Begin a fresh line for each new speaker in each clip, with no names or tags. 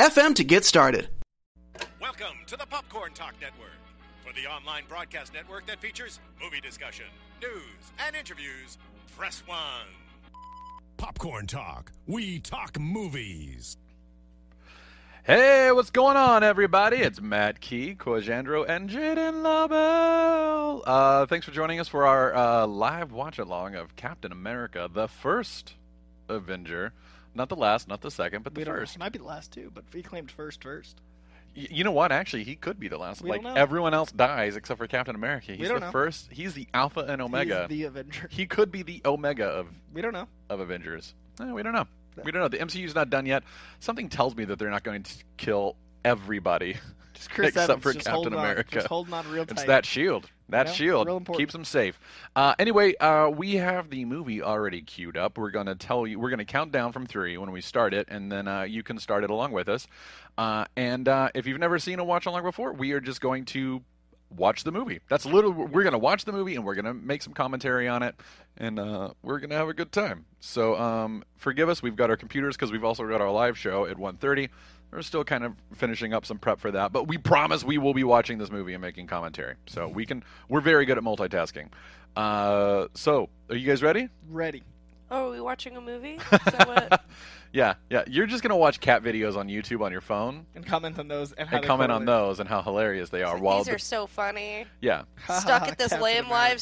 to get started.
Welcome to the Popcorn Talk Network, for the online broadcast network that features movie discussion, news, and interviews. Press one.
Popcorn Talk. We talk movies.
Hey, what's going on, everybody? It's Matt Key, Coajandro, and Jaden LaBelle. Uh, thanks for joining us for our uh, live watch along of Captain America, the first Avenger. Not the last, not the second, but the
We don't know.
first.
He might be the last two, but he claimed first first.
Y- You know what? Actually, he could be the last.
We
like
don't know.
everyone else dies except for Captain America. He's
don't
the
know.
first. He's the Alpha and Omega.
He's the Avenger.
He could be the Omega of
We don't know.
of Avengers. Eh, we don't know. We don't know. The MCU's not done yet. Something tells me that they're not going to kill everybody.
Just Chris
Except
Evans,
for
just
Captain
holding
America.
On, just holding on real tight.
It's that shield. That
know, real
shield
important.
keeps them safe. Uh, anyway, uh, we have the movie already queued up. We're gonna tell you. We're gonna count down from three when we start it, and then uh, you can start it along with us. Uh, and uh, if you've never seen a watch along before, we are just going to watch the movie. That's literally we're gonna watch the movie, and we're gonna make some commentary on it, and uh, we're gonna have a good time. So um, forgive us. We've got our computers because we've also got our live show at 1.30. We're still kind of finishing up some prep for that, but we promise we will be watching this movie and making commentary. So we can we're very good at multitasking. Uh, so are you guys ready?
Ready.
Oh, are we watching a movie? Is that what?
yeah, yeah. You're just gonna watch cat videos on YouTube on your phone
And comment on those and how
and
they
comment on
correlate.
those and how hilarious they are.
Like,
while
These
the-
are so funny.
yeah,
Ha,
Stuck
ha,
at this
Captain
lame
America.
live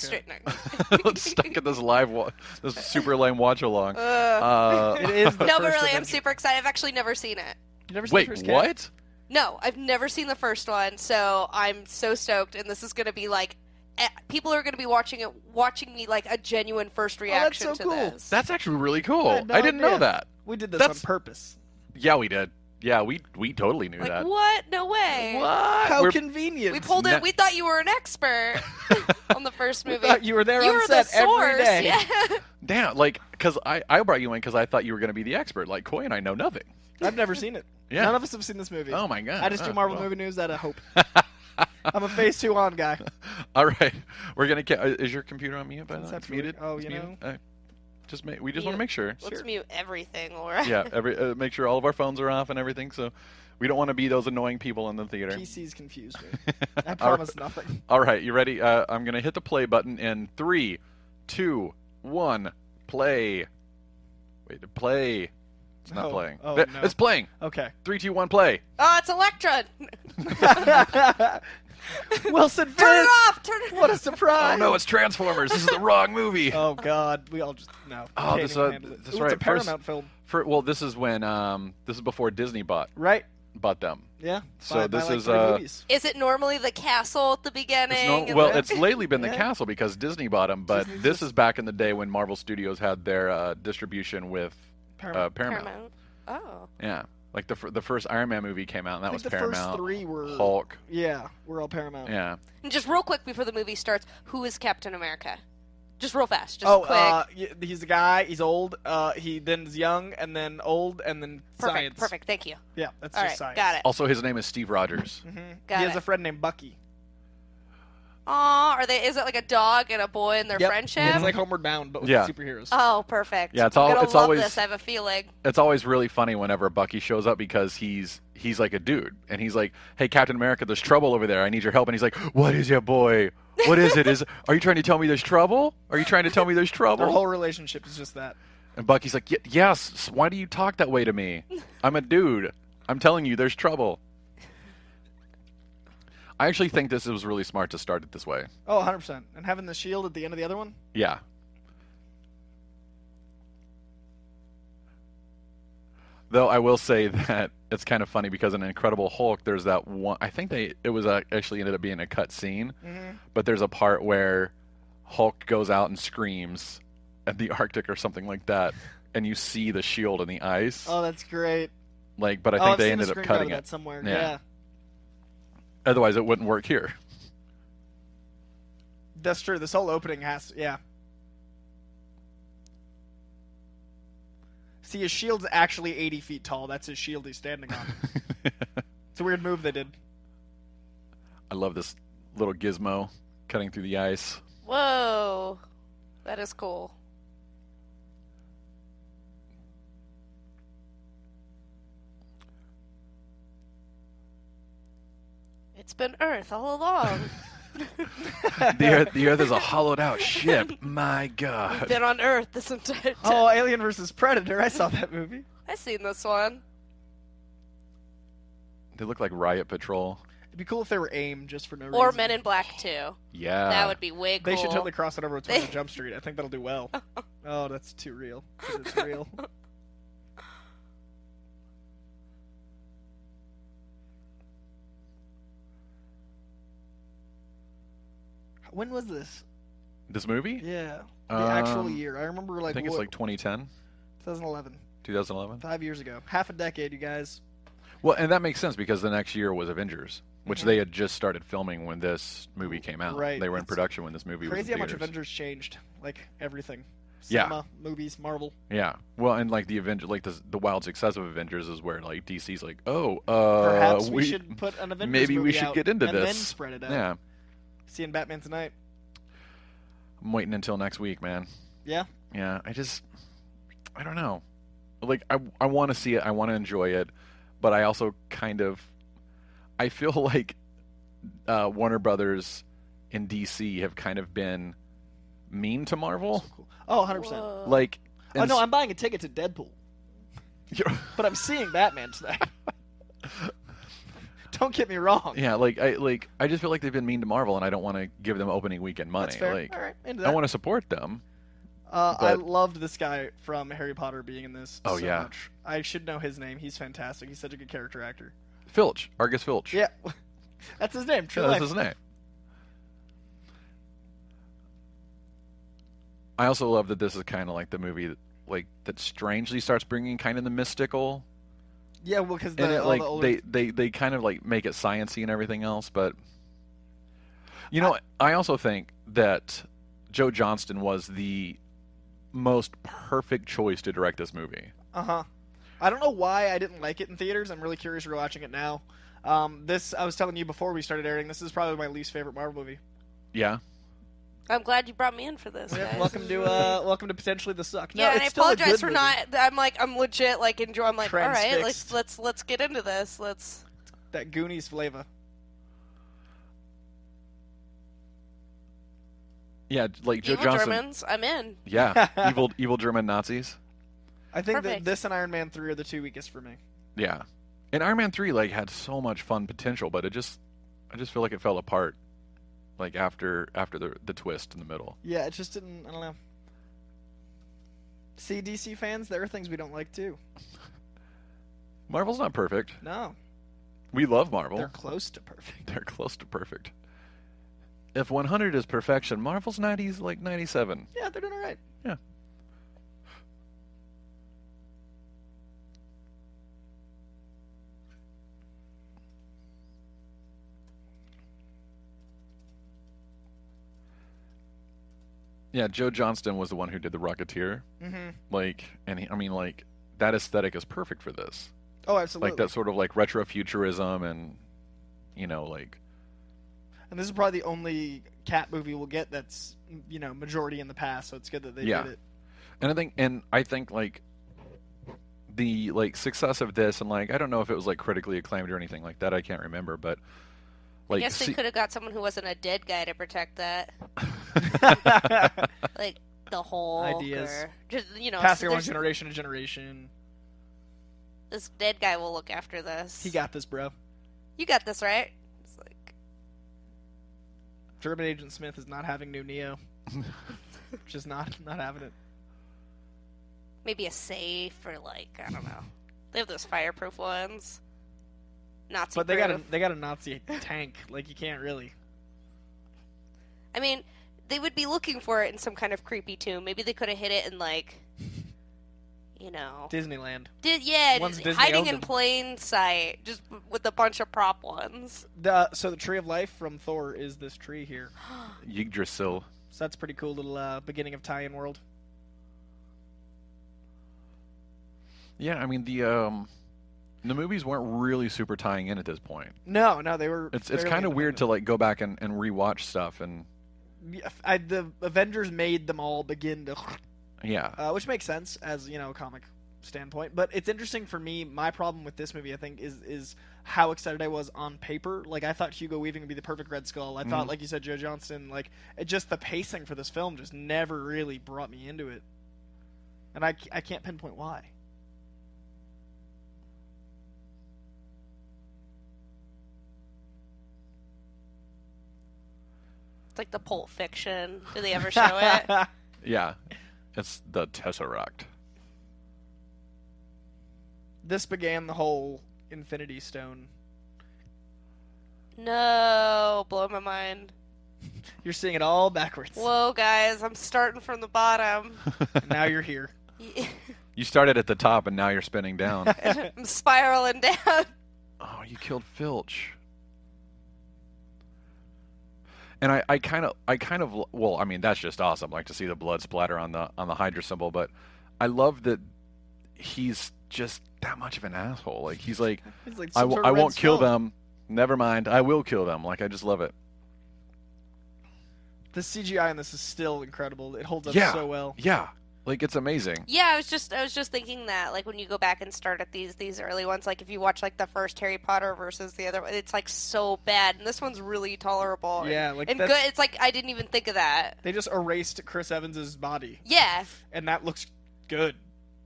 stream.
stuck at this live, wa- this super lame watch along.
Ugh.
It
Uh,
is the
no,
first
but really, I'm
Avenger.
super excited. I've actually never seen it.
You never seen
wait,
the first Cap?
what?
No, I've never seen the first one, so I'm so stoked. And this is going to be like, eh, people are going to be watching it, watching me like a genuine first reaction
Oh, so
to
cool.
this.
That's actually really
I
cool.
had no
I didn't know
idea.
that.
We did this
That's-
on purpose.
Yeah, we did. Yeah, we we totally knew
like
that.
what? No way.
What?
How
We're-
convenient.
We pulled
Ne-
it. We thought you were an expert on the first
We
movie.
thought you were there
You
on
were the
set
source.
every day.
Yeah.
Damn, like, cause I I brought you in because I thought you were gonna be the expert. Like Coy and I know nothing.
I've never seen it.
Yeah.
None of us have seen this movie.
Oh my god.
I just do
Oh,
Marvel
well.
movie news out of hope. I'm a phase two on guy.
All right, we're gonna. Ca- is your computer on mute? By the
It's
way? It's
absolutely-
muted.
oh,
It's
you
muted? Uh, just make. We just want to
Mute.
make sure.
Let's mute everything, Laura.
Yeah. Every uh, make sure all of our phones are off and everything. So we don't want to be those annoying people in the theater.
PC's confused me. I promise nothing.
All right, you ready? Uh, I'm gonna hit the play button in three, two, one, play. Wait, play. It's not
Oh,
playing.
oh,
There-
no.
It's playing.
Okay.
Three, two, one, play.
Oh, it's Electra.
Wilson
Turn
Fisk!
it off. Turn it
What a
Oh
surprise!
no, it's Transformers. this is the wrong movie.
Oh God, we all just no.
Oh,
Can't
this
even
uh,
handle it.
this
Ooh,
right
It's a
first-
Paramount film,
For, well, this is when um, this is before Disney bought
right?
bought them.
Yeah.
So
by,
this
by, like,
is,
three
uh,
movies.
Is it normally the castle at the beginning?
It's no-
and
well,
then-
it's lately been the
Yeah.
castle because Disney bought them, but
Disney's
this
just-
is back in the day when Marvel Studios had their uh, distribution with uh,
Paramount.
Paramount.
Paramount. Oh,
Yeah, like the fir- the first Iron Man movie came out, and that
I
was
think the
Paramount.
first three were.
Hulk.
Yeah, we're all Paramount.
Yeah.
and just real quick before the movie starts, who is Captain America? Just real fast, just
oh,
quick.
uh, y- he's a guy. He's old. Uh, he then is young, and then old, and then
perfect,
science.
perfect. Thank you.
Yeah, that's
All
just
right,
science.
got it.
Also, his name is Steve Rogers.
Mhm.
Got
Oh, he has
it.
a friend named Bucky.
Aw, are they? Is it like a dog and a boy and their
Yep. Mm-hmm.
friendship?
It's like Homeward Bound, but with
Yeah.
superheroes.
oh, perfect.
Yeah, it's
I'm
all-
gonna
it's
love
always-
This. I have a feeling.
it's always really funny whenever Bucky shows up because he's he's like a dude, and he's like, "Hey, Captain America, there's trouble over there. I need your help." And he's like, "What is it, boy? What is it? Is are you trying to tell me there's trouble? Are you trying to tell me there's trouble?"
Their whole relationship is just that.
And Bucky's like, "Y- "Yes. s- Why do you talk that way to me? I'm a dude. I'm telling you, there's trouble." I actually think this was really smart to start it this way.
Oh, 100 percent. And having the shield at the end of the other one.
Yeah. Though I will say that it's kind of funny because in Incredible Hulk, there's that one. I think they it was uh actually ended up being a cut scene,
Mm-hmm.
but there's a part where Hulk goes out and screams at the Arctic or something like that, and you see the shield in the ice.
Oh, that's great.
Like, but I
oh,
think
I've
they
seen
ended
a
up
screenshot
cutting
of that
it.
somewhere.
Yeah.
Yeah.
Otherwise, it wouldn't work here.
that's true. This whole opening has yeah. See, his shield's actually 80 feet tall. That's his shield he's standing on. it's a weird move they did.
I love this little gizmo cutting through the ice.
Whoa, that is cool. It's been Earth all along.
The Earth, the Earth is a hollowed out ship. My God.
been on Earth this entire time.
Oh, Alien versus Predator. I saw that movie.
I've seen this one.
They look like Riot Patrol.
It'd be cool if they were AIM just for no reason. Uh,
Or Men in Black 2.
Yeah.
that would be way cool.
They should totally cross it over with 20
They-
Jump Street. I think that'll do well. Oh, that's too real. 'Cause It's real. When was this?
This movie?
Yeah, the actual
Um,
year. I remember
I
like,
think it's
what-
like 2010,
2011,
2011.
five years ago, half a decade, you guys.
Well, and that makes sense because the next year was Avengers, which they had just started filming when this movie came out.
Mm-hmm. Right.
They were in
It's
production when this movie was
Crazy
in
how much
theaters.
Avengers changed. Like everything.
Yeah.
Cinema, movies, Marvel.
Yeah. Well, and like the Avenger, like the the wild success of Avengers is where like DC's like, oh, uh,
Perhaps we, should put an Avengers
maybe we
movie
should
out
get into
and
this.
then spread it out.
Yeah.
Seeing Batman tonight.
I'm waiting until next week, man.
Yeah.
Yeah. I just, I don't know. Like I I want to see it. I want to enjoy it, but I also kind of, I feel like, uh, Warner Brothers and DC have kind of been mean to Marvel.
Oh, 100%.
Whoa.
Like,
Oh,
and
no, I'm buying a ticket to Deadpool,
s-
but I'm seeing Batman tonight. Don't get me wrong.
yeah, like I like I just feel like they've been mean to Marvel, and I don't want to give them opening weekend money.
That's fair.
Like,
All right, into
I
that.
want to support them.
uh, I
but-
loved this guy from Harry Potter being in this.
Oh,
so
yeah.
much. I should know his name. He's fantastic. He's such a good character actor.
Filch, Argus Filch.
Yeah, that's his name. True
Yeah, that's
life.
his name. I also love that this is kind of like the movie, that, like that strangely starts bringing kind of the mystical
Yeah, well, because
in it.
all
Like
the older
they, they they kind of like make it sciency and everything else, but you know, I, also think that Joe Johnston was the most perfect choice to direct this movie.
Uh huh. I don't know why I didn't like it in theaters. I'm really curious rewatching it now. Um, this I was telling you before we started airing. This is probably my least favorite Marvel movie.
Yeah,
I'm glad you brought me in for this. guys.
welcome to uh, welcome to potentially the suck. No,
yeah, and
it's
I
still a good
apologize for
movie.
not. I'm like, I'm legit like enjoy. I'm like, all right, let's
Transfixed.
let's let's get into this. Let's.
that Goonies flavor.
yeah, like Joe
Evil
Johnston.
Germans, I'm in.
Yeah, evil evil German Nazis.
I think
Perfect.
that this and Iron Man three are the two weakest for me.
Yeah, and Iron Man three like had so much fun potential, but it just I just feel like it fell apart like after after the the twist in the middle.
Yeah, it just didn't. I don't know. See, DC fans, there are things we don't like too.
Marvel's not perfect.
No,
We love Marvel.
they're
They're,
close to perfect.
close to perfect. If 100 is perfection, Marvel's 90 like 97.
Yeah, they're doing all right.
Yeah. Yeah, Joe Johnston was the one who did the Rocketeer.
Mm-hmm.
Like, and he, I mean, like that aesthetic is perfect for this.
Oh, absolutely.
Like that sort of like retrofuturism and, you know, like
And this is probably the only cat movie we'll get that's you know majority in the past, so it's good that they
Yeah.
did it.
and I think and I think like the like success of this and like I don't know if it was like critically acclaimed or anything like that I can't remember but
I
like
guess they
see-
could have got someone who wasn't a dead guy to protect that, like the whole
Ideas.
Or just you know,
Passing on
there's-
generation to generation.
this dead guy will look after this.
He got this, bro.
you got this right. It's like
German Agent Smith is not having new Neo. Just not not having it.
maybe a safe or like I don't know. They have those fireproof ones. Nazi
But they got a
proof.
they got a Nazi tank. Like you can't really.
I mean, they would be looking for it in some kind of creepy tomb. Maybe they could have hit it in like, you know,
Disneyland.
did yeah,
One's
just
Disney
hiding
owned
in
them.
plain sight, just w- with a bunch of prop ones.
The so the tree of life from Thor is this tree here.
Yggdrasil.
So that's pretty cool little uh, beginning of tie-in world.
Yeah, I mean the um, the movies weren't really super tying in at this point.
No, no, they were.
It's it's kind of weird to like go back and and rewatch stuff and
to. I, the Avengers made them all begin to,
yeah.
uh, which makes sense as you know, a comic standpoint. But it's interesting for me. My problem with this movie, I think, is is how excited I was on paper. Like I thought Hugo Weaving would be the perfect Red Skull. I
Mm.
thought, like you said, Joe Johnston. Like it, just the pacing for this film just never really brought me into it, and I c- I can't pinpoint why.
It's like the Pulp Fiction. Do they ever show it?
Yeah, it's the Tesseract.
this began the whole Infinity Stone.
No, blow my mind.
You're seeing it all backwards.
Whoa, guys, I'm starting from the bottom.
now you're here.
You started at the top and now you're spinning down.
I'm spiraling down.
oh, you killed Filch. And I, I kind of, I kind of, well, I mean, that's just awesome. Like to see the blood splatter on the on the Hydra symbol, but I love that he's just that much of an asshole. Like he's like,
It's like
I,
some
w-
sort
I
of Red
won't kill
Skull.
them. Never mind, I will kill them. Like I just love it.
The CGI in this is still incredible. It holds up
yeah,
so well.
yeah, like it's amazing.
Yeah, I was just I was just thinking that like when you go back and start at these these early ones, like if you watch like the first Harry Potter versus the other one, it's like so bad, and this one's really tolerable. and-
Yeah, like
and
that's-
good. It's like I didn't even think of that.
They just erased Chris Evans's body,
Yeah,
and that looks good.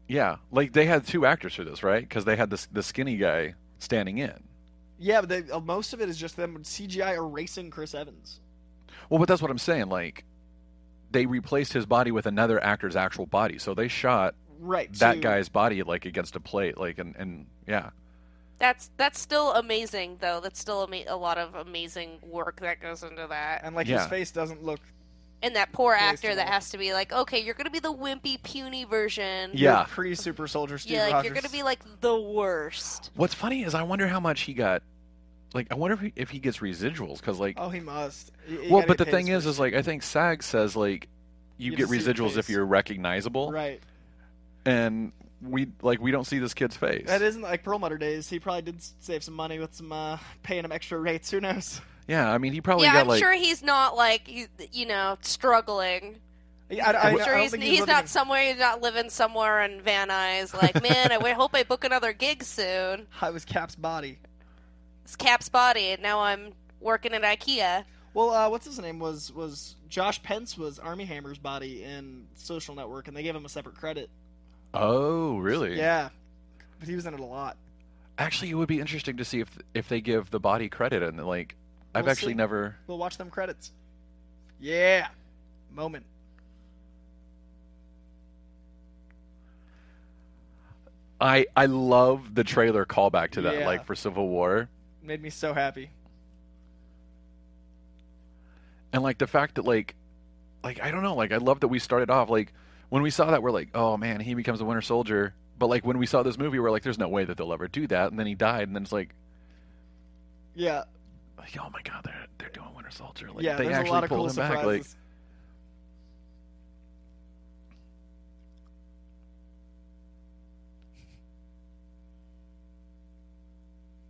Yeah, like they had two actors for this, right? Because they had this the skinny guy standing in.
Yeah, but they, uh, most of it is just them CGI erasing Chris Evans.
Well, but that's what I'm saying. Like, they replaced his body with another actor's actual body, so they shot
Right.
that
to-
guy's body like against a plate, like and and yeah,
that's that's still amazing though. That's still ama- a lot of amazing work that goes into that.
And like his
Yeah.
face doesn't look.
And that poor
Waste
actor
of
that
all.
has to be like, okay, you're gonna be the wimpy, puny version.
yeah.
Pre Super Soldier Steve
yeah, like you're
Rogers.
gonna be like the worst.
What's funny is I wonder how much he got. Like, I wonder if he, if he gets residuals because like,
Oh, he must. You- you
well,
gotta
but the
get paid
thing is,
first.
is like I think SAG says like you,
You
get
just see your
residuals if
face.
you're recognizable,
right.
and we like we don't see this kid's face.
That isn't like Perlmutter days. He probably did s- save some money with some uh, paying him extra rates. Who knows?
yeah, I mean he probably
yeah,
got
I'm
like
sure he's not like he's you know struggling.
I, I,
I'm
I
sure
don't
he's,
think
he's,
living
not
in-
somewhere. He's not living somewhere in Van Nuys. Like, man, I w- hope I book another gig soon.
I was Cap's body.
It's Cap's body, and now I'm working at IKEA.
Well, uh, what's his name was was Josh Pence was Army Hammer's body in Social Network, and they gave him a separate credit.
oh really
Yeah, but he was in it a lot.
Actually, it would be interesting to see if if they give the body credit and like I've
We'll
actually
see.
never.
We'll watch them credits. Yeah, moment.
I I love the trailer callback to that,
Yeah.
like for Civil War,
Made me so happy.
and like the fact that like like I don't know, like I love that we started off like when we saw that we're like, oh man, he becomes a Winter Soldier, but like when we saw this movie, we're like, there's no way that they'll ever do that, and then he died, and then it's like,
Yeah,
like, oh my god, they're they're doing Winter Soldier, like
yeah.
they
There's
actually
a lot of
pulled
cool
him back,
surprises.
like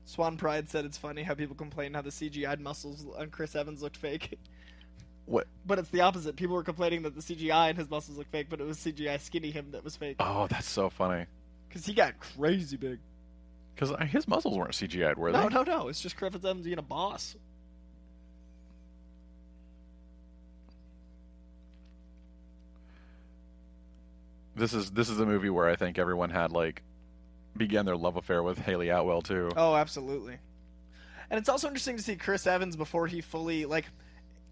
Swan Pride said it's funny how people complain how the CGI muscles on Chris Evans looked fake,
what?
but it's the opposite. People were complaining that the CGI and his muscles looked fake, but it was CGI skinny him that was fake
Oh, that's so funny
because he got crazy big.
because his muscles weren't CGI'd, were they?
No, no, no. It's just Chris Evans being a boss.
This is this is a movie where I think everyone had like began their love affair with Haley Atwell too.
Oh, absolutely. And it's also interesting to see Chris Evans before he fully like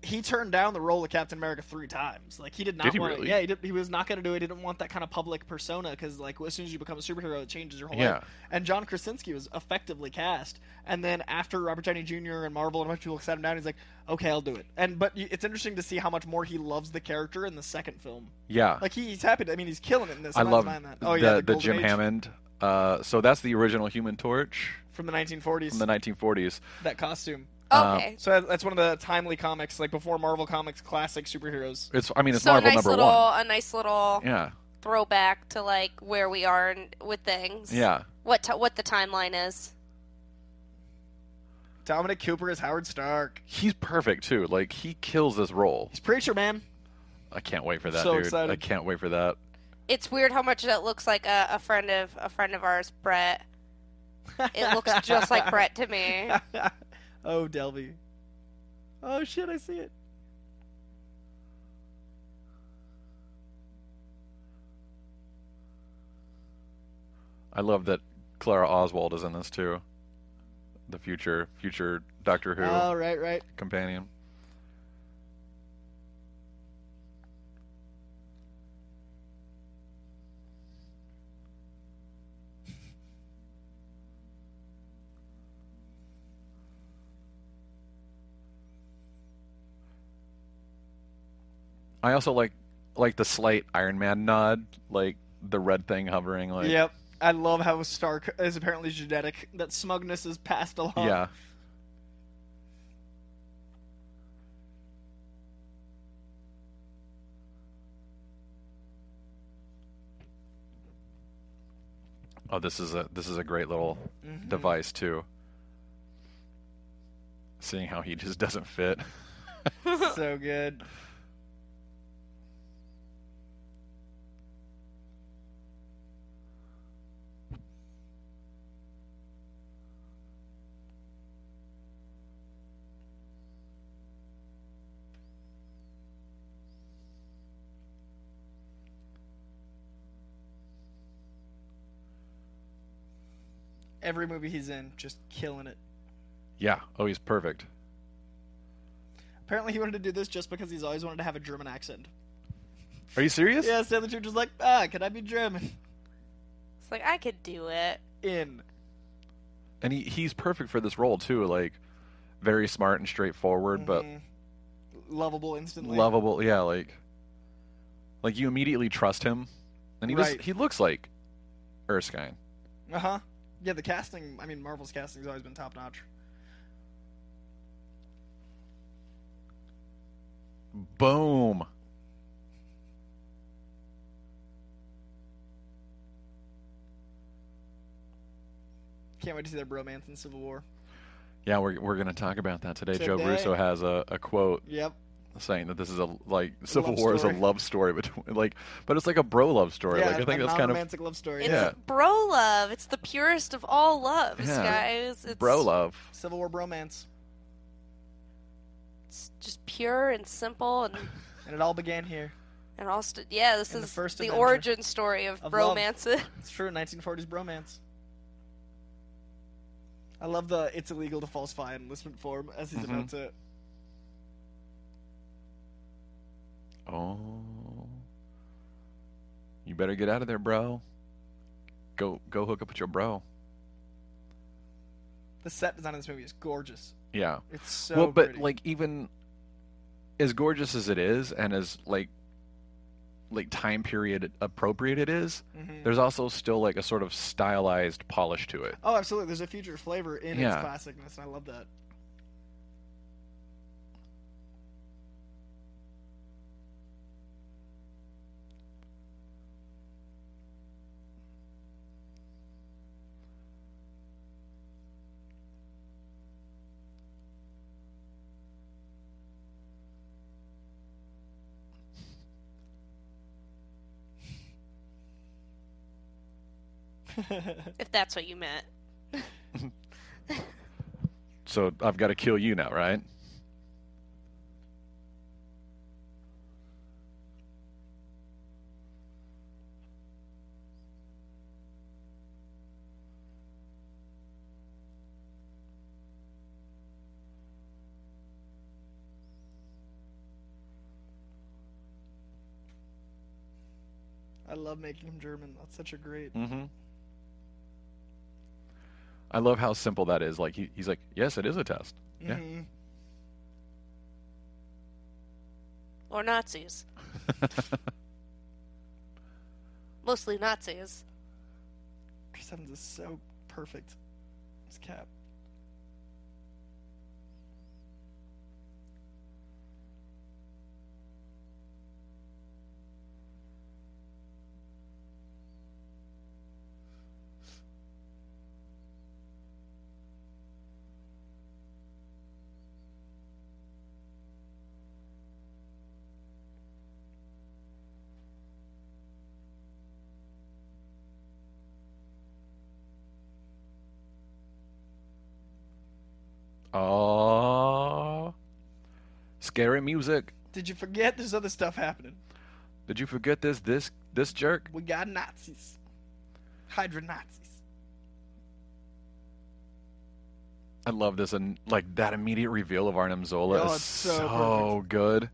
he turned down the role of Captain America three times. Like he did not
Did he
want.
really?
Yeah, he, did, he was not going to do it. He didn't want that kind of public persona because, like, as soon as you become a superhero, it changes your whole
Yeah.
life. And John Krasinski was effectively cast. And then after Robert Downey Jr. and Marvel and a bunch of people sat him down, he's like, "Okay, I'll do it." And but you- it's interesting to see how much more he loves the character in the second film.
Yeah.
Like he, he's happy. To, I mean, he's killing it in this.
I
I'm not
love
denying that.
the,
Oh yeah,
the,
the, Golden
Jim
Age
Hammond. Uh, so that's the original Human Torch
from the 1940s.
from the 1940s.
that costume.
Um,
Okay.
So that- that's one of the timely comics, like before Marvel comics, classic superheroes.
It's I mean it's
so a
Marvel
nice
number
little,
one.
a nice little
Yeah,
throwback to like where we are and, with things.
yeah.
What t- what the timeline is?
Dominic Cooper is Howard Stark.
He's perfect too. Like he kills this role.
He's preacher, man.
I can't wait for that,
so
dude.
excited.
I can't wait for that.
It's weird how much that looks like a, a friend of a friend of ours, Brett. It looks just like Brett to me.
oh, Delvey. Oh shit, I see it.
I love that Clara Oswald is in this too. The future future Doctor Who
Oh, right, right.
companion. I also like like the slight Iron Man nod, like the red thing hovering like
Yep. I love how Stark is apparently genetic. That smugness is passed along.
Yeah. Oh, this is a this is a great little device too. Seeing how he just doesn't fit.
so good. Every movie he's in, just killing it.
Yeah. Oh, he's perfect.
Apparently, he wanted to do this just because he's always wanted to have a German accent.
Are you serious?
Yeah, Stanley Tucci was like, ah, can I be German?
It's like I could do it.
In.
And he he's perfect for this role too. Like, very smart and straightforward, but
Mhm. lovable instantly.
lovable. Yeah, like like you immediately trust him, and he
Right.
just he looks like Erskine.
Uh huh. Yeah, the casting. I mean, Marvel's casting's always been top notch.
Boom.
Can't wait to see their bromance in Civil War.
Yeah, we're we're gonna talk about that today. Joe
Today.
Russo has a, a quote
Yep.
saying that this is a like Civil
love
War is
story.
a love story between like, but it's like a bro love story.
yeah,
like I
a
think that's kind of
non-romantic love story.
It's
Yeah.
bro love. It's the purest of all loves,
Yeah.
guys. It's
bro love.
Civil War bromance,
It's just pure and simple and
and it all began here.
and all. St- yeah, this
And the
is
first
the
adventure
origin story of,
of love.
romances.
It's true. 1940s bromance. I love the "it's illegal to falsify an enlistment form" as he
Mhm.
denotes it.
Oh, you better get out of there, bro. Go go hook up with your bro.
The set design in this movie is gorgeous.
Yeah.
It's so.
well, but
pretty.
like even as gorgeous as it is, and as like like time period appropriate it is,
Mhm.
there's also still like a sort of stylized polish to it.
Oh, absolutely. There's a future flavor in
Yeah.
its classicness, and I love that.
if that's what you meant.
So I've got to kill you now, right?
I love making him German. That's such a great.
Mm-hmm. I love how simple that is. Like he, he's like, yes, it is a test. Yeah.
Mhm.
Or Nazis. Mostly Nazis.
Chris Evans is so perfect. His cap.
Oh, scary music.
Did you forget there's other stuff happening?
Did you forget this? This this jerk.
We got Nazis. Hydra Nazis.
I love this and like that immediate reveal of Arnim Zola
Oh,
is
it's so
so good.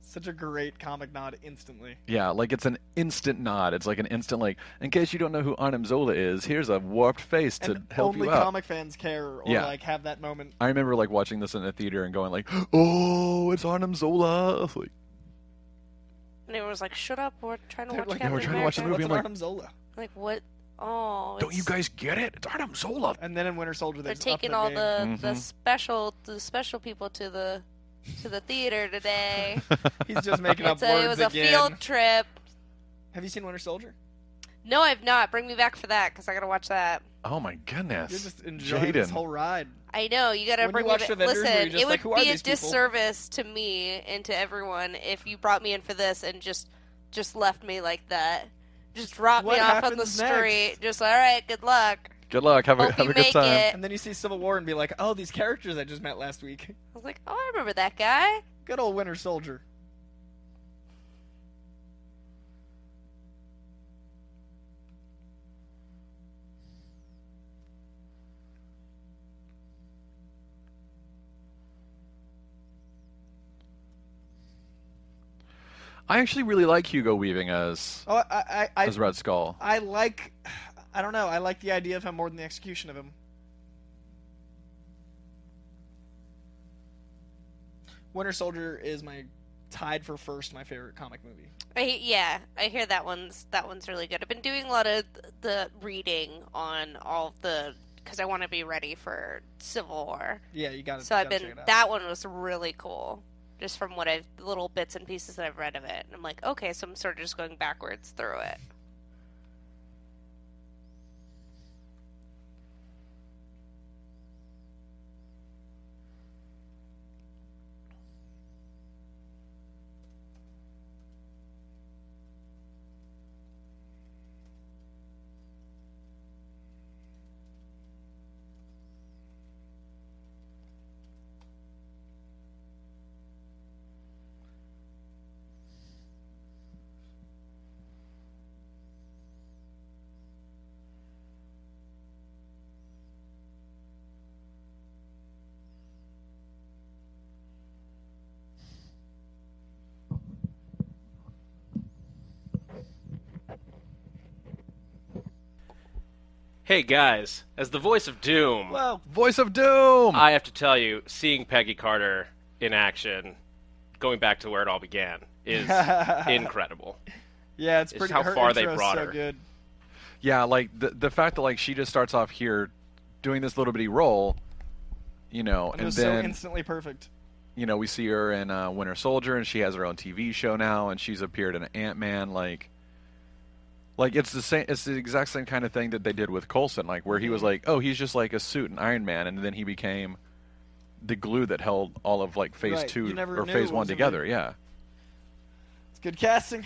Such a great comic nod instantly.
Yeah, like it's an instant nod. It's like an instant like. In case you don't know who Arnim Zola is, here's a warped face to
and
help
only
you out.
comic fans care or
Yeah.
like have that moment.
I remember like watching this in the theater and going like, "Oh, it's Arnim Zola!" Like,
And everyone was like, "Shut up! We're trying to
They're
watch
like,
Yeah,
Captain
we're trying to watch the
America."
movie.
What's
I'm
an
like-
Arnim Zola?
Like what? Oh,
don't you
it's-
guys get it? It's Arnim Zola.
And then in Winter Soldier, they
They're
just upped
taking
their
all
game.
the the
Mhm.
special the special people to the to the theater today.
He's just making up
it's a,
words
it was a
again.
field trip.
Have you seen Winter Soldier?
No, I've not. Bring me back for that because I gotta watch that.
Oh my goodness.
You're just enjoying this
Jaden.
whole ride.
I know you gotta
When you
bring
watch
me back.
Avengers, were you
Listen,
just
it
like,
would
"Who are
be a
these people?"
disservice to me and to everyone if you brought me in for this and just just left me like that. Just dropped
What
me off on the
happens
street.
next?
Just all right, good luck.
Good luck. Have a
Hope
have
you
a good
make
time.
it.
And then you see Civil War and be like, oh, these characters I just met last week.
I was like, oh, I remember that guy.
Good old Winter Soldier.
I actually really like Hugo Weaving as
Oh, I, I, I,
as Red Skull.
I like. I don't know. I like the idea of him more than the execution of him. Winter Soldier is my tied for first my favorite comic movie.
I, he- yeah, I hear that one's that one's really good. I've been doing a lot of th- the reading on all the because I want to be ready for Civil War.
Yeah, you got to.
So I've been
check it out.
that one was really cool. Just from what I've little bits and pieces that I've read of it, and I'm like, okay, so I'm sort of just going backwards through it.
Hey guys, as the voice of Doom,
Well,
Voice of Doom.
I have to tell you, seeing Peggy Carter in action, going back to where it all began, is incredible.
yeah, it's
It's
pretty.
how
her
far they
intro's
brought
so
her.
Good.
yeah, like the the fact that like she just starts off here doing this little bitty role, you know,
It
and
was
then
so instantly perfect.
you know we see her in uh, Winter Soldier, and she has her own TV show now, and she's appeared in Ant Man. Like, like it's the same. It's the exact same kind of thing that they did with Coulson, like where
Mm-hmm.
he was like, oh, he's just like a suit in Iron Man, and then he became the glue that held all of like Phase
Right,
Two
you never
or
knew
Phase
what
One
was in
together.
there.
Yeah.
It's good casting.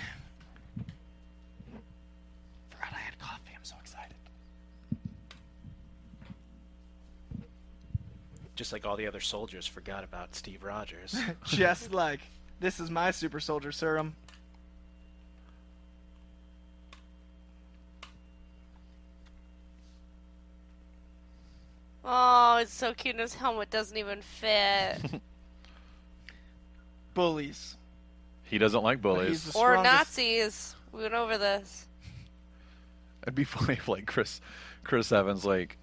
Forgot I had coffee. I'm so excited.
Just like all the other soldiers forgot about Steve Rogers.
Just like this is my super soldier serum.
Oh, it's so cute. And his helmet doesn't even fit.
Bullies.
He doesn't like
He's
bullies.
the
Or
strongest-
Nazis. We went over this.
It'd be funny if like Chris, Chris Evans like,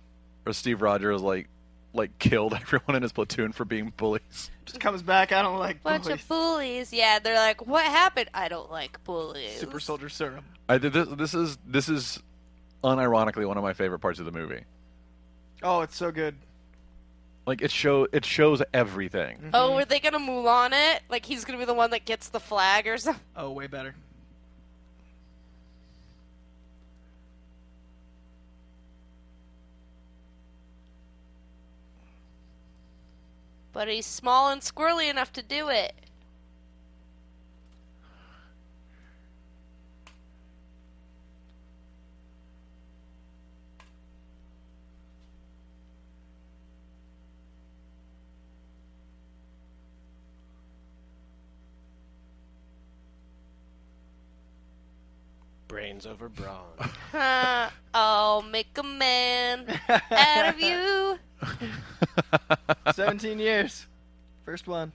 or Steve Rogers like, like killed everyone in his platoon for being bullies.
Just comes back. I don't like
Bunch
bullies.
of bullies. Yeah, they're like, what happened? I don't like bullies.
Super soldier serum.
I did this. This is this is, unironically, one of my favorite parts of the movie.
Oh, it's so good.
Like it show it shows
Mm-hmm.
everything.
Oh, were they gonna Mulan it? Like he's gonna be the one that gets the flag or something?
Oh, way better.
But he's small and squirrely enough to do it.
Brains over brawn.
Huh. I'll make a man out of you.
Seventeen years. First one.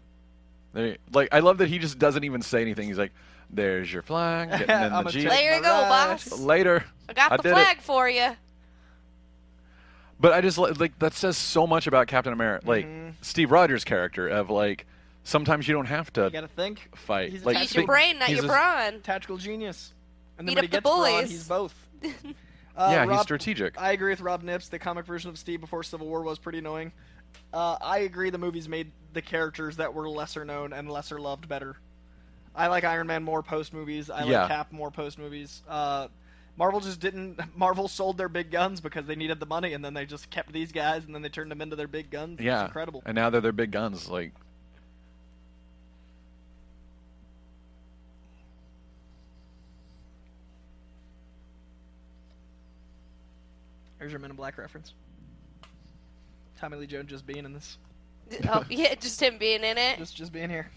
They- like I love that he just doesn't even say anything. He's like, "There's your flag." Getting in
I'm
the
a
jeep.
tech-
There you go,
Alright.
boss.
Later.
I got the
did it.
flag for you.
But I just li- like that says so much about Captain America, like
Mm-hmm.
Steve Rogers' character of like sometimes you don't have to
You gotta think.
fight.
he's a
like
I
Use
think
your brain, not
he's
your
a-
brawn.
Tactical genius. And
Beat
then when
up
he
the
gets brawn,
bullies.
he's both. Uh,
yeah, he's
Rob-
strategic.
I agree with Rob Nips. The comic version of Steve before Civil War was pretty annoying. Uh, I agree. The movies made the characters that were lesser known and lesser loved better. I like Iron Man more post movies. I
Yeah.
like Cap more post movies. Uh, Marvel just didn't. Marvel sold their big guns because they needed the money, and then they just kept these guys, and then they turned them into their big guns.
yeah,
it's incredible.
And now they're their big guns. Like
There's your Men in Black reference. Tommy Lee Jones just being in this,
Oh, yeah, just him being in it.
just just being here.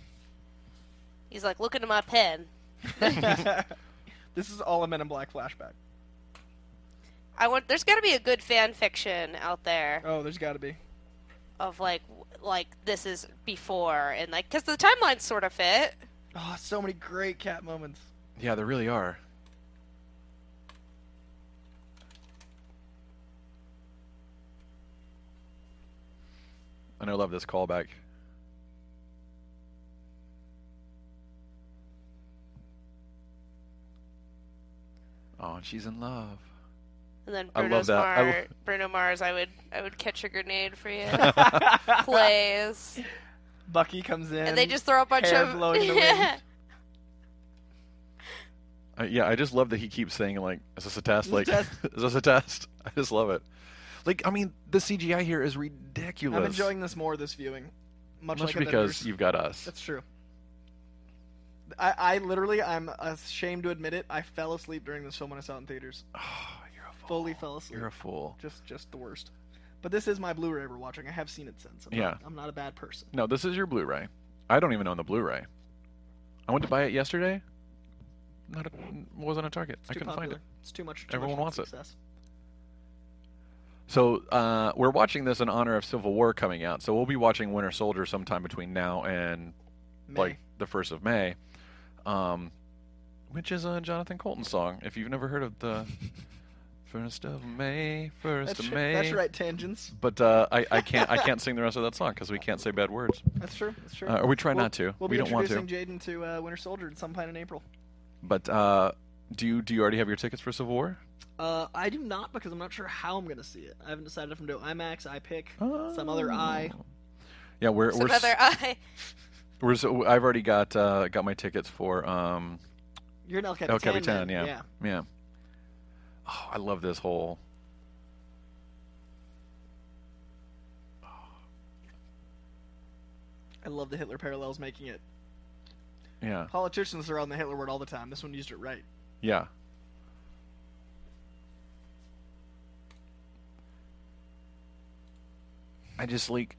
He's like, look into my pen.
This is all a Men in Black flashback.
I want. There's got to be a good fan fiction out there
Oh, there's got to be.
of like, w- like this is before and like, cause the timelines sort of fit.
Oh, so many great cat moments.
yeah, there really are. And I love this callback. Oh, and she's in love.
And then
I love
Bruno's
that. I
Mar-
lo-
Bruno Mars, I would, I would catch a grenade for you. Plays,
Bucky comes in.
and they just throw a bunch
hair
of
blowing in the
yeah.
wind.
I, yeah, I just love that he keeps saying like, "Is this a test?
Is
Like,
this a
is this a test?" I just love it. Like, I mean, the CGI here is ridiculous.
I'm enjoying this more this viewing, much,
much
like
because
Avengers.
you've got us.
That's true. I, I literally, I'm ashamed to admit it. I fell asleep during this film when I saw it in theaters. Fully fell
Oh,
asleep.
You're a fool.
just, just the worst. But this is my Blu-ray we're watching. I have seen it since. I'm
Yeah.
not, I'm not a bad person.
No, this is your Blu-ray. I don't even own the Blu-ray. I went to buy it yesterday. Not a, wasn't a target. I
It's too
couldn't
popular.
find it.
It's too much. Too
Everyone
much
wants it.
success.
So uh, we're watching this in honor of Civil War coming out. So we'll be watching Winter Soldier sometime between now and
May.
like the first of May, um, which is a Jonathan Colton song. If you've never heard of the first of May, first
that's,
of
tr-
May.
that's right. Tangents.
But uh, I, I can't I can't sing the rest of that song because we can't say bad words.
That's true. That's true.
Uh, or we try
We'll-
not to.
We'll
we
be
don't want to.
introducing Jaden to uh, Winter Soldier at some point in April.
But uh, do you do you already have your tickets for Civil War?
Uh, I do not because I'm not sure how I'm gonna see it. I haven't decided if I'm doing IMAX, iPic, some other I.
Yeah, we're we're,
Another
s-
eye.
we're so, I've already got uh, got my tickets for um,
You're an El Capitan.
El Capitan.
man.
Yeah,
yeah.
yeah. Oh, I love this whole.
I love the Hitler parallels making it.
Yeah,
Politicians throw on the Hitler word all the time. This one used it right.
yeah. I just like.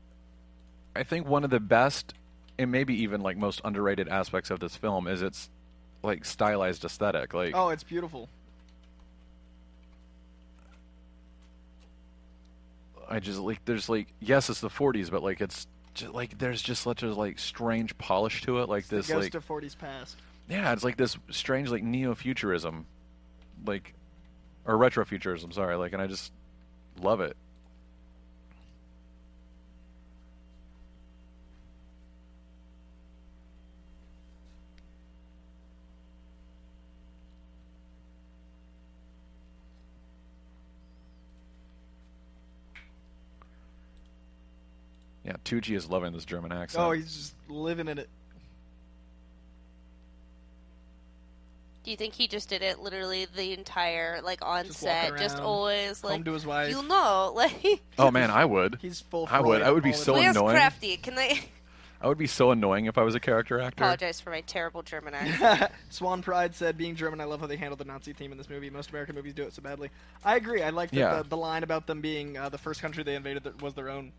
I think one of the best, and maybe even like most underrated aspects of this film is its like stylized aesthetic. Like,
Oh, it's beautiful.
I just like there's like yes, it's the 40s, but like it's just, like there's just such a like strange polish to it, like
It's
this
the ghost
like
of 40s past.
yeah, it's like this strange like neo-futurism, like or retro-futurism. Sorry, like, and I just love it. Yeah, Tucci is loving this German accent.
Oh, he's just living in it.
Do you think he just did it literally the entire like on
Just walking
set? Just
around,
always
home
like
to his wife.
you know, like
Oh, man, I would.
He's full.
I would.
Freud
I would be
all the
so
time.
where's
annoying.
crafty? Can I
I would be so annoying if I was a character actor.
Oh,
apologize for my terrible German accent?
Swan Pride said, "Being German, I love how they handled the Nazi theme in this movie. Most American movies do it so badly." I agree. I like the,
Yeah.
the, the line about them being uh, the first country they invaded that was their own.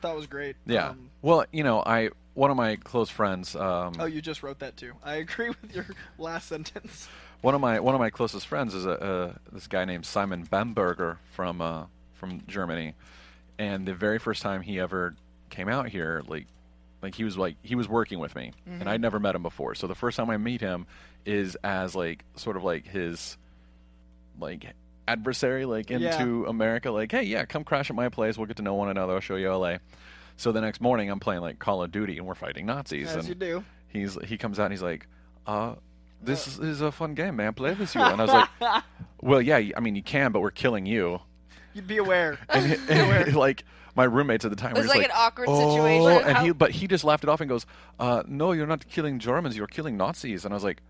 That was great.
Yeah.
Um,
well, you know, I one of my close friends, um,
oh, you just wrote that too. I agree with your last sentence.
one of my one of my closest friends is a, a this guy named Simon Bamberger from uh, from Germany, and the very first time he ever came out here, like like he was like he was working with me,
Mm-hmm.
and I'd never met him before. So the first time I meet him is as like sort of like his like adversary like
Yeah.
into America like hey yeah come crash at my place we'll get to know one another I'll show you LA so the next morning I'm playing like Call of Duty and we're fighting Nazis
As
and
you do.
he's he comes out and he's like, uh, this is- is a fun game, man. Play with you. And I was like, well, yeah, I mean, you can, but we're killing you.
You'd be aware.
And, he- and he- like my roommates at the time
It
were
was
just
like an awkward
oh,
situation.
and
How-
he but he just laughed it off and goes, uh, no, you're not killing Germans, you're killing Nazis. And I was like,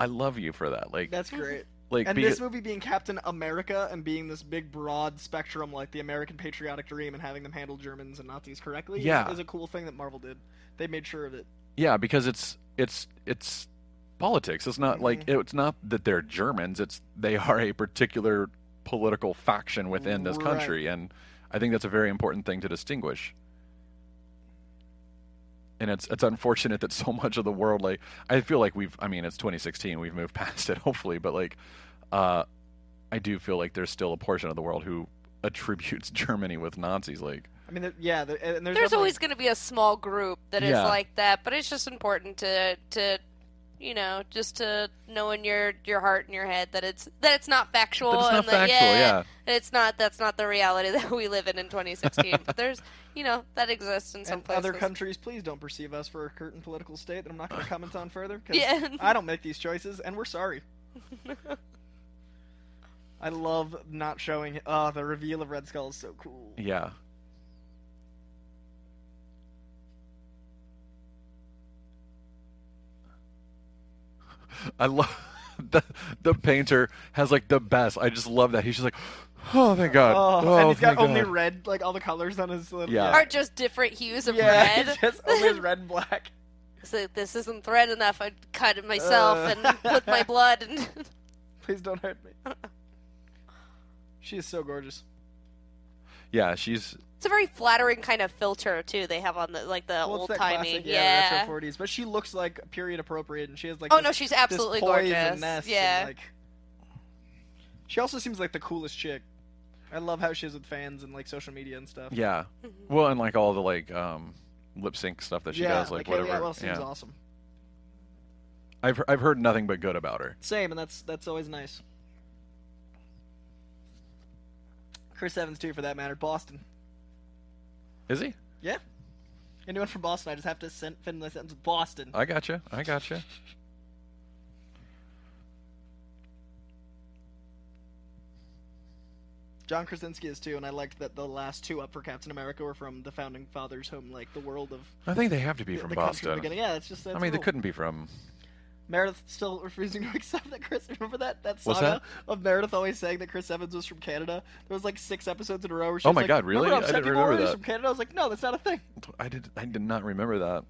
I love you for that. Like
That's great.
like
and
because-
this movie being Captain America and being this big broad spectrum like the American patriotic dream and having them handle Germans and Nazis correctly is-
Yeah.
is, a cool thing that Marvel did. They made sure of it.
yeah, because it's it's it's politics. It's not like it's not that they're Germans. It's they are a particular political faction within this
Right.
country, and I think that's a very important thing to distinguish. And it's it's unfortunate that so much of the world, like I feel like we've, I mean, it's 2016, we've moved past it, hopefully, but like, uh, I do feel like there's still a portion of the world who attributes Germany with Nazis, like.
I mean, there- yeah, there, and there's,
There's
definitely-
always going to be a small group that is
Yeah.
like that, but it's just important to to you know just to know in your your heart and your head that it's that it's not factual
That it's not
and that
factual,
yeah,
yeah.
and it's not that's not the reality that we live in in 2016. but there's you know that exists in some
and
places.
other countries, please don't perceive us for a certain political state that I'm not going to comment on further 'cause
Yeah.
I don't make these choices, and we're sorry. I love not showing. Oh, the reveal of Red Skull is so cool.
Yeah. I love the the painter has like the best. I just love that. He's just like, oh thank God.
Oh, and he's got
thank
only
God."
red, like all the colors on his. Little,
Yeah.
are just different hues of
Yeah,
red.
just only his red and black.
It's like, this isn't thread enough. I'd cut it myself
Uh.
and put my blood. And
Please don't hurt me. She is so gorgeous.
Yeah, she's
it's a very flattering kind of filter too. They have on the like the
Well, it's
old
that
timey.
classic,
Yeah.
retro forties. But she looks like period appropriate, and she has like.
Oh,
this-
no, she's
this
absolutely
poise and
gorgeous.
ness and,
Yeah.
like, she also seems like the coolest chick. I love how she is with fans and like social media and stuff.
yeah. Well, and like all the like um lip sync stuff that she
Mm-hmm. yeah,
does, like
Haley
whatever.
Atwell seems
yeah.
awesome.
I've he- I've heard nothing but good about her.
Same, and that's that's always nice. Chris Evans too, for that matter. Boston.
Is he?
Yeah. Anyone from Boston? I just have to send, finish my sentence. Boston.
I gotcha. I gotcha.
John Krasinski is too, and I liked that the last two up for Captain America were from the founding fathers' home, like the world of
I think they have to be
the,
from
the country. in the
Boston.
beginning. Yeah, that's just that's
I mean, they
cool.
couldn't be from
Meredith still refusing to accept that Chris. Remember that that
What's
saga
that?
of Meredith always saying that Chris Evans was from Canada. There was like six episodes in a row. Where she
Oh
was
my
like,
God, really?
"Remember how
I
upset
didn't
people
remember
were he's
that."
From Canada, I was like, no, that's not a thing.
I did I did not remember that.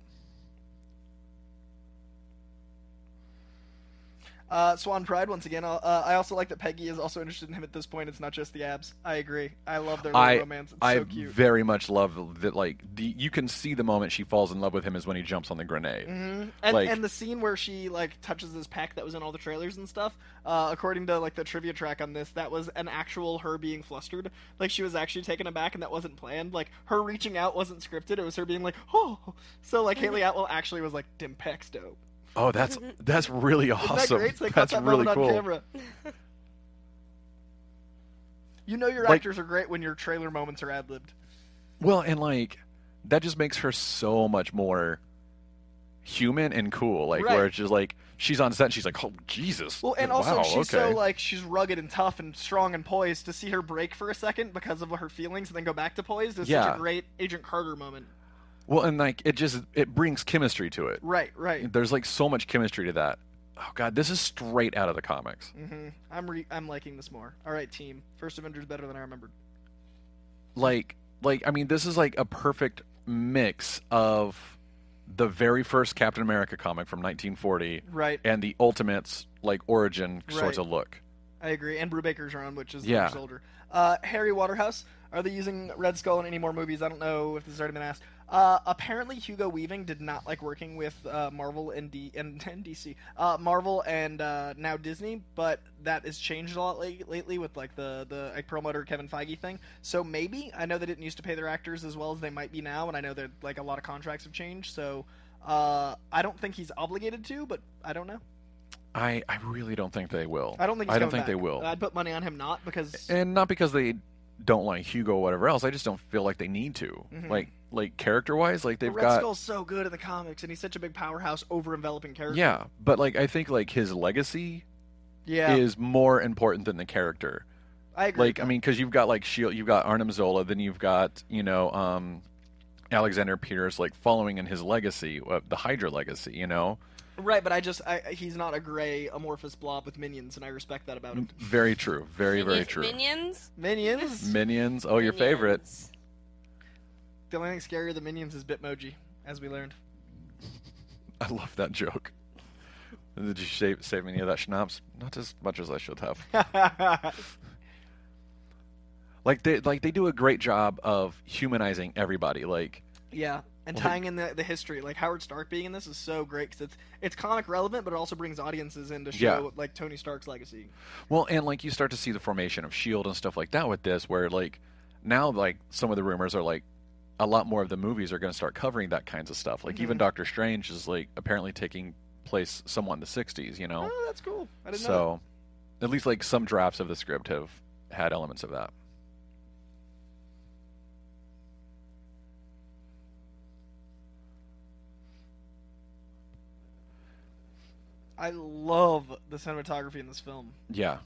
Uh, Swan Pride once again. Uh, I also like that Peggy is also interested in him at this point. It's not just the abs. I agree. I love their little
I
romance. It's
I
so cute.
very much love that. Like the you can see the moment she falls in love with him is when he jumps on the grenade.
And,
Like-
and the scene where she like touches this pack that was in all the trailers and stuff, uh, according to like the trivia track on this, that was an actual her being flustered. Like she was actually taken aback, and that wasn't planned. Like her reaching out wasn't scripted. It was her being like, oh. So like Haley Atwell actually was like, Dim Peck's dope.
Oh, that's that's really
Isn't
awesome.
that great? So they caught
that's
that
really
moment
cool.
on camera. you know your
Like-
actors are great when your trailer moments are ad libbed.
Well, and like that just makes her so much more human and cool. Like where
Right.
it's just like she's on set, and she's like, "Oh Jesus!"
Well, and
wow,
also she's
okay.
so like she's rugged and tough and strong and poised. To see her break for a second because of her feelings and then go back to poised is such
Yeah.
a great Agent Carter moment.
Well, and like it just it brings chemistry to it.
Right, right.
There's like so much chemistry to that. Oh God, this is straight out of the comics.
hmm I'm re- I'm liking this more. All right, team. First Avenger's better than I remembered.
like like I mean this is like a perfect mix of the very first Captain America comic from 1940
Right,
and the Ultimates like origin
Right.
sort of look.
I agree. And Brubaker's are on, which is
Yeah.
the Soldier. Uh, Harry Waterhouse. Are they using Red Skull in any more movies? I don't know if this has already been asked. Uh, apparently, Hugo Weaving did not like working with uh, Marvel and, D- and, and DC, uh, Marvel and uh, now Disney, but that has changed a lot late- lately with like the the like, Perlmutter Kevin Feige thing. So maybe I know they didn't used to pay their actors as well as they might be now, and I know that like a lot of contracts have changed. So uh, I don't think he's obligated to, but I don't know.
I I really don't think they will.
I don't think. He's
I don't
coming
think they
back.
will. Eh,
I'd put money on him not because
and not because they don't like Hugo or whatever else. I just don't feel like they need to.
Mhm.
Like like character wise, like they've
Red
got
Skull's so good in the comics, and he's such a big powerhouse, over enveloping character.
yeah, but like I think like his legacy
yeah,
is more important than the character.
I agree.
like I mean, because you've got like Shield, you've got Arnim Zola, then you've got you know um, Alexander Peters, like following in his legacy, uh, the Hydra legacy, you know.
right? But I just I, he's not a gray amorphous blob with minions, and I respect that about him.
Very true, very very
Minions-
true.
Minions.
Minions.
Minions, oh your favorite.
Minions.
the only thing scarier than minions is Bitmoji, as we learned.
I love that joke. Did you save save any of that schnapps? Not as much as I should have. Like they like they do a great job of humanizing everybody. Like
yeah, and
Well,
tying in the, the history, like Howard Stark being in this, is so great because it's it's comic relevant, but it also brings audiences in to show
Yeah.
like Tony Stark's legacy.
Well, and like you start to see the formation of Shield E and stuff like that with this, where like now like some of the rumors are like a lot more of the movies are going to start covering that kinds of stuff. Like
Mm-hmm.
even Doctor Strange is like apparently taking place somewhat in the '60s, you know.
Oh, that's cool. I didn't
So
know.
at least like some drafts of the script have had elements of that.
that. I love the cinematography in this film.
Yeah.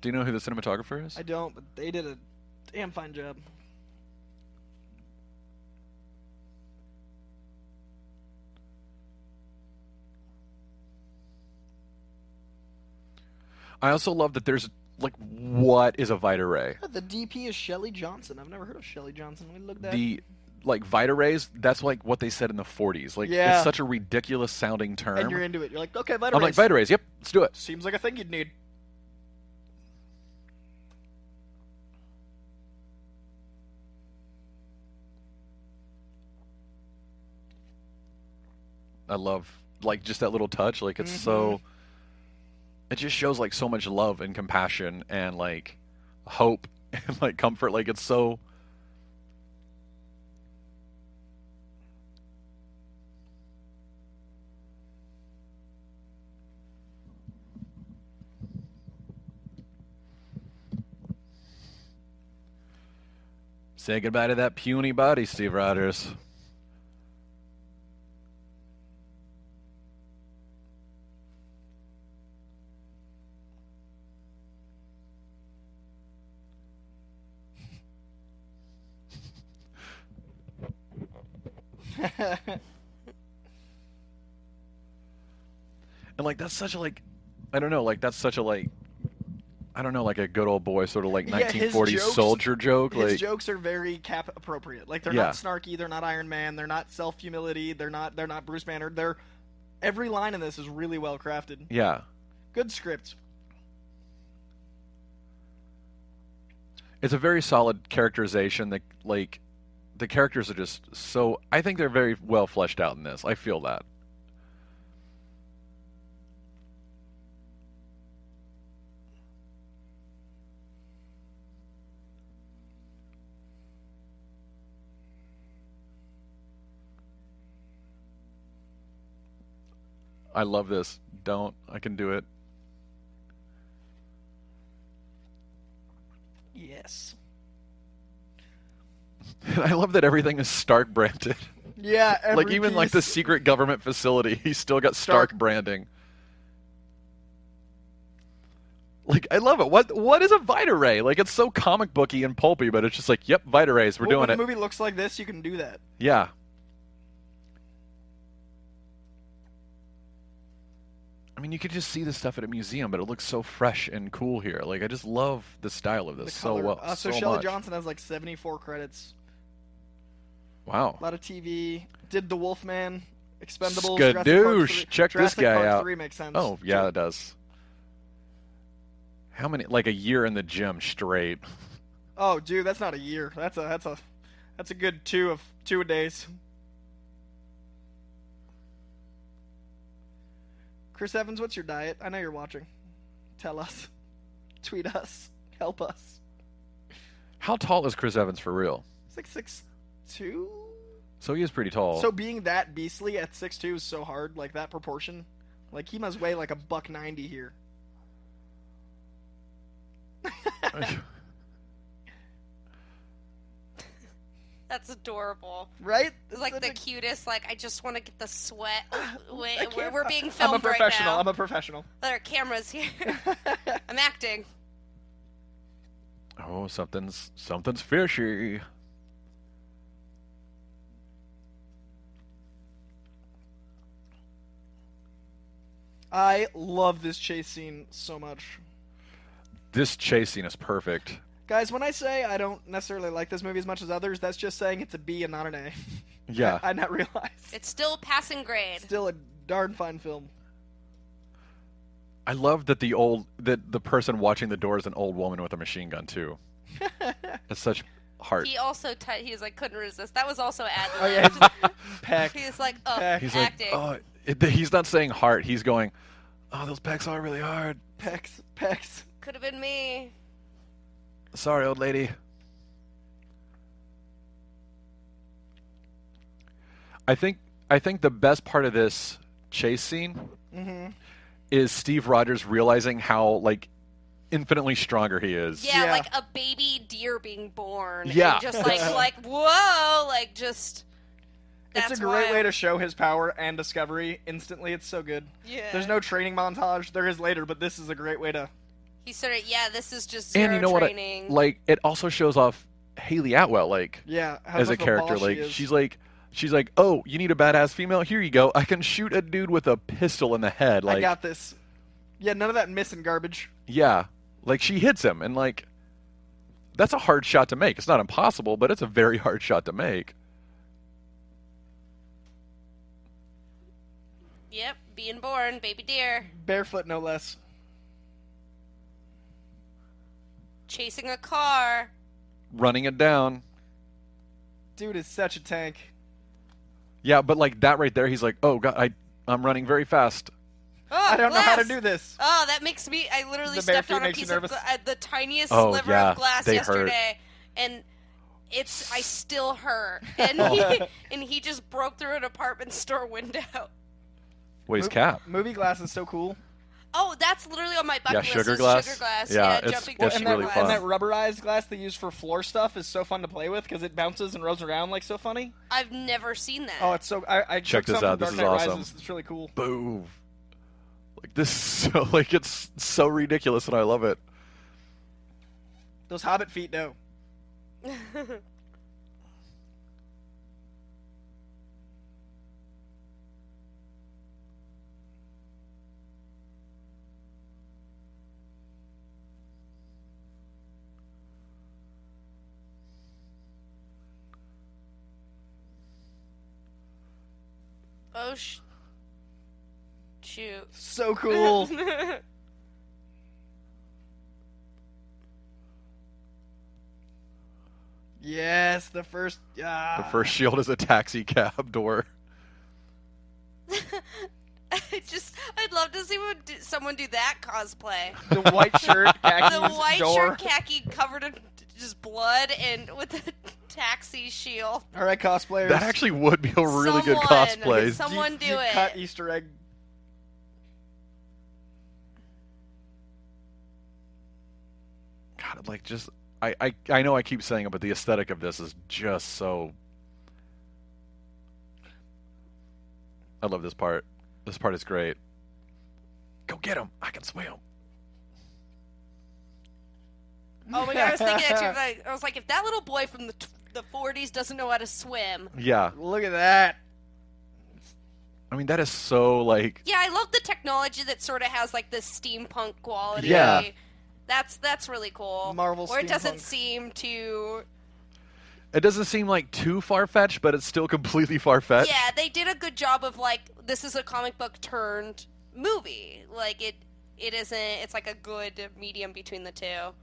Do you know who the cinematographer is?
I don't, but they did a damn fine job.
I also love that there's like what is a Vita Ray?
Yeah, The DP is Shelly Johnson. I've never heard of Shelly Johnson. We looked at
The like Vita Rays, that's like what they said in the 40s. Like
Yeah.
it's such a ridiculous sounding term.
and you're into it. You're like, okay, Vita
I'm
Rays.
like Vita Rays. Yep, let's do it.
Seems like a thing you'd need.
I love like just that little touch. Like it's so. It just shows like so much love and compassion and like hope and like comfort. Like it's so. Say goodbye to that puny body, Steve Rogers. And like that's such a like I don't know, like that's such a like I don't know, like a good old boy sort of like
Yeah, his
1940s
jokes-
soldier joke.
His
like
jokes are very cap appropriate. Like they're
Yeah.
not snarky. They're not Iron Man. They're not self humility. They're not. They're not Bruce Banner. They're every line in this is really well crafted.
Yeah.
Good script.
It's a very solid characterization that like the characters are just so I think they're very well fleshed out in this. I feel that. I love this. Don't. I can do it.
Yes.
I love that everything is Stark branded.
Yeah.
like
every
even like the
piece-
secret government facility, he's still got Stark,
Stark.
branding. Like I love it. What what is a Vitaray? Like it's so comic booky and pulpy, but it's just like, yep, Vitarays, we're
Well,
doing
when
it.
a movie looks like this, you can do that.
Yeah. I mean, you could just see this stuff at a museum, but it looks so fresh and cool here. Like I just love the style of this
The
so
color.
well.
Uh, so,
so
Shelley
much.
Johnson has like 74 credits.
Wow.
A lot of TV. Did The Wolfman, Expendables, Jurassic Park
Skadoosh!
3.
Check
Jurassic
this guy
Park
out.
3 makes sense.
Oh yeah, it does. How many? Like a year in the gym straight.
Oh, dude, that's not a year. That's a that's a that's a good two of two days. Chris Evans, what's your diet? I know you're watching. Tell us. Tweet us. Help us.
How tall is Chris Evans for real?
It's like six two.
So he is pretty tall.
So being that beastly at six two is so hard. Like that proportion. Like he must weigh like a buck ninety here.
That's adorable.
Right? This
It's
is
like
such
the
a-
cutest. Like I just want to get the sweat. Oh,
I
wait, we're,
can't-
we're being
I'm
filmed
a professional.
right
I'm
now.
a professional.
There are cameras here. I'm acting.
oh, something's something's fishy.
I love this chase scene so much.
This chase scene is perfect.
Guys, when I say I don't necessarily like this movie as much as others, that's just saying it's a B and not an A.
Yeah.
I not realized.
It's still passing grade.
Still a darn fine film.
I love that the old that the person watching the door is an old woman with a machine gun too. That's such heart.
He also t- he's like couldn't resist. That was also ad.
Oh yeah, Peck.
He's like, oh,
Heck.
He's like,
acting.
oh, it, he's not saying heart. He's going, oh, those pecs are really hard.
Pecs, Pecs.
Could have been me.
Sorry, old lady. I think I think the best part of this chase scene
Mm-hmm.
is Steve Rogers realizing how like infinitely stronger he is.
Yeah,
Yeah.
like a baby deer being born. and
Yeah.
just like like whoa, like just. That's
It's a great
why-
way to show his power and discovery instantly. It's so good.
Yeah.
There's no training montage. There is later, but this is a great way to.
He sort of yeah. This is just zero
and you know
training.
what? I, like it also shows off Haley Atwell like
Yeah. How
as a
much of
character.
boss she
like
is.
she's like she's like, oh, you need a badass female? Here you go. I can shoot a dude with a pistol in the head. Like
I got this. Yeah, none of that missing garbage.
Yeah. Like she hits him and like that's a hard shot to make. It's not impossible, but it's a very hard shot to make.
Yep, being born, baby deer,
Barefoot, no less.
chasing a car.
Running it down.
Dude is such a tank.
Yeah, but like that right there, he's like, "Oh god, I I'm running very fast."
Oh,
I don't know how to
glass!
do this.
Oh, that makes me. I literally
The bare
stepped
feet
on a
makes you
piece of
nervous?
gla- uh, the tiniest
Oh,
sliver
yeah,
of glass
they hurt.
yesterday, and it's I still hurt. And
Oh.
he and he just broke through an apartment store window.
Waist cap.
Movie glass is so cool.
Oh, that's literally on my bucket list.
sugar
is
glass.
Sugar glass.
Yeah,
Yeah,
it's-
jumping
it's
sugar
and, that,
really
glass.
fun.
and that rubberized glass they use for floor stuff is so fun to play with because it bounces and rolls around like so funny.
I've never seen that.
Oh, it's so I, I
Check
took
this
some
out.
From
This is
Dark Knight
awesome.
Rises. It's really cool.
Boom. Like this is so like it's so ridiculous and I love it.
Those Hobbit feet, no.
oh sh- shoot.
So cool. yes, the first. Ah,
The first shield is a taxi cab door.
I just I'd love to see what do, someone do that cosplay.
the white shirt, khakis,
The white
door.
shirt khaki covered in just blood and with a taxi shield.
All right, cosplayers.
That actually would be a really good
Someone-
cosplay.
someone
you,
do
you
it.
Cut Easter egg
God, like just I, I I know I keep saying it, but the aesthetic of this is just so. I love this part. This part is great. Go get him! I can swim.
Oh my god, I was thinking that too. Like, I was like, if that little boy from the t- the 40s doesn't know how to swim,
Yeah,
Look at that.
I mean that is so like
yeah, I love the technology that sort of has like this steampunk quality.
Yeah.
That's that's really cool.
Marvel
Where it doesn't
steampunk.
seem to.
it doesn't seem like too far fetched, but it's still completely far fetched.
Yeah, they did a good job of like this is a comic book turned movie. Like it, it isn't. It's like a good medium between the two.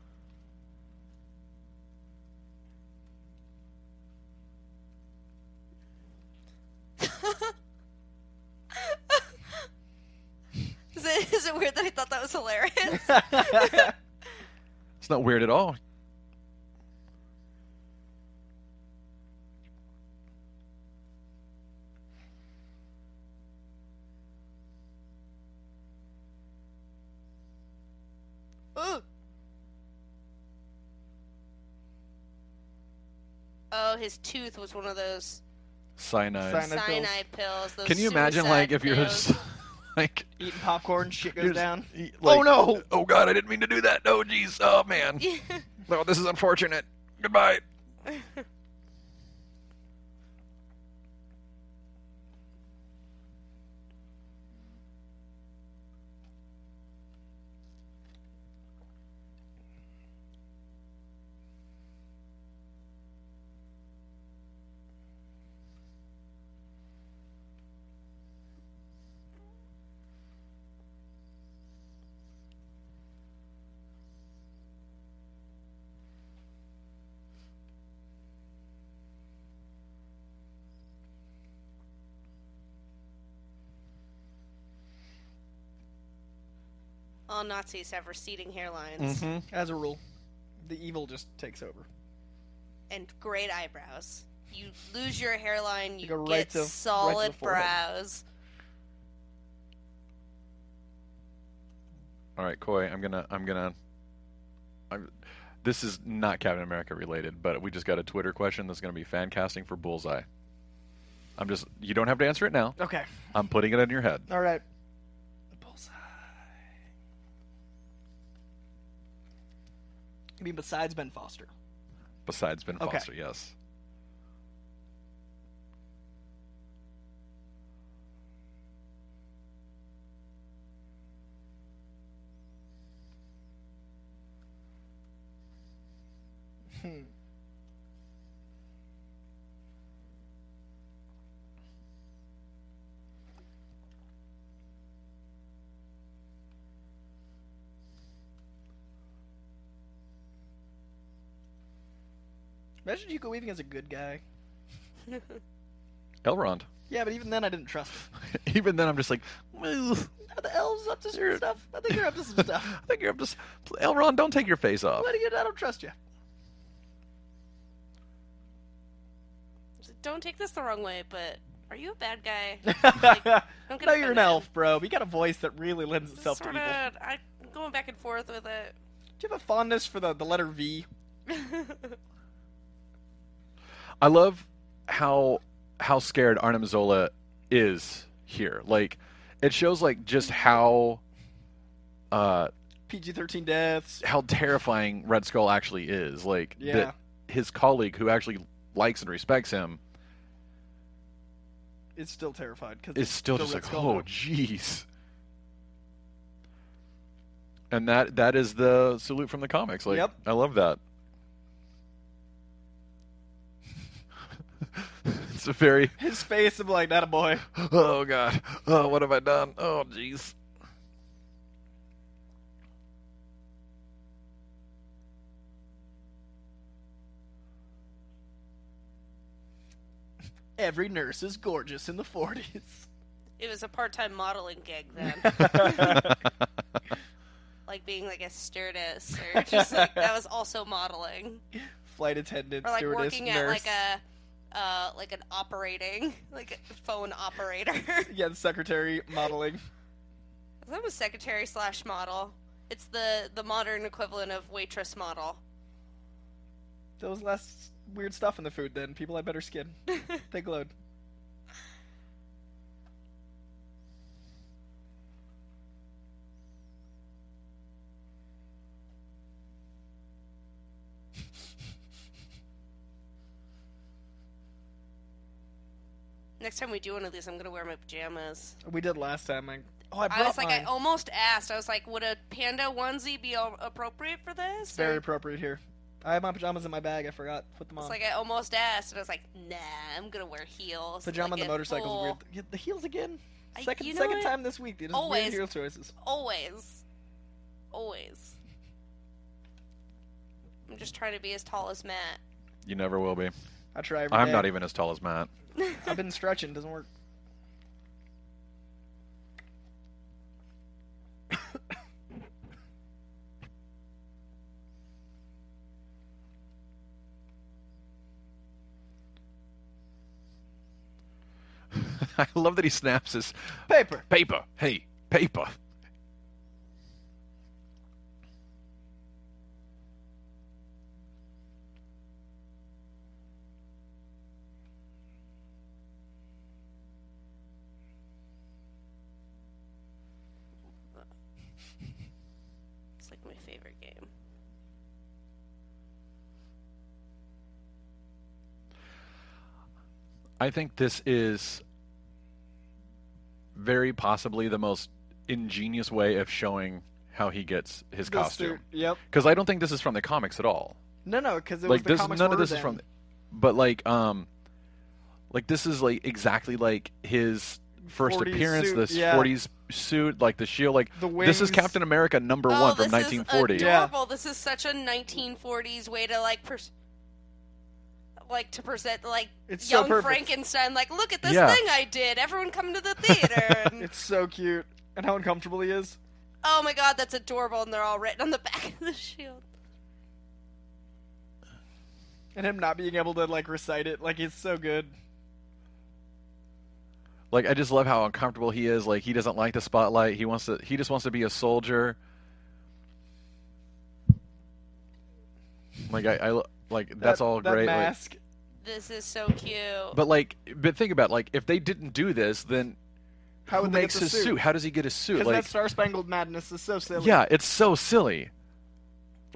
is, it, is it weird that I thought that was hilarious?
It's not weird at all.
Ooh. Oh, his tooth was one of those
Cyanide.
Cyanide pills.
cyanide pills. Those
Can you imagine
suicide
like if you're
pills.
just like
Eating popcorn, shit
you're
goes
just-
down.
y-
oh
like,
no!
Oh god, I didn't mean to do that. No, jeez. Oh man. No, this is unfortunate. Goodbye.
All Nazis have receding hairlines
Mm-hmm.
As a rule, the evil just takes over.
and great eyebrows. You lose your hairline, you
go right
get
to- right to the
solid
forehead.
brows.
All right, Koi. I'm gonna. I'm gonna. I'm, this is not Captain America related, but we just got a Twitter question that's gonna be fan casting for Bullseye. I'm just. You don't have to answer it now.
Okay.
I'm putting it in your head.
All right. Bullseye. I mean, besides Ben Foster.
Besides Ben
Okay.
Foster, yes.
Imagine Hugo Weaving as a good guy.
Elrond.
Yeah, but even then, I didn't trust him.
Even then, I'm just like, "Ugh,
Are the elves up to some stuff? I think they're up to some stuff.
I think you're just Elrond. Don't take your face off.
What do you? I don't trust you.
Don't take this the wrong way, but are you a bad guy? don't
no, you're an elf, bro. But you got a voice that really lends itself
Sort
to evil.
of, I'm going back and forth with it.
Do you have a fondness for the, the letter V?
I love how how scared Arnim Zola is here. Like it shows like just how uh
PG thirteen deaths.
how terrifying Red Skull actually is. Like
Yeah.
that his colleague who actually likes and respects him
It's still terrified because
is still just like, "Oh, jeez." And that that is the salute from the comics. Like
Yep.
I love that. it's a very
His face of like, not a boy.
Oh god. Oh, what have I done? Oh jeez.
Every nurse is gorgeous in the forties.
It was a part-time modeling gig then, like being like a stewardess or just like that was also modeling
Flight attendant,
or like
stewardess,
working at
nurse.
like a uh, like an operating like a phone operator.
Yeah, the secretary modeling.
I'm a secretary slash model. It's the the modern equivalent of waitress model.
There was less weird stuff in the food then. People had better skin. they glowed.
Next time we do one of these, I'm gonna wear my pajamas.
We did last time. I, oh, I brought
I was like,
mine.
I almost asked. I was like, would a panda onesie be all appropriate for this?
Very
Or-
appropriate here. I had my pajamas in my bag. I forgot. Put them on.
It's like I almost asked, and I was like, nah, I'm gonna wear heels.
Pajama
like
on the
a
motorcycle
full-
is weird. Yeah, The heels again.
I-
Second,
you know
second
what?
time this week. Dude. Just
Always.
Weird heel choices.
Always, always. I'm just trying to be as tall as Matt.
You never will be.
I try every
I'm
day.
not even as tall as Matt.
I've been stretching. Doesn't work.
I love that he snaps his
Paper.
paper. Hey, paper.
It's like my favorite game.
I think this is very possibly the most ingenious way of showing how he gets his
The
costume.
suit. Yep.
Because I don't think this is from the comics at all.
No, no, because it was
like
the
this,
comics
none of
were
this is
then.
from. But like, um, like this is like exactly like his first
40s
appearance.
suit,
This
yeah.
40s suit, like the shield, like
The
this is
wings.
Captain America number one
oh,
from
this
1940.
is
Yeah.
adorable. This is such a 1940s way to like pers- like to present like
It's so
young
perfect.
Frankenstein. Like, look at this
Yeah.
thing I did. Everyone come to the theater. And-
It's so cute. And how uncomfortable he is.
oh my god, that's adorable. And they're all written on the back of the shield.
And him not being able to, like, recite it. Like, it's so good.
Like I just love how uncomfortable he is. Like he doesn't like the spotlight. He wants to. He just wants to be a soldier. Like I, I lo- like that's
That-
all
that
great. like-
mask.
This is so cute.
but like, but think about like if they didn't do this, then
How
who
would they
makes
get the
his suit? How does he get his suit?
Because
Like
that Star Spangled Madness is so silly.
yeah, it's so silly.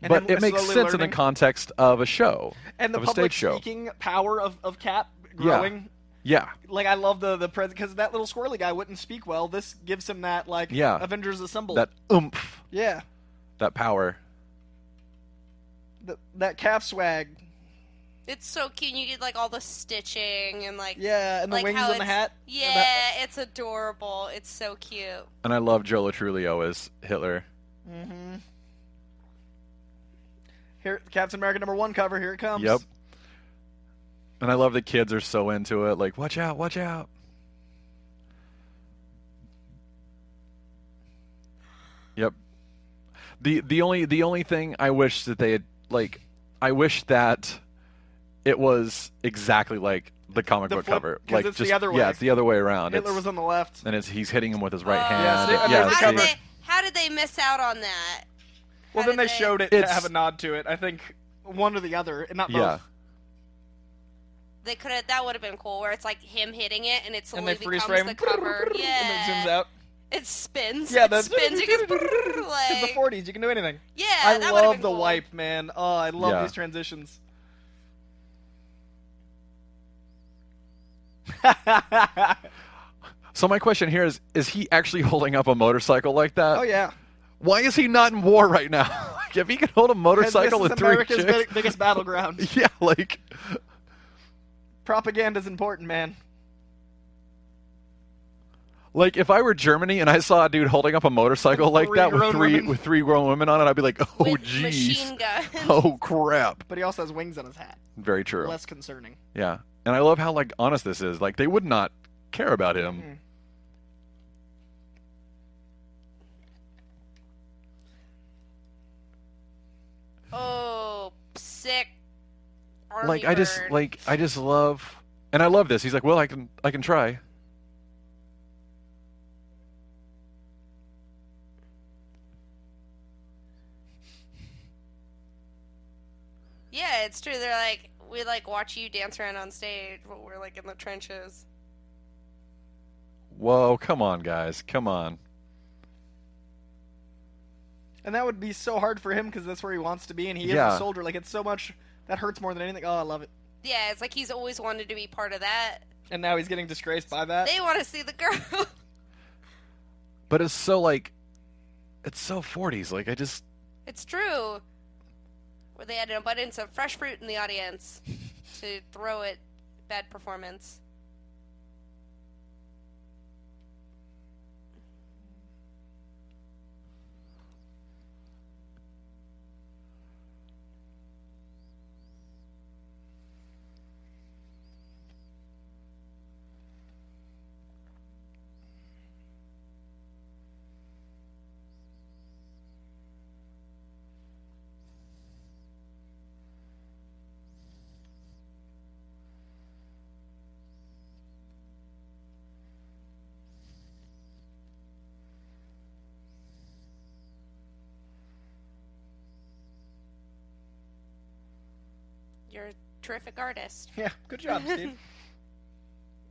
And
but
him
it makes
slowly
sense in the
learning.
context of a show
and the
of a
public
stage show.
speaking power of, of Cap growing.
Yeah,
Like I love the the present because that little squirrely guy wouldn't speak well. This gives him that like
Yeah.
Avengers Assemble.
that oomph,
yeah,
that power.
Th- that Cap swag.
It's so cute. You get like all the stitching and like
Yeah, and the
like
wings
how
on the
it's-
hat.
Yeah,
That-
it's adorable. It's so cute.
And I love Joe Latrulio as Hitler.
Here, Captain America number one cover. Here it comes.
Yep. And I love the kids are so into it. Like, watch out, watch out. Yep. The the only the only thing I wish that they had like I wish that it was exactly like the comic
The
book
flip-
cover.
'cause
Like
it's the
just
other way.
yeah, it's the other way around.
Hitler
It's-
was on the left.
and it's he's hitting him with his right
Oh.
hand.
Yeah, see,
yeah,
there's
how,
the
did
cover.
they, how did they miss out on that?
Well, then
did
they
they-
showed it to
It's-
have a nod to it. I think one or the other, and not both.
yeah.
They could have. That would have been cool. Where it's like him hitting it, and it
And
slowly
they freeze
becomes
frame.
the cover.
And
yeah,
then zooms out.
It spins.
Yeah,
it
that's
spins. It goes brrrr,
It's the
like
40s. You can do anything.
yeah.
I
that would've
love
been
the
cool.
wipe, man. Oh, I love
Yeah.
these transitions.
So my question here is is he actually holding up a motorcycle like that?
Oh yeah.
Why is he not in war right now? Like, if he could hold a
'Cause
motorcycle
this
with
is
three
America's
chicks,
big- biggest battleground.
yeah, like
Propaganda's important, man.
like if I were Germany and I saw a dude holding up a motorcycle
With
like
three
that with
grown
three
women.
with three grown women on it, I'd be like, oh
With
jeez,
machine gun.
oh crap.
But he also has wings on his hat.
Very true.
Less concerning.
Yeah, and I love how like honest this is. Like they would not care about him.
Mm-hmm. Oh, sick. Army
like I just
bird.
like I just love, and I love this. He's like, well, I can I can try.
it's true. They're like we like watch you dance around on stage, but we're like in the trenches.
Whoa, come on, guys. Come on.
And that would be so hard for him because that's where he wants to be, and he is
Yeah.
a soldier. Like it's so much that hurts more than anything. Oh, I love it.
Yeah, it's like he's always wanted to be part of that.
And now he's getting disgraced by that.
They want to see the girl.
But it's so like it's so 40s. Like I just
it's true. Where they had an abundance of fresh fruit in the audience to throw at bad performance. You're a terrific artist.
Yeah, good job, Steve.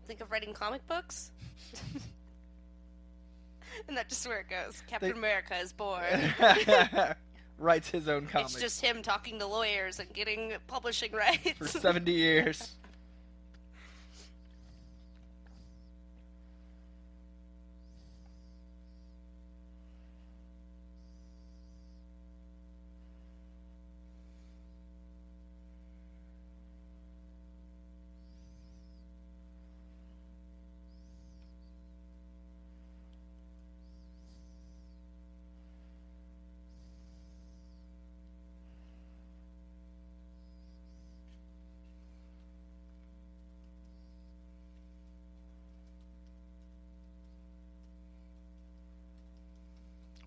Think of writing comic books? and that's just where it goes. Captain
They-
America is born.
Writes his own
it's
comics
just him talking to lawyers and getting publishing rights.
for seventy years.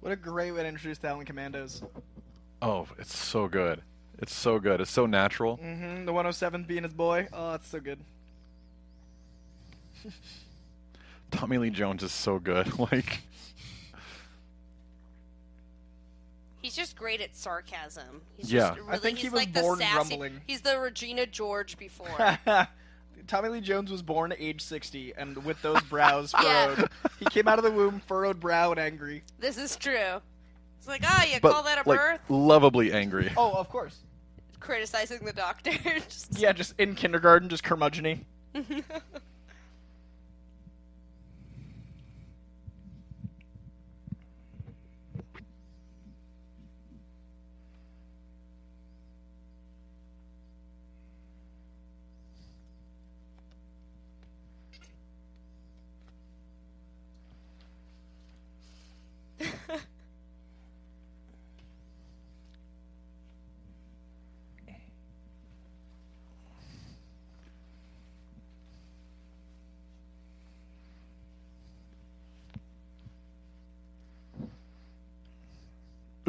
What a great way to introduce the Howling Commandos.
oh, it's so good. It's so good. It's so natural.
Mm.
hmm The 107th being his boy. Oh, that's so good.
Tommy Lee Jones is so good. Like
He's just great at sarcasm. He's
Yeah.
just
I
really,
think he
he's
was
like
born
the sassy.
rumbling.
He's the Regina George before.
Tommy Lee Jones was born age 60, and with those brows furrowed, he came out of the womb furrowed brow and angry.
this is true. It's like, ah, you
but
call that a
like
birth?
lovably angry.
Oh, of course.
Criticizing the doctor. Just-
Yeah, just in kindergarten, just curmudgeony.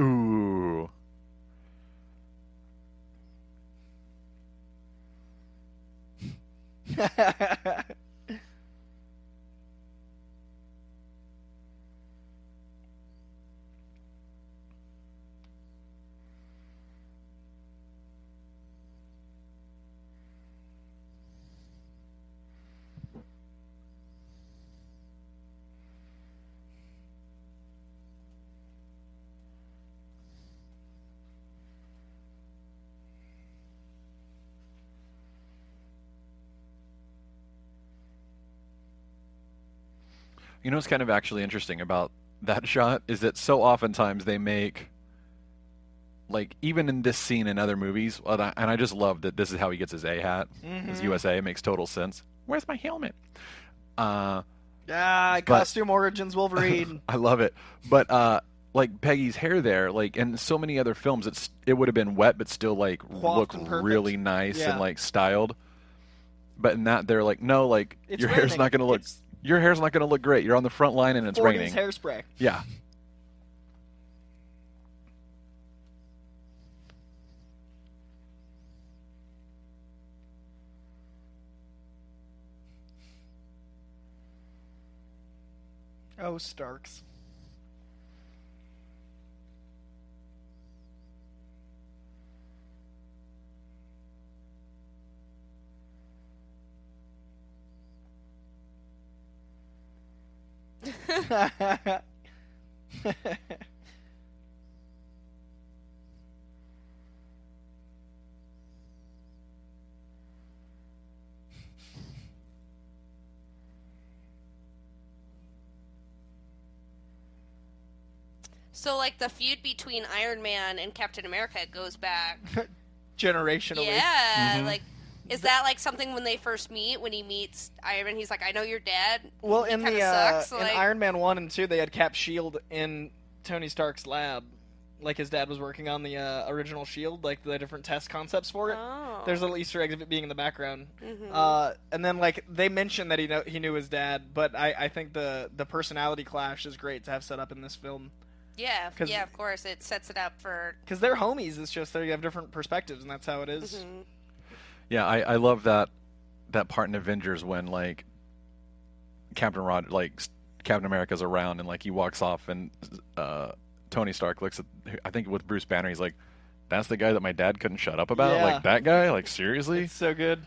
Ooh. You know what's kind of actually interesting about that shot is that so oftentimes they make like even in this scene in other movies, and I, and I just love that this is how he gets his A hat. His
Mm-hmm.
USA it makes total sense. Where's my helmet? Uh,
Yeah, costume origins Wolverine.
I love it. But uh, like Peggy's hair there, like in so many other films, it's it would have been wet, but still like
Coiffed
look
and perfect.
really nice
Yeah.
and like styled. But in that, they're like, no, like
It's
your hair's
raining.
not gonna look.
It's-
Your hair's not gonna look great. You're on the front line and it's
40s
raining.
hairspray.
Yeah.
Oh, Starks.
So like the feud between Iron Man and Captain America goes back.
Generationally.
Yeah,
Mm-hmm.
like is that like something when they first meet? When he meets Iron Man, he's like, "I know you're dead."
Well,
It
in the
kinda
uh,
sucks,
in
like-
Iron Man one and two, they had Cap Shield in Tony Stark's lab, like his dad was working on the uh, original Shield, like the different test concepts for it.
Oh.
There's little Easter eggs of it being in the background,
Mhm.
uh, and then like they mentioned that he know- he knew his dad, but I, I think the the personality clash is great to have set up in this film
yeah,
'cause-
yeah. Of course, it sets it up for.
because they're homies. It's just they have different perspectives, and that's how it is.
Mhm.
Yeah, I, I love that that part in Avengers when like Captain Rod like s- Captain America's around and like he walks off and uh, Tony Stark looks at I think with Bruce Banner he's like that's the guy that my dad couldn't shut up about
Yeah.
like that guy like seriously
It's so good.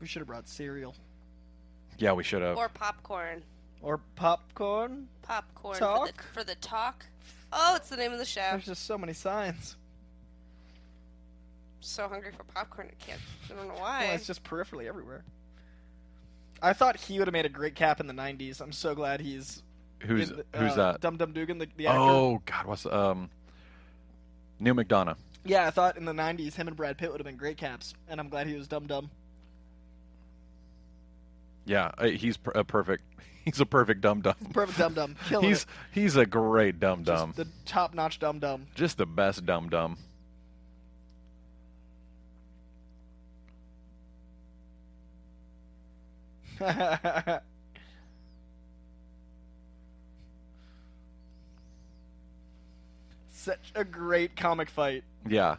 We should have brought cereal
yeah we should have
Or popcorn,
or popcorn.
popcorn for
Talk?
the for the talk. Oh, it's the name of the show.
There's just so many signs.
so hungry for popcorn. I can't. I don't know why.
Well, it's just peripherally everywhere. I thought he would have made a great cap in the '90s. I'm so glad he's
who's
in the-
who's
uh,
that
Dum Dum Dugan, the, the actor.
oh God what's um Neil McDonough
Yeah, I thought in the '90s him and Brad Pitt would have been great caps, and I'm glad he was Dum Dum.
yeah I- he's per- a perfect he's a perfect dum dum
Perfect Dum Dum. Killing
he's
it.
he's a great dum
Just
dum
the top notch Dum Dum.
just the best dum dum.
Such a great comic fight.
Yeah.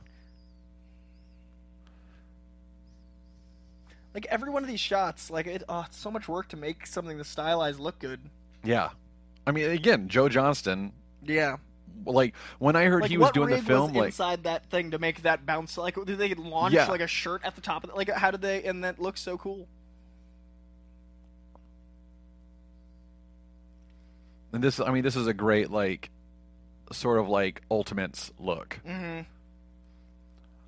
Like every one of these shots, like it, oh, it's so much work to make something that's stylized look good.
Yeah. I mean, again, Joe Johnston.
Yeah,
Like when I heard
like
he was
what
doing the
rig
film,
was
like
inside that thing to make that bounce. Like, did they launch
Yeah.
like a shirt at the top of it? Like, how did they? And that looks so cool.
and this. I mean, this is a great like, sort of like Ultimates look.
Mm-hmm.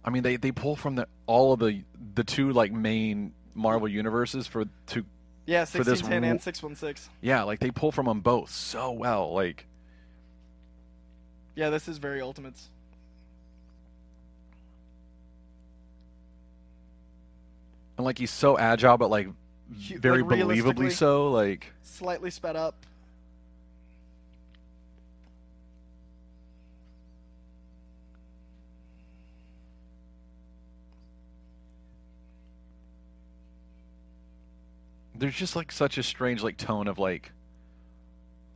I mean, they they pull from the all of the the two like main Marvel universes for to
Yeah,
For this
sixteen ten
w-
and six one six.
yeah, like they pull from them both so well. Like
Yeah, this is very Ultimates.
and like he's so agile, but like
Hu-
very
like,
believably
realistically-
so. Like
Slightly sped up.
there's just like such a strange like tone of like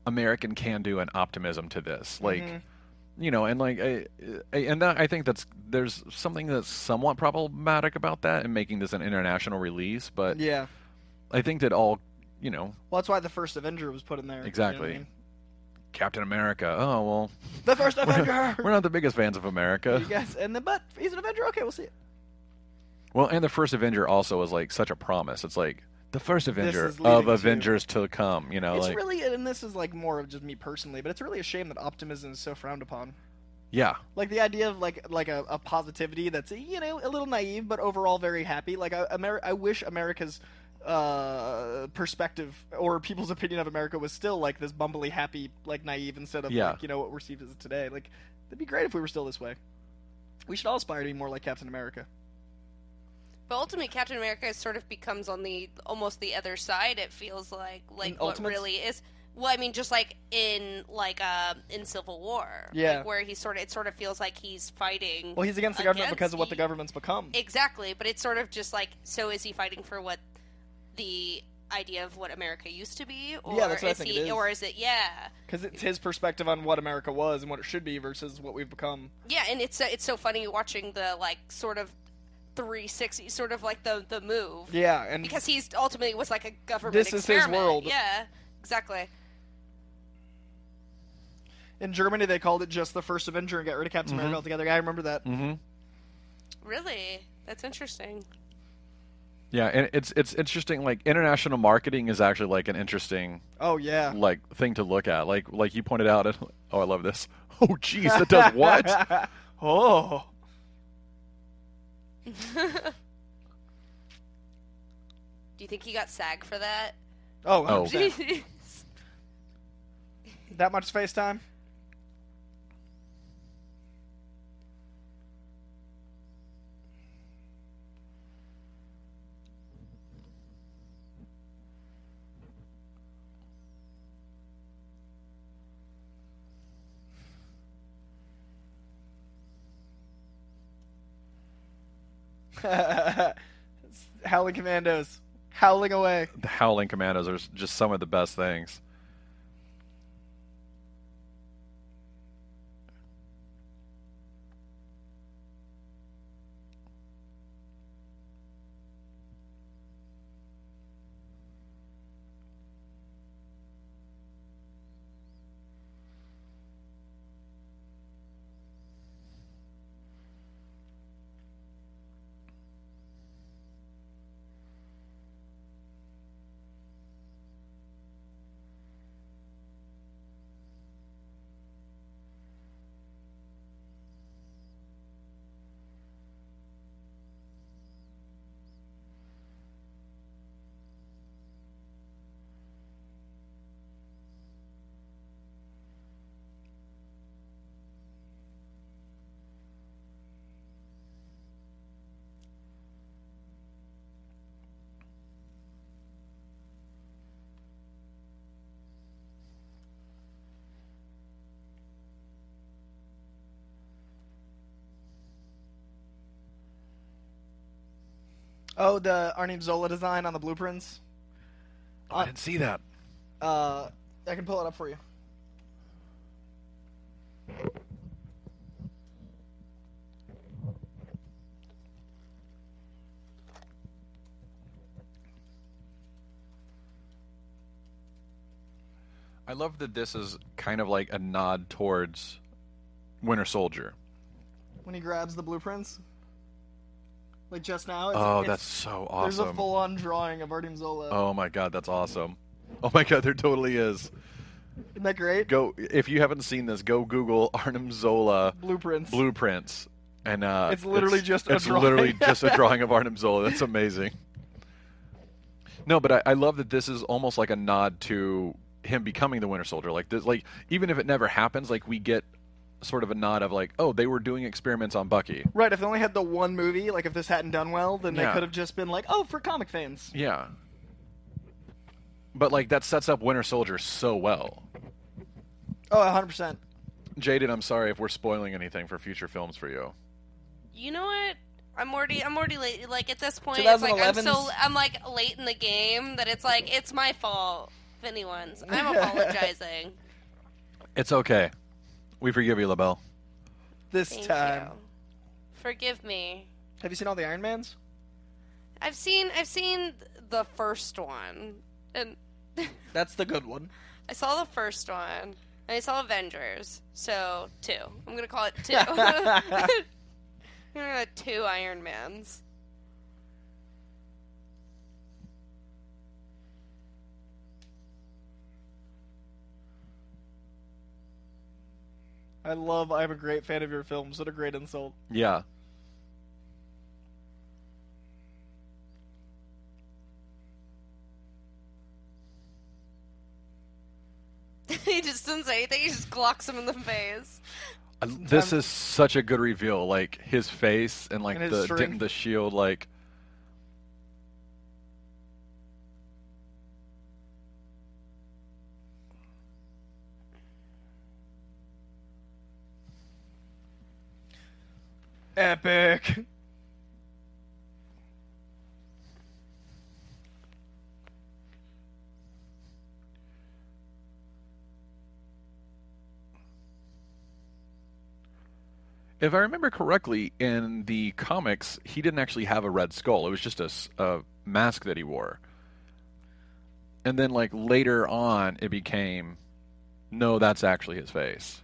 American can do and optimism to this. Like
Mhm.
you know, and like I, I and that, I think that's there's something that's somewhat problematic about that and making this an international release, but
yeah.
I think that all, you know,
Well, that's why the first Avenger was put in there. you know what I
Exactly.
mean?
Captain America. Oh, well,
The first Avenger.
we're not the biggest fans of America.
you guys, and then but he's an Avenger. Okay, we'll see it.
Well, and the first Avenger also is like such a promise. It's like the first Avenger
is leading
of
to-
Avengers to come, you know,
it's
like
really, and this is like more of just me personally, but it's really a shame that optimism is so frowned upon.
yeah.
Like the idea of like like a, a positivity that's you know a little naive but overall very happy. Like I, Amer- I wish America's uh perspective or people's opinion of America was still like this bumbly happy like naive instead of
Yeah.
like you know what we're received as today. Like it'd be great if we were still this way. We should all aspire to be more like Captain America.
But ultimately, Captain America sort of becomes on the almost the other side. It feels like like
In
what
Ultimates?
really is. Well, I mean, just like in like uh, in Civil War,
Yeah.
like where he sort of it sort of feels like he's fighting.
Well, he's against the government
Against
because of what
the-
the government's become.
exactly, but it's sort of just like so is he fighting for what the idea of what America used to be, or
Yeah, that's what I
is
think
he,
it is.
or is it yeah?
Because it's his perspective on what America was and what it should be versus what we've become.
Yeah, and it's it's so funny watching the like sort of 360 sort of like the the move
Yeah, and
because he's ultimately was like a government
This is his
experiment.
world.
Yeah, exactly.
In Germany, they called it just the first Avenger and got rid of Captain America altogether. Yeah, I remember that.
Really? That's interesting.
Yeah, and it's it's interesting. Like international marketing is actually like an interesting
Oh yeah.
like thing to look at. Like like you pointed out. and- Oh, I love this. Oh, geez, that does what?
oh.
Do you think he got SAG for that?
Oh.
Oh.
100%. That much space time. Howling commandos, howling away.
The Howling Commandos are just some of the best things.
Oh, the Arnim Zola design on the blueprints.
I didn't see that.
Uh, I can pull it up for you.
I love that this is kind of like a nod towards Winter Soldier.
When he grabs the blueprints, like just now. It's,
Oh,
it's-
that's so
There's a
awesome.
full-on drawing of Arnim Zola.
Oh my god, that's awesome. Oh my god, there totally is.
Isn't that great?
Go if you haven't seen this, go Google Arnim Zola
Blueprints.
blueprints, and uh,
It's literally just a
it's
drawing.
literally just a drawing of Arnim Zola. That's amazing. No, but I, I love that this is almost like a nod to him becoming the Winter Soldier. Like this, like even if it never happens, like we get sort of a nod of like, oh, they were doing experiments on Bucky.
Right. If they only had the one movie, like if this hadn't done well, then they
Yeah.
could have just been like, oh, for comic fans.
Yeah. But like that sets up Winter Soldier so well.
Oh, 100. percent
Jaden, I'm sorry if we're spoiling anything for future films for you.
You know what? I'm already, I'm already late. Like at this point, it's like I'm so,
2011's
I'm like late in the game that it's like it's my fault. If anyone's, I'm apologizing.
It's okay. We forgive you, LaBelle.
This
Thank
time.
you. Forgive me.
Have you seen all the Iron Mans?
I've seen, I've seen the first one, and
That's the good one.
I saw the first one, and I saw Avengers. So two. I'm gonna call it two. I'm gonna call it two Iron Mans.
I love. I'm a great fan of your films. What a great insult.
Yeah.
he just doesn't say anything. He just glocks him in the face.
I- Uh, This is such a good reveal. Like his face and like
Um, And his
the
string.
dent- the shield. Like
Epic.
if I remember correctly, in the comics, he didn't actually have a red skull. It was just a, s- a mask that he wore. And then like later on, it became, no, that's actually his face.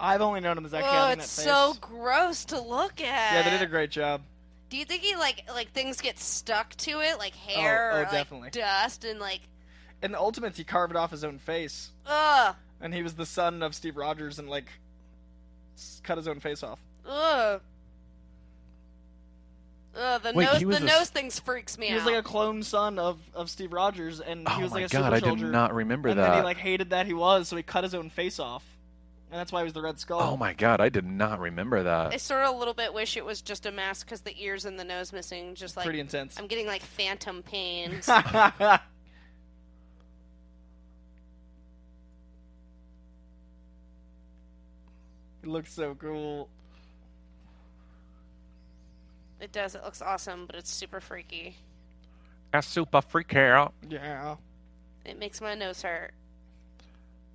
I've only known him as that
Whoa,
guy.
Oh, it's so gross to look at.
Yeah, they did a great job.
Do you think he like like things get stuck to it, like hair
oh,
or like,
definitely.
dust and like
In the Ultimates, he carved off his own face,
ugh
and he was the son of Steve Rogers, and like s- cut his own face off.
ugh. Ugh, the
Wait,
nose
he was
the
a s-
nose things freaks me
He was
out.
like a clone son of, of Steve Rogers, and he
Oh
was
my
like a
god,
super
I did
soldier.
not remember
and
that.
then he like hated that he was, so he cut his own face off, and that's why he was the Red Skull.
oh my god, I did not remember that.
I sort of a little bit wish it was just a mask because the ears and the nose missing. Just like
Pretty intense.
I'm getting like phantom pains.
It looks so cool.
it does. It looks awesome, but it's super freaky.
That's super freak out.
Yeah.
It makes my nose hurt.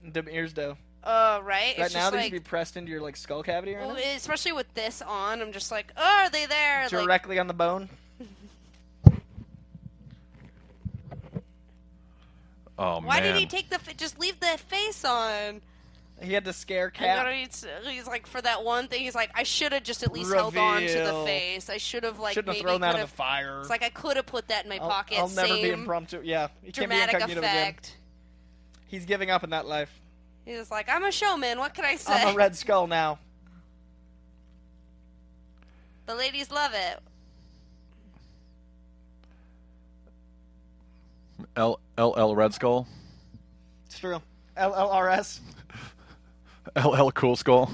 Them ears though.
Uh,
Right
right? it's
now
just
they
like,
should be pressed into your like skull cavity or
well,
anything.
especially with this on, I'm just like, oh, are they there? Like,
Directly on the bone.
Oh
why
man.
did he take the? F- just leave the face on.
He had to scare
And
Cap.
then he's, he's like, for that one thing, he's like, I should have just at least held on to the
Reveal.
face. I should have like
Shouldn't
maybe
have thrown that in the
could've-
fire.
It's like I could have put that in my
I'll,
pocket.
I'll never be
same
impromptu. Yeah, he can't be
dramatic
incognito again.
effect.
He's giving up in that life.
He was like, I'm a showman. What can I say?
I'm a Red Skull now.
The ladies love it.
L L L Red Skull?
It's true. LLRS.
L L Cool Skull?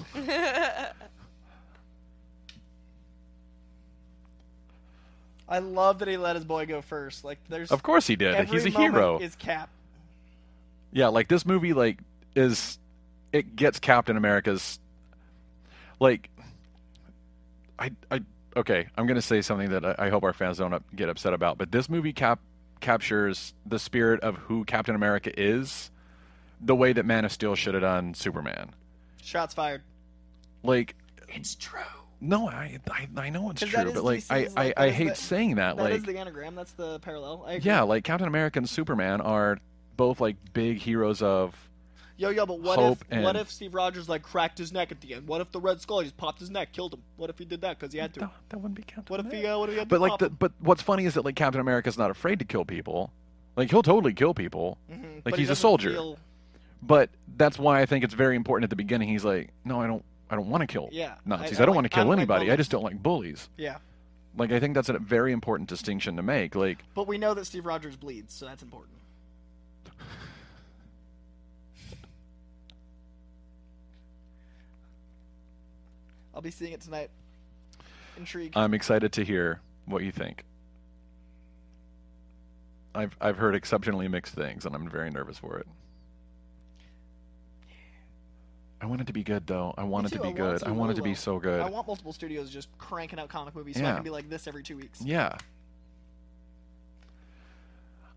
I love that he let his boy go first. Like there's
Of course he did.
every
He's a
moment
hero.
Is Cap?
Yeah, like this movie like is it gets Captain America's like I I okay, I'm gonna say something that I, I hope our fans don't up, get upset about, but this movie cap captures the spirit of who Captain America is the way that Man of Steel should have done Superman.
Shots fired.
Like it's true. No, I I, I know it's
'Cause that
true,
is
but like I,
DC's,
I,
like, that
I
is
hate
the-
saying that.
That is
like
the anagram. That's the parallel. I agree.
yeah, like Captain America and Superman are both like big heroes of
Yo, yo, but what
Hope
if
and-
what if Steve Rogers like cracked his neck at the end? What if the Red Skull just popped his neck, killed him? What if he did that because he had to?
that, that wouldn't be Captain
What if
America.
he? Uh, what if he had
But
to
like,
pop
the,
him?
but what's funny is that like Captain America's not afraid to kill people. Like he'll totally kill people. Like
Mm-hmm. But he
he's a
doesn't
soldier.
feel-
But that's why I think it's very important at the beginning. He's like, no, I don't, I don't want to kill
Yeah, I-
Nazis. I,
I
don't
like-
want to
I
kill
don't like
anybody. I
bullies."
just don't like bullies.
Yeah,
Like I think that's a very important distinction to make. Like
but we know that Steve Rogers bleeds, so that's important. I'll be seeing it tonight. Intrigued.
I'm excited to hear what you think. I've I've heard exceptionally mixed things, and I'm very nervous for it. I want it to be good, though. I want
Me
it to
too,
be
I want
good.
to,
I want it
really
to be so
well.
good.
I want multiple studios just cranking out comic movies so I
Yeah.
can be like this every two weeks.
Yeah.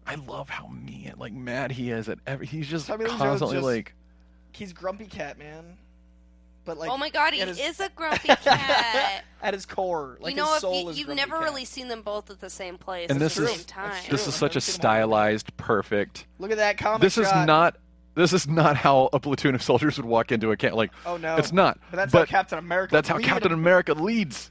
I love how mean, like mad he is at every. He's just
Tommy Lee Jones
constantly
just-
like,
He's Grumpy Cat, man. But like,
oh my god, he
at his-
is a grumpy cat.
at his core, like
you know,
his
if
soul
you,
is
you've
Grumpy
never
Cat.
really seen them both at the same place
And
at
this
the
is-
same time.
this is such a
I've seen him all the time.
stylized, perfect.
Look at that comic.
This is
shot.
not. This is not how a platoon of soldiers would walk into a camp. Like,
Oh no,
it's not.
But that's how Captain America.
That's how
lead-
Captain America leads.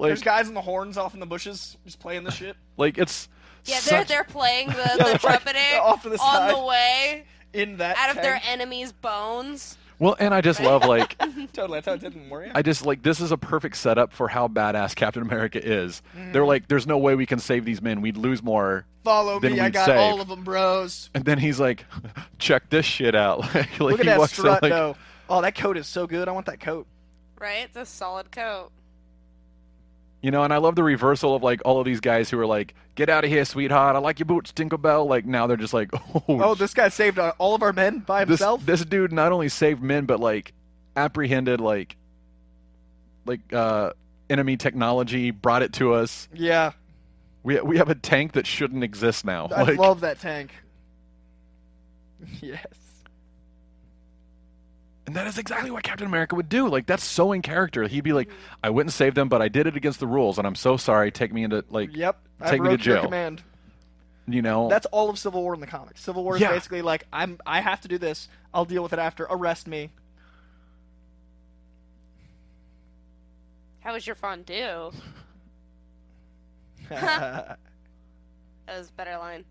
There's
Like,
guys in the horns off in the bushes just playing the shit
like it's.
Yeah, they're
such-
they're playing the, the trumpeter
they're off to the
on the
side.
way
in that.
out of their
tank.
enemy's bones.
Well, and I just love like
totally. That's how it did in Warrior.
I just like this is a perfect setup for how badass Captain America is.
Mm-hmm.
They're like, there's no way we can save these men. We'd lose more.
Follow
Then
me. I
we'd
got
save.
all of them, bros.
And then he's like, check this shit out. Like, like
Look at
he
that
walks
strut
out, like,
though. Oh, that coat is so good. I want that coat.
Right? It's a solid coat.
You know, and I love the reversal of like all of these guys who are like, get out of here, sweetheart. I like your boots, Tinkerbell. Like now they're just like, oh,
Oh, this guy saved uh, all of our men by
this,
himself.
this dude not only saved men, but like apprehended like, like, uh, enemy technology, brought it to us.
yeah,
We, we have a tank that shouldn't exist now.
I
like,
love that tank. yes.
And that is exactly what Captain America would do. Like that's so in character. He'd be like,
Mm.
"I went and saved them, but I did it against the rules, and I'm so sorry. Take me into like,
Yep. I
Take me to
broke
jail.
Your command.
you know."
That's all of Civil War in the comics. Civil War is
Yeah.
basically like I'm I have to do this. I'll deal with it after. Arrest me.
How was your fondue? That was a better line.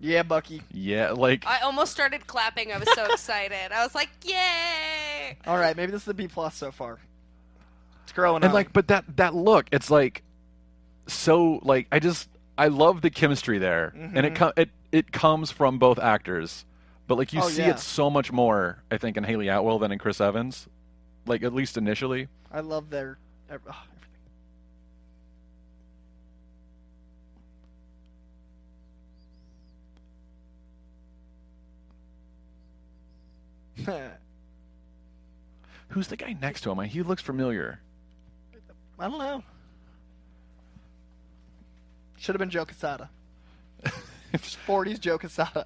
yeah, Bucky.
Yeah, like
I almost started clapping. I was so excited. I was like, "Yay!"
All right, maybe this is the B plus so far. It's growing
and
on
like,
me.
but that that look, it's like so like I just I love the chemistry there, and
Mm-hmm.
it com- it it comes from both actors, but like you
Oh,
see
yeah.
it so much more I think in Haley Atwell than in Chris Evans, like at least initially.
I love their ev- oh, everything.
Who's the guy next to him? He looks familiar.
I don't know. Should have been Joe Casada. 40s Joe Casada.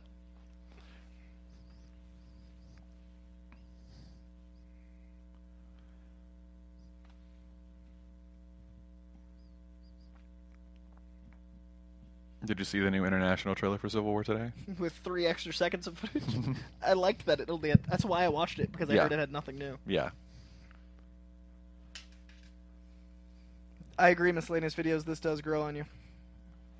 Did you see the new international trailer for Civil War today?
with three extra seconds of footage. I liked that it only had, that's why I watched it because I
Yeah.
heard it had nothing new.
Yeah.
I agree, miscellaneous videos. This does grow on you.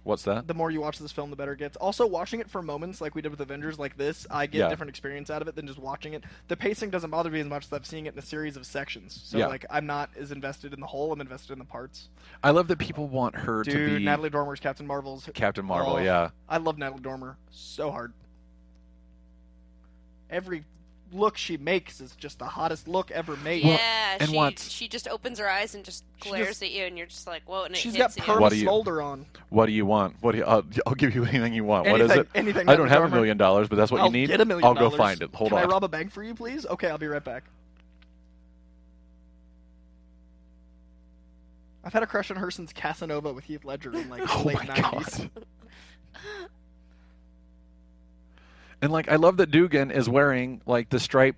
What's that?
The more you watch this film, the better it gets. Also, watching it for moments like we did with Avengers, like this, I get
Yeah.
a different experience out of it than just watching it. The pacing doesn't bother me as much as I've seeing it in a series of sections. So
Yeah.
like, I'm not as invested in the whole. I'm invested in the parts.
I love that people want her to
Dude,
be
Natalie Dormer's Captain Marvel's
Captain Marvel.
Oh,
Yeah.
I love Natalie Dormer so hard. Every look she makes is just the hottest look ever made.
Yeah,
and
she
what's-
she just opens her eyes and just
She
glares
just-
at you, and you're just like, "Whoa!" And it
She's got
hits you.
perm
What do you-
smolder on.
What do you want? What do you, I'll, I'll give you anything you want. what is
Anything-
it?
anything,
I don't
Natalie
have a
Dormer.
million dollars, but that's what
I'll
you need.
get a million
I'll go
dollars.
find it. Hold
Can
on.
I rob a bank for you, please? Okay, I'll be right back. I've had a crush on her since Casanova with Heath Ledger in like the
Oh
late
my
90s.
and like, I love that Dugan is wearing like the stripe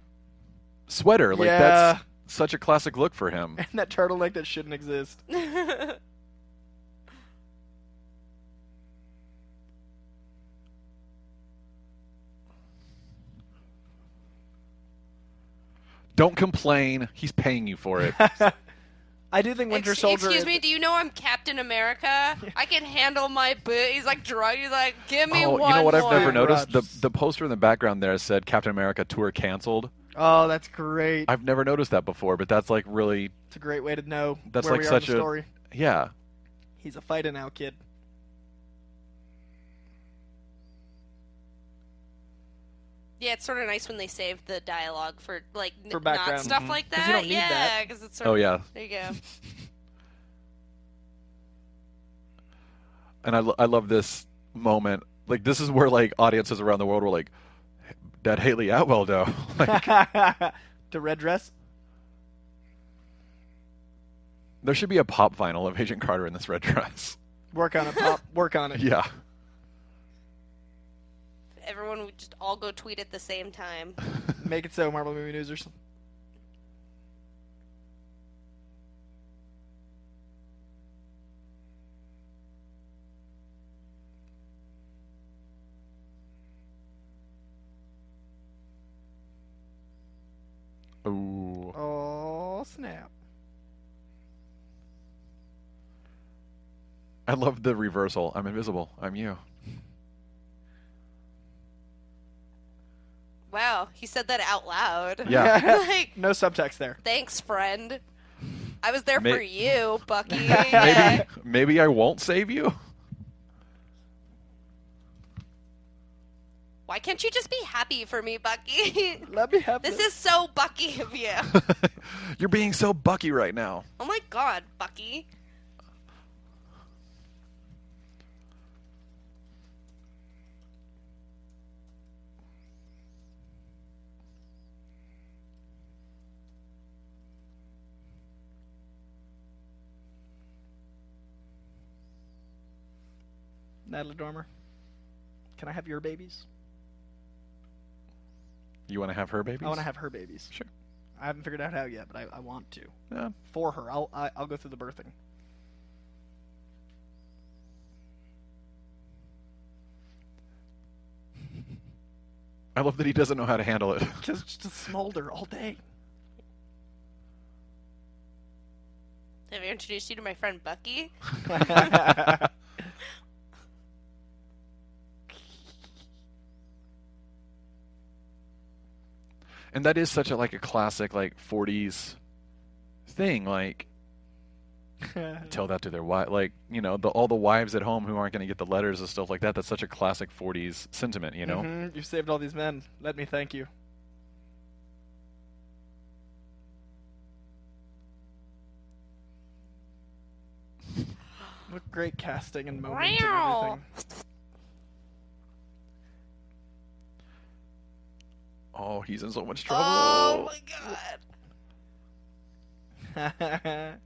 sweater. Like
Yeah.
that's such a classic look for him.
And that turtleneck that shouldn't exist.
Don't complain. He's paying you for it.
I do think Winter
Ex-
Soldier.
Excuse
is-
me, do you know I'm Captain America? I can handle my boot. He's like drunk. He's like, give me
oh,
one.
you know what I've
more."
never noticed? The
Rogers.
the poster in the background there said Captain America tour canceled.
Oh, that's great.
I've never noticed that before, but that's like really
It's a great way to know
That's
where
like
we are
such
in
a-
the story.
yeah.
He's a fighter now, kid.
Yeah, it's sort of nice when they save the dialogue for like n-
For
not
background. Mm-hmm.
stuff like
'Cause
that.
you don't need
yeah,
that.
because it's sort
Oh
of,
yeah.
There you go.
and I, lo- I love this moment. Like this is where like audiences around the world were like, "That Haley Atwell though." like,
to red dress.
there should be a pop vinyl of Agent Carter in this red dress.
Work on it, Pop. Work on it.
yeah,
Everyone would just all go tweet at the same time.
Make it so, Marvel Movie News or something.
ooh,
Oh, snap.
I love the reversal. I'm invisible. I'm you.
Wow, he said that out loud.
Yeah.
like,
No subtext there.
thanks, friend. I was there
May-
for you, Bucky.
Maybe
Yeah.
maybe I won't save you.
Why can't you just be happy for me, Bucky?
Let me have
this is so Bucky of you.
You're being so bucky right now.
Oh my god, Bucky.
Natalie Dormer. Can I have your babies?
You want to have her babies?
I want to have her babies.
Sure.
I haven't figured out how yet, but I, I want to
Yeah.
for her. I'll I, I'll go through the birthing.
I love that he doesn't know how to handle it.
Just, just smolder all day.
Have I introduced you to my friend Bucky?
Mhm,
and that is such a like a classic like 40s thing like tell that to their wife like you know the all the wives at home who aren't going to get the letters and stuff like that that's such a classic 40s sentiment you know
Mhm, You've saved all these men. Let me thank you. What great casting and moments and
Wow.
everything.
oh he's in so much trouble
Um,
Oh my god.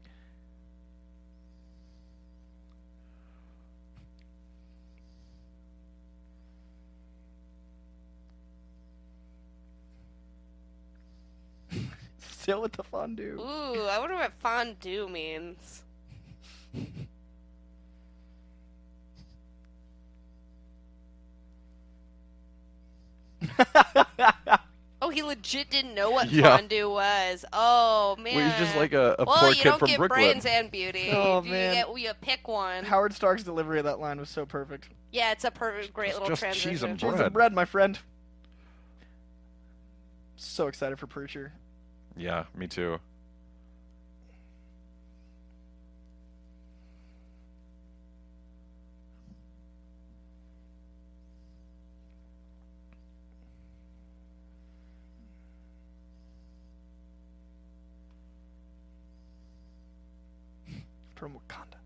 Still with the fondue.
Ooh, I wonder what fondue means. Oh, he legit didn't know what
Yeah.
fondue was. Oh man.
well, he's just like a, a
well,
poor
you
kid
don't
from
get
brooklyn
brains and beauty.
Oh,
you
man.
get you pick one.
Howard Stark's delivery of that line was so perfect.
yeah, it's a perfect, great
It's
little
just
transition.
cheese and
Cheese
Bread.
and bread, my friend. So excited for Preacher.
yeah me too
from Wakanda.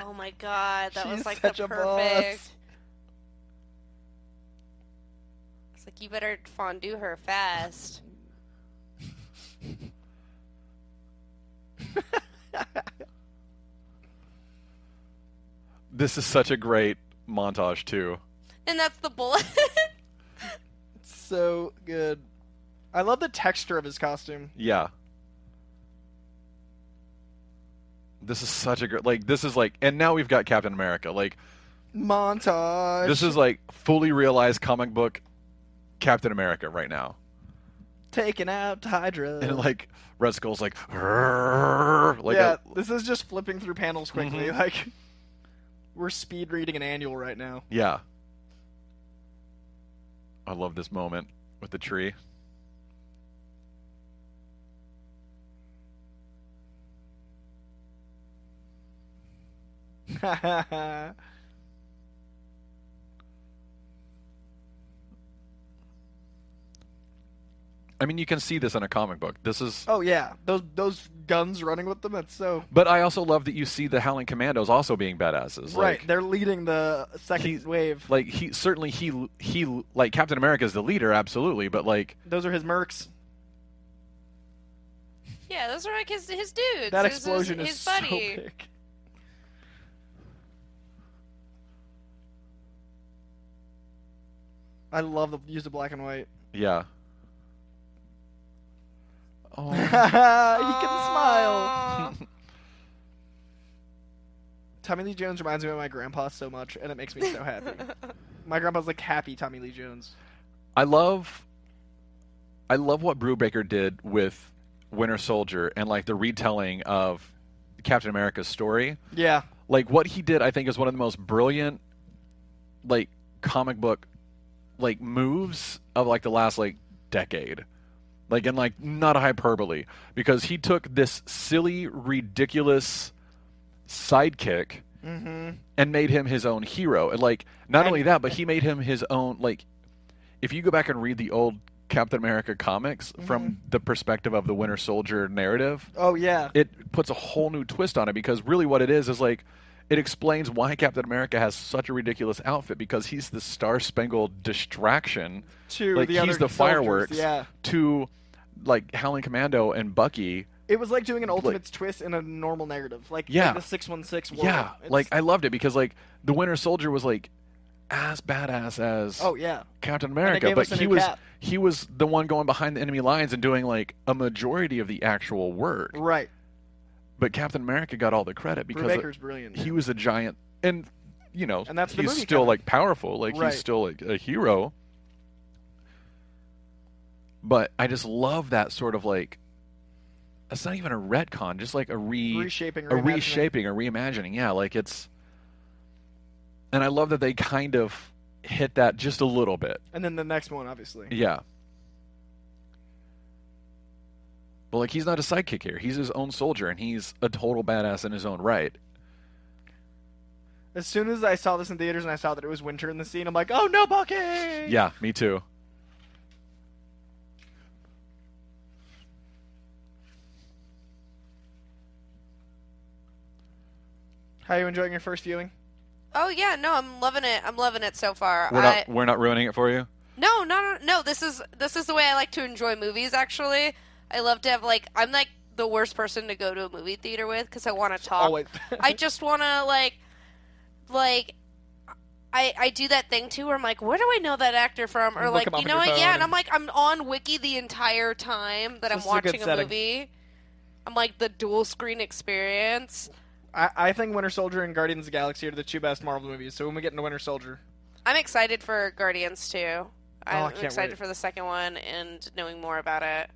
Oh my god, that was
She's
like
such
the
a boss.
perfect. It's like you better fondue her fast.
this is such a great montage too
And that's the bullet.
so good. I love the texture of his costume.
Yeah. This is such a great like this is like and now we've got Captain America. Like
Montage.
this is like fully realized comic book Captain America right now.
taking out Hydra.
And like Red Skull's like "Rrrr," like
yeah,
a-
this is just flipping through panels quickly.
Mhm.
Like we're speed reading an annual right now.
yeah. I love this moment with the tree. I mean, you can see this in a comic book. This is
oh yeah, those those guns running with them. That's so
But I also love that you see the Howling Commandos also being badasses.
right.
Like,
They're leading the second
He's-
wave.
like he certainly he he like Captain America is the leader absolutely, but like
Those are his mercs.
yeah, those are like his his dudes.
That
his, his-
explosion
his,
is
buddy.
so big. I love the use of black and white.
yeah.
he
Oh,
can smile.
Aw.
Tommy Lee Jones reminds me of my grandpa so much, and it makes me so happy. my grandpa's like happy Tommy Lee Jones.
I love I love what Brubaker did with Winter Soldier and like the retelling of Captain America's story.
Yeah,
Like what he did I think is one of the most brilliant like comic book like moves of like the last like decade. Like and like not a hyperbole because he took this silly ridiculous sidekick and made him his own hero. And like not only that, but he made him his own like if you go back and read the old Captain America comics from the perspective of the Winter Soldier narrative,
Oh yeah.
it puts a whole new twist on it because really what it is is like It explains why Captain America has such a ridiculous outfit because he's the Star Spangled distraction.
To
like
the
he's
other
the
soldiers,
fireworks
yeah.
to like Howling Commando and Bucky.
It was like doing an Ultimates twist in a normal narrative, like
Yeah.
like the six one six.
Yeah, like I loved it because like the Winter Soldier was like as badass as
oh yeah,
Captain America,
gave
but
us a
he
new
was
cap.
he was the one going behind the enemy lines and doing like a majority of the actual work.
right.
But Captain America got all the credit because
Brubaker's brilliant.
he was a giant and you know
And that's the
he's
movie
still
coming.
like powerful like
Right.
he's still like a hero but i just love that sort of like that's not even a retcon just like a re
Reshaping,
a
reimagining.
reshaping a reimagining yeah like it's and i love that they kind of hit that just a little bit
and then the next one, obviously.
yeah but like he's not a sidekick here he's his own soldier and he's a total badass in his own right
As soon as I saw this in theaters and I saw that it was winter in the scene, I'm like, oh no, Bucky!
Yeah, me too.
How are you enjoying your first viewing?
Oh yeah, no, I'm loving it. I'm loving it so far.
We're
I-
not we're not ruining it for you.
No, no, no, no. This is this is the way I like to enjoy movies. Actually, I love to have like I'm like the worst person to go to a movie theater with because I want to talk.
Always.
Uh, I just want to like, like, I I do that thing too where I'm like, where do I know that actor from? Or
look
like,
him up
you
on
know
your
what?
phone
Yeah, and I'm
and-
like, I'm on Wiki the entire time that
This is
I'm
a good
watching a,
setting.
movie. I'm like the dual screen experience.
I, I think Winter Soldier and Guardians of the Galaxy are the two best Marvel movies. So when we get into Winter Soldier,
I'm excited for Guardians too. I'm
Oh, can't
excited
wait.
for the second one and knowing more about it.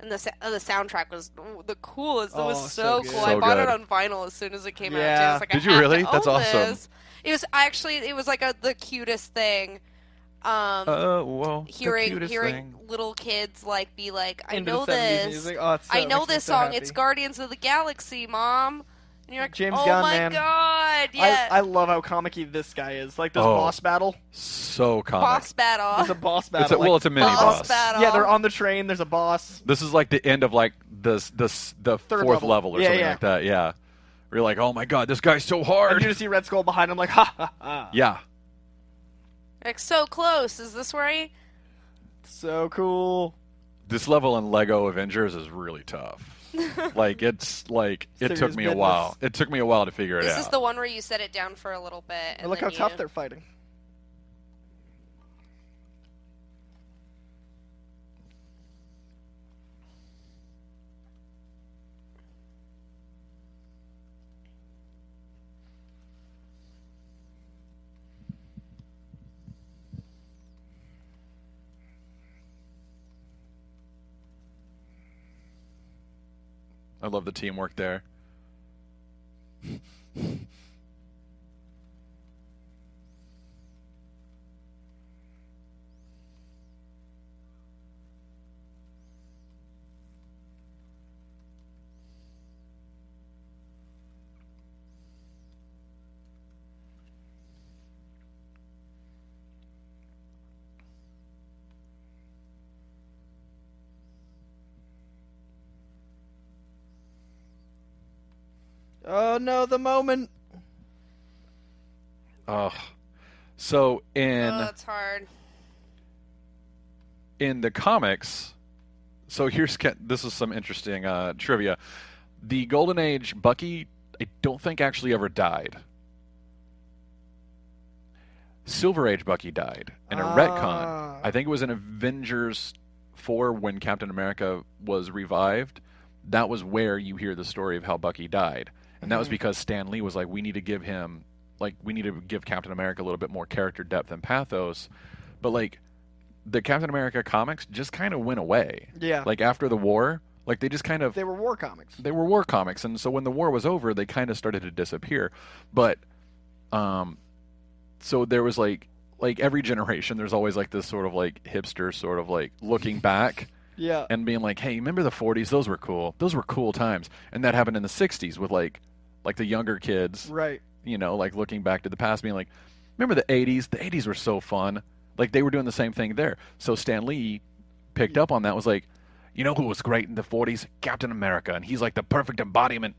And the sa- oh, the soundtrack was the coolest. It
Oh,
was
so
so,
good.
cool. I
So
bought
good.
it on vinyl as soon as it came out. Too.
Yeah.
I was like, I
Did you
have to
really? That's
own
awesome.
this. It was actually it was like a the cutest thing. Um,
Uh,
Oh well.
hearing hearing little kids like be like, I
into
know
the 70s
this.
music, oh, it's so-
I
it
know
makes me
this
so
song.
happy.
It's Guardians of the Galaxy, mom. And you're like,
James
oh
Gunn,
my
man.
god, yeah,
I, I love how comicky this guy is. Like this
Oh.
boss battle.
So comic.
boss battle.
It's a boss battle.
It's a,
like-
well, it's a mini
boss
boss.
battle.
yeah, they're on the train. There's a boss.
This is like the end of like the s- the s- the
Third
fourth
level.
level, or
Yeah,
something
yeah.
like that. Yeah. We're like, oh my god, this guy's so
And
hard.
you just see Red Skull behind him, like ha ha ha.
Yeah.
Like so close. Is this where I?
So cool.
This level in Lego Avengers is really tough. like it's like it
Serious
took me a
business.
while. It took me a while to figure it
This
out.
is the one where you set it down for a little bit. And
look how
then
tough
you-
they're fighting.
I love the teamwork there.
Oh no, the moment.
Oh. So in
Oh, that's hard.
in the comics, so here's ca- this is some interesting uh, trivia. The Golden Age Bucky, I don't think actually ever died. Silver Age Bucky died in a retcon.
Ah.
I think it was in Avengers 4 when Captain America was revived. That was where you hear the story of how Bucky died. And that was because Stan Lee was like, we need to give him, like, we need to give Captain America a little bit more character depth and pathos. But, like, the Captain America comics just kind of went away.
Yeah.
Like after the war, like they just kind of
They were war comics.
they were war comics, and so when the war was over, they kind of started to disappear. But, um, so there was like like every generation, there's always like this sort of like hipster sort of like looking back
Yeah.
and being like, hey, remember the 40s? Those were cool. Those were cool times. And that happened in the 60s with like like the younger kids
Right.
you know, like looking back to the past, being like, remember the 80s? The 80s were so fun. Like they were doing the same thing there. So Stan Lee picked up on that, was like, you know who was great in the 40s? Captain America. And he's like the perfect embodiment.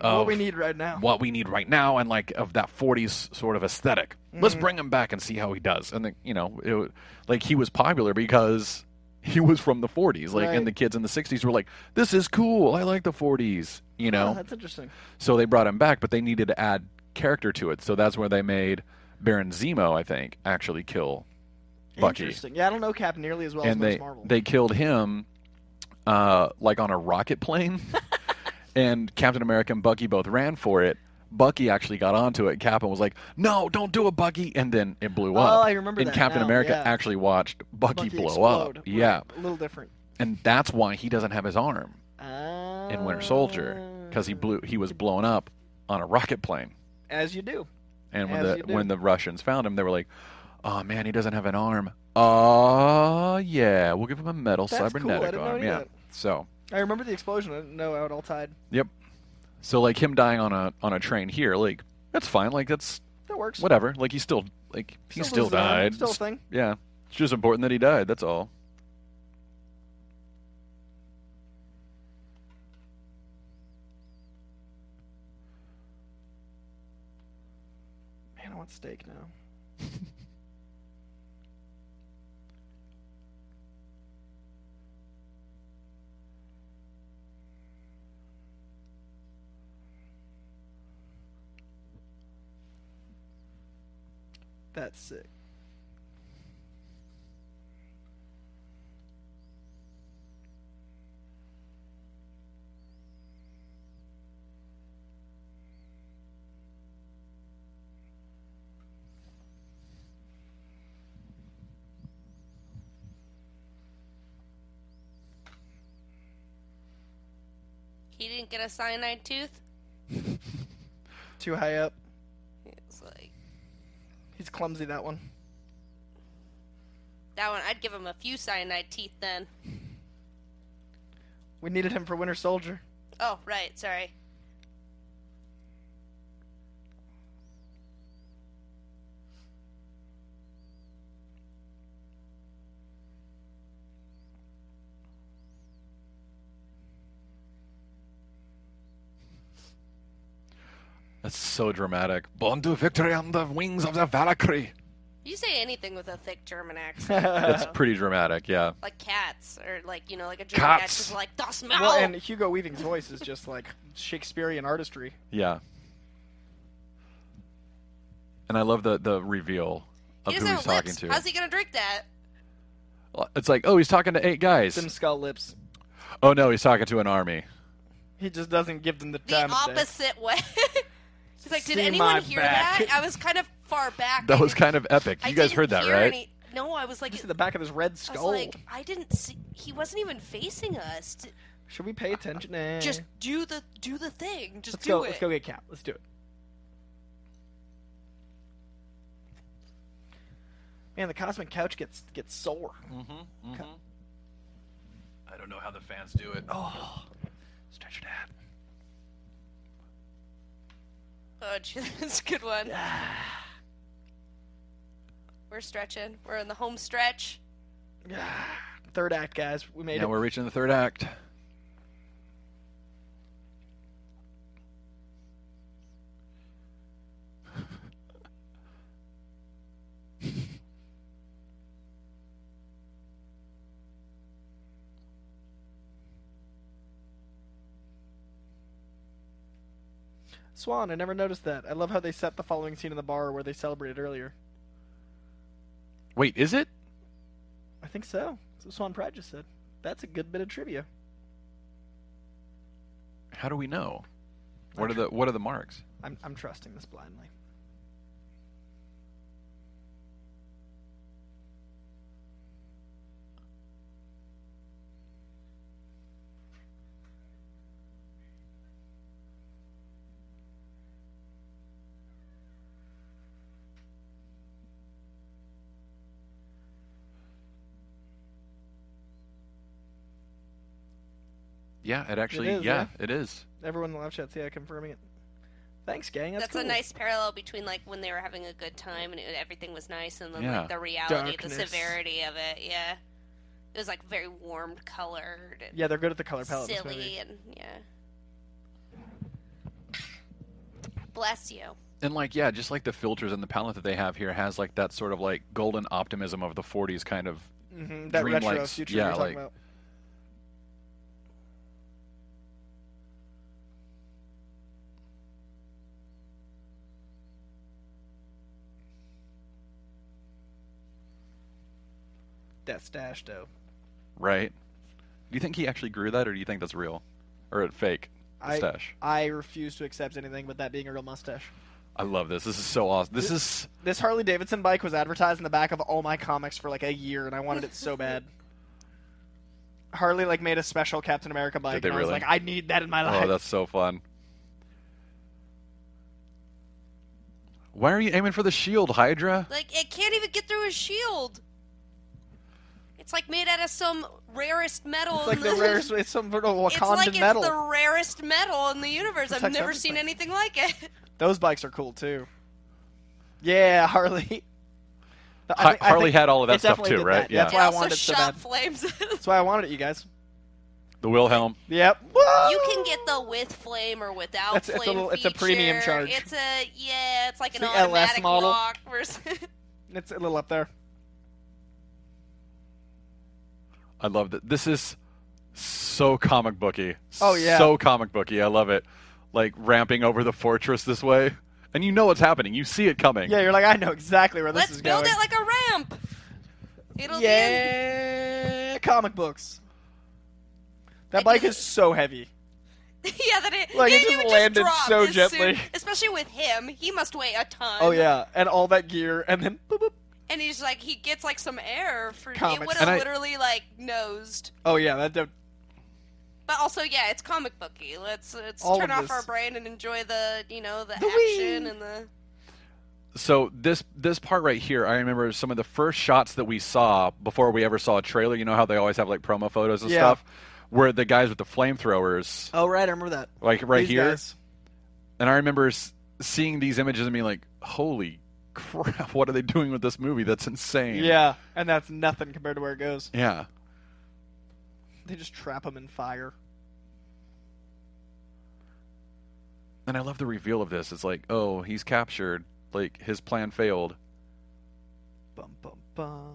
of
what we need right now.
what we need right now and like of that 40s sort of esthetic Let's
Mm-hmm.
bring him back and see how he does. And then, you know, it, wa- like he was popular because he was from the 40s. Like,
Right.
and the kids in the 60s were like, "This is cool. I like the 40s." You know,
Oh, that's interesting.
so they brought him back, but they needed to add character to it. So that's where they made Baron Zemo, I think, actually kill Bucky.
Interesting. Yeah, I don't know Cap nearly as well as
and
most
they
Marvel.
they killed him uh, like on a rocket plane. and Captain America and Bucky both ran for it. Bucky actually got onto it. Cap and was like, "No, don't do it, Bucky!" And then it blew
Oh,
up.
I remember
And
that
Captain
now,
America
yeah.
actually watched Bucky, blow up.
explode. Right,
Yeah,
a little different.
and that's why he doesn't have his arm in Winter Soldier because he
Ah,
blew. He was blown up on a rocket plane.
as you do.
And when
As
the
you do.
when the Russians found him, they were like, "Oh man, he doesn't have an arm." Uh yeah, we'll give him a metal
That's cool. I
cybernetic
didn't know
arm.
any
Yeah.
of that.
So
I remember the explosion. I didn't know how it all tied.
yep. So like him dying on a on a train here, like that's fine. Like that's
That works.
whatever. Like he still like he
Still
still
loses an arm.
died.
Still a thing.
Yeah, it's just important that he died. That's all.
Man, I want steak now. That's sick.
He didn't get a cyanide tooth.
Too high up.
It's like
He's clumsy that one.
that one. I'd give him a few cyanide teeth then.
We needed him for Winter Soldier.
Oh right, sorry.
That's so dramatic. Born to victory on the wings of the Valkyrie.
You say anything with a thick German accent,
That's
well,
pretty dramatic. Yeah.
like cats, or like you know, like a German
Cats.
accent is like das Maul.
and Hugo Weaving's voice is just like Shakespearean artistry.
Yeah. And I love the the reveal of
he
who
doesn't
he's
have
talking
lips.
to.
How's he gonna drink that?
It's like, oh, he's talking to eight guys.
Them skull lips.
Oh no, he's talking to an army.
He just doesn't give them the
The
time. of day.
opposite way. He's like, did
See my
anyone hear
back."
that? I was kind of far back.
That
I
was
didn't-
kind of epic.
I
You guys
didn't
heard that,
hear
right?
any- no, I was like,
Just at the back of his red
I was
skull.
like, I didn't see. He wasn't even facing us. D-
Should we pay attention? Nah.
uh, Just do the do the thing. Just
let's
do
go.
it.
Let's go get Cap. Let's do it. Man, the cosmic couch gets gets sore.
I don't know how the fans do it. Oh, stretch it out.
Oh, gee, that's a good one. We're stretching. We're in the home stretch.
Ah, Third act, guys. We made
Now
it.
we're reaching the third act.
Swan, I never noticed that. I love how they set the following scene in the bar where they celebrated earlier.
Wait, is it?
I think so. That's what Swan Pride just said. That's a good bit of trivia.
How do we know? What are the what are the marks?
I'm I'm trusting this blindly.
Yeah, it actually
is,
yeah, it is.
Everyone in the live chat's yeah confirming it. Thanks, gang. That's,
That's
cool.
a nice parallel between like when they were having a good time and it, everything was nice, and then
Yeah.
like the reality,
Darkness.
the severity of it. Yeah, it was like very warm colored and
Yeah, they're good at the color palette. in This movie.
silly, and yeah. Bless you.
and like yeah just like the filters and the palette that they have here has like that sort of like golden optimism of the 40s kind of
hmm That
Dream
retro
likes-
future
yeah,
you're
like-
talking about. That's dash though.
right do you think he actually grew that or do you think that's real or it fake
I-
mustache
I refuse to accept anything but that being a real mustache.
I love this this is so awesome this is
This Harley Davidson bike was advertised in the back of all my comics for like a year, and I wanted it so bad. Harley like made a special Captain America bike,
they
and I was
really?
like, I need that in my life.
oh that's so fun why are you aiming for the shield hydra
Like it can't even get through his shield. It's like made out of some rarest metal.
It's like
in
the rarest. It's some sort of Wakandan
It's like it's
metal.
the rarest metal in the universe. I've
Protects
never seen anything like it.
Those bikes are cool too. Yeah, Harley. I
Har-
think- I
Harley
think
had all of
it
that stuff
definitely
too,
did
right?
that.
Yeah.
That's
It
why I
also
wanted it so
shot
bad.
flames. you
That's why I wanted it, you guys.
the wilhelm
Yep.
can get the with flame or without
That's-
flame.
it's a little- it's a premium
feature.
charge.
It's a yeah. It's like
It's
an
the LS
automatic
model.
lock versus.
It's a little up there.
I love that. This is so comic booky.
Oh, yeah.
so comic booky. I love it. Like ramping over the fortress this way, and you know what's happening. You see it coming.
Yeah, you're like, I know exactly where this
Let's
is
build
going.
it like a ramp. It'll be. In-
yeah, comic books. That bike is so heavy.
yeah, that it.
Like,
yeah,
it
you
just
would
landed
drop
so
as soon-
gently.
especially with him, he must weigh a ton.
Oh yeah, and all that gear, and then boop, boop.
And he's like, he gets like some air for
Comics.
it would have
And I-
literally like nosed.
oh yeah, that. that-
But also, yeah, it's comic booky. Let's let's
All
turn
of
off
this.
our brain and enjoy the you know the,
The
action
wee.
and the.
So this this part right here, I remember some of the first shots that we saw before we ever saw a trailer. You know how they always have like promo photos and
Yeah.
stuff, where the guys with the flamethrowers,
Oh right, I remember that.
like right
These
here.
guys.
And I remember s- seeing these images and being like, "Holy crap! What are they doing with this movie? That's insane."
Yeah, and that's nothing compared to where it goes.
Yeah.
They just trap them in fire.
And I love the reveal of this. It's like, oh, he's captured. Like his plan failed.
Bum bum bum.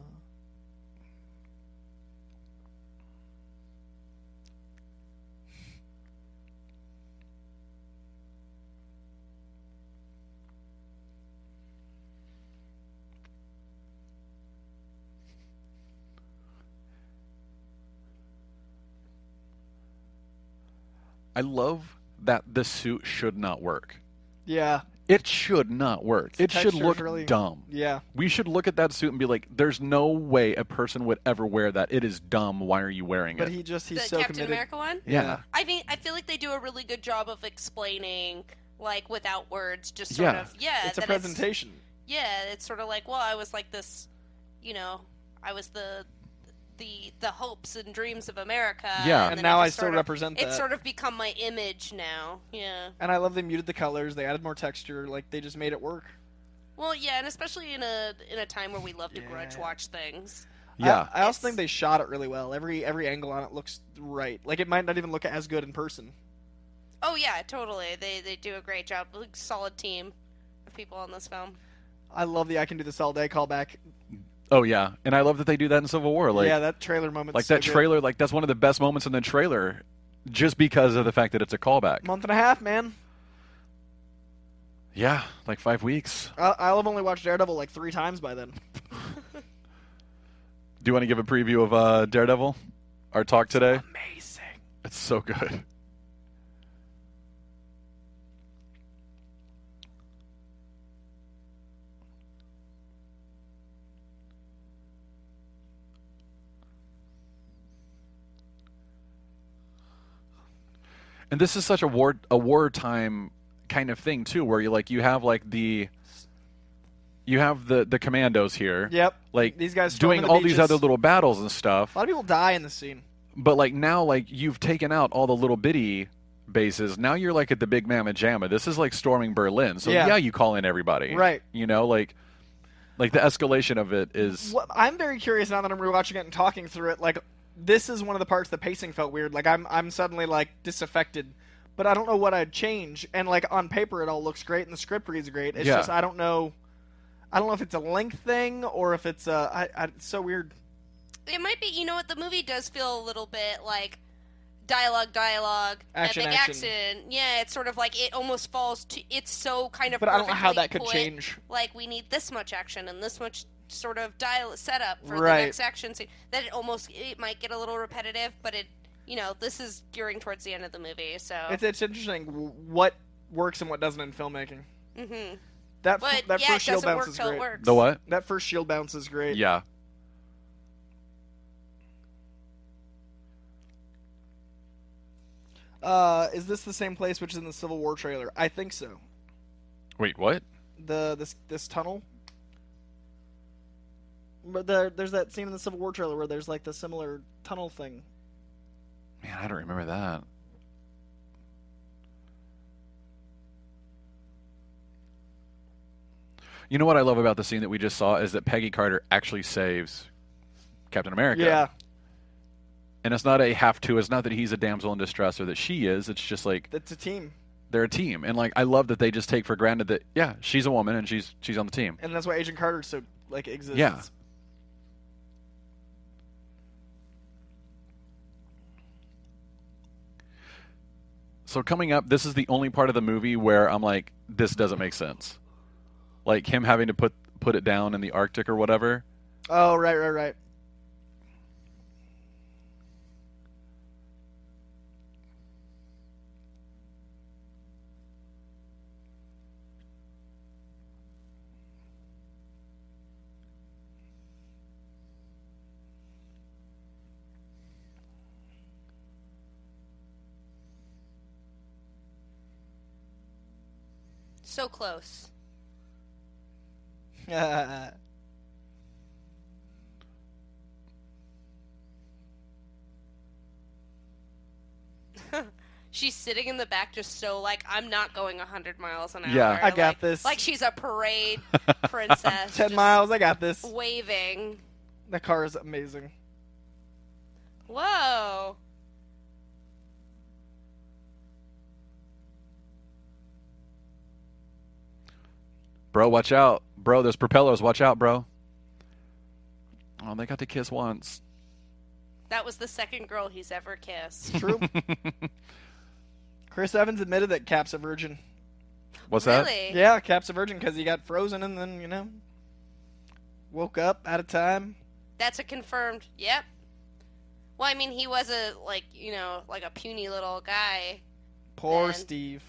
I love that the suit should not work.
Yeah,
It should not work. it should
texture's
look
really-
dumb.
yeah.
We should look at that suit and be like, there's no way a person would ever wear that. It is dumb. Why are you wearing
But
it?
he just
The
he's so
Captain
committed.
America one.
yeah.
yeah.
I think I feel like they do a really good job of explaining, like without words, just sort
Yeah.
of yeah.
It's a
that
presentation.
yeah, it's sort of like well, I was like this, you know, I was the the the hopes and dreams of America.
Yeah.
and
And
then
now I
just
still
sort of-
represent that.
It's sort of become my image now. Yeah.
And I love they muted the colors. They added more texture. Like they just made it work.
Well, yeah, and especially in a in a time where we love to grudge
Yeah.
watch things.
Yeah.
I, I also
It's-
think they shot it really well. Every every angle on it looks right. Like it might not even look as good in person.
Oh yeah, totally. They they do a great job. Like, solid team of people on this film.
I love the I can do this all day callback.
oh yeah. And I love that they do that in Civil War. Like,
yeah, that trailer moment.
like that trailer. Like that's one of the best moments in the trailer, just because of the fact that it's a callback.
Month and a half, man.
Yeah. Like five weeks.
I, I'll have only watched Daredevil like three times by then.
Do you want to give a preview of uh, Daredevil? Our talk today.
Amazing.
It's so good. And this is such a war a wartime kind of thing too, where you like you have like the you have the the commandos here,
Yep.
like
these guys storming
doing
the
all these
beaches.
other little battles and stuff
A lot of people die in this scene.
but like now like you've taken out all the little bitty bases now you're like at the big mamma jamma this is like storming berlin so yeah,
Yeah.
you call in everybody
Right.
you know like like the escalation of it is
What, I'm very curious now that I'm rewatching it and talking through it. Like, this is one of the parts the pacing felt weird. Like, I'm I'm suddenly like disaffected but I don't know what I'd change. And like on paper, it all looks great, and the script reads great. It's
Yeah.
just I don't know. I don't know if it's a length thing or if it's uh, I, I, it's so weird.
It might be. You know what? The movie does feel a little bit like dialogue, dialogue,
Action,
epic
action.
action. Yeah, it's sort of like it almost falls to. It's so kind of.
But I don't know how
perfectly
that could
put,
change.
Like we need this much action and this much sort of dial setup for
Right.
the next action scene. That it almost it might get a little repetitive, but it you know this is gearing towards the end of the movie, so.
It's it's interesting w- what works and what doesn't in filmmaking.
hmm
That f-
But
that
yeah, it
first shield
doesn't
bounce
work
is
till it
great.
works.
The what?
That first shield bounce is great.
Yeah.
Uh, is this the same place which is in the Civil War trailer? I think so.
Wait, what?
The this this tunnel. But there, there's that scene in the Civil War trailer where there's like the similar tunnel thing.
Man, I don't remember that. You know what I love about the scene that we just saw is that Peggy Carter actually saves Captain America.
Yeah,
And it's not a have to, it's not that he's a damsel in distress or that she is. It's just like
that's a team,
they're a team. And like I love that they just take for granted that yeah, she's a woman and she's she's on the team.
and that's why Agent Carter so like exists.
Yeah. So coming up, this is the only part of the movie where I'm like, this doesn't make sense. Like him having to put put it down in the Arctic or whatever.
Oh right, right, right.
So close.
Yeah.
She's sitting in the back, just so like I'm not going 100 miles an hour.
Yeah.
I got
Like-
this.
Like she's a parade princess.
Ten
just
miles, I got this.
Waving.
That car is amazing.
Whoa.
Bro, watch out. Bro, there's propellers, watch out, bro. Oh, they got to kiss once.
That was the second girl he's ever kissed.
True. Chris Evans admitted that Cap's a virgin.
What's that?
really?
Yeah, Cap's a virgin because he got frozen and then you know woke up out of time.
That's a confirmed. Yep. Well, I mean, he was a like you know like a puny little guy.
Poor
Man.
Steve.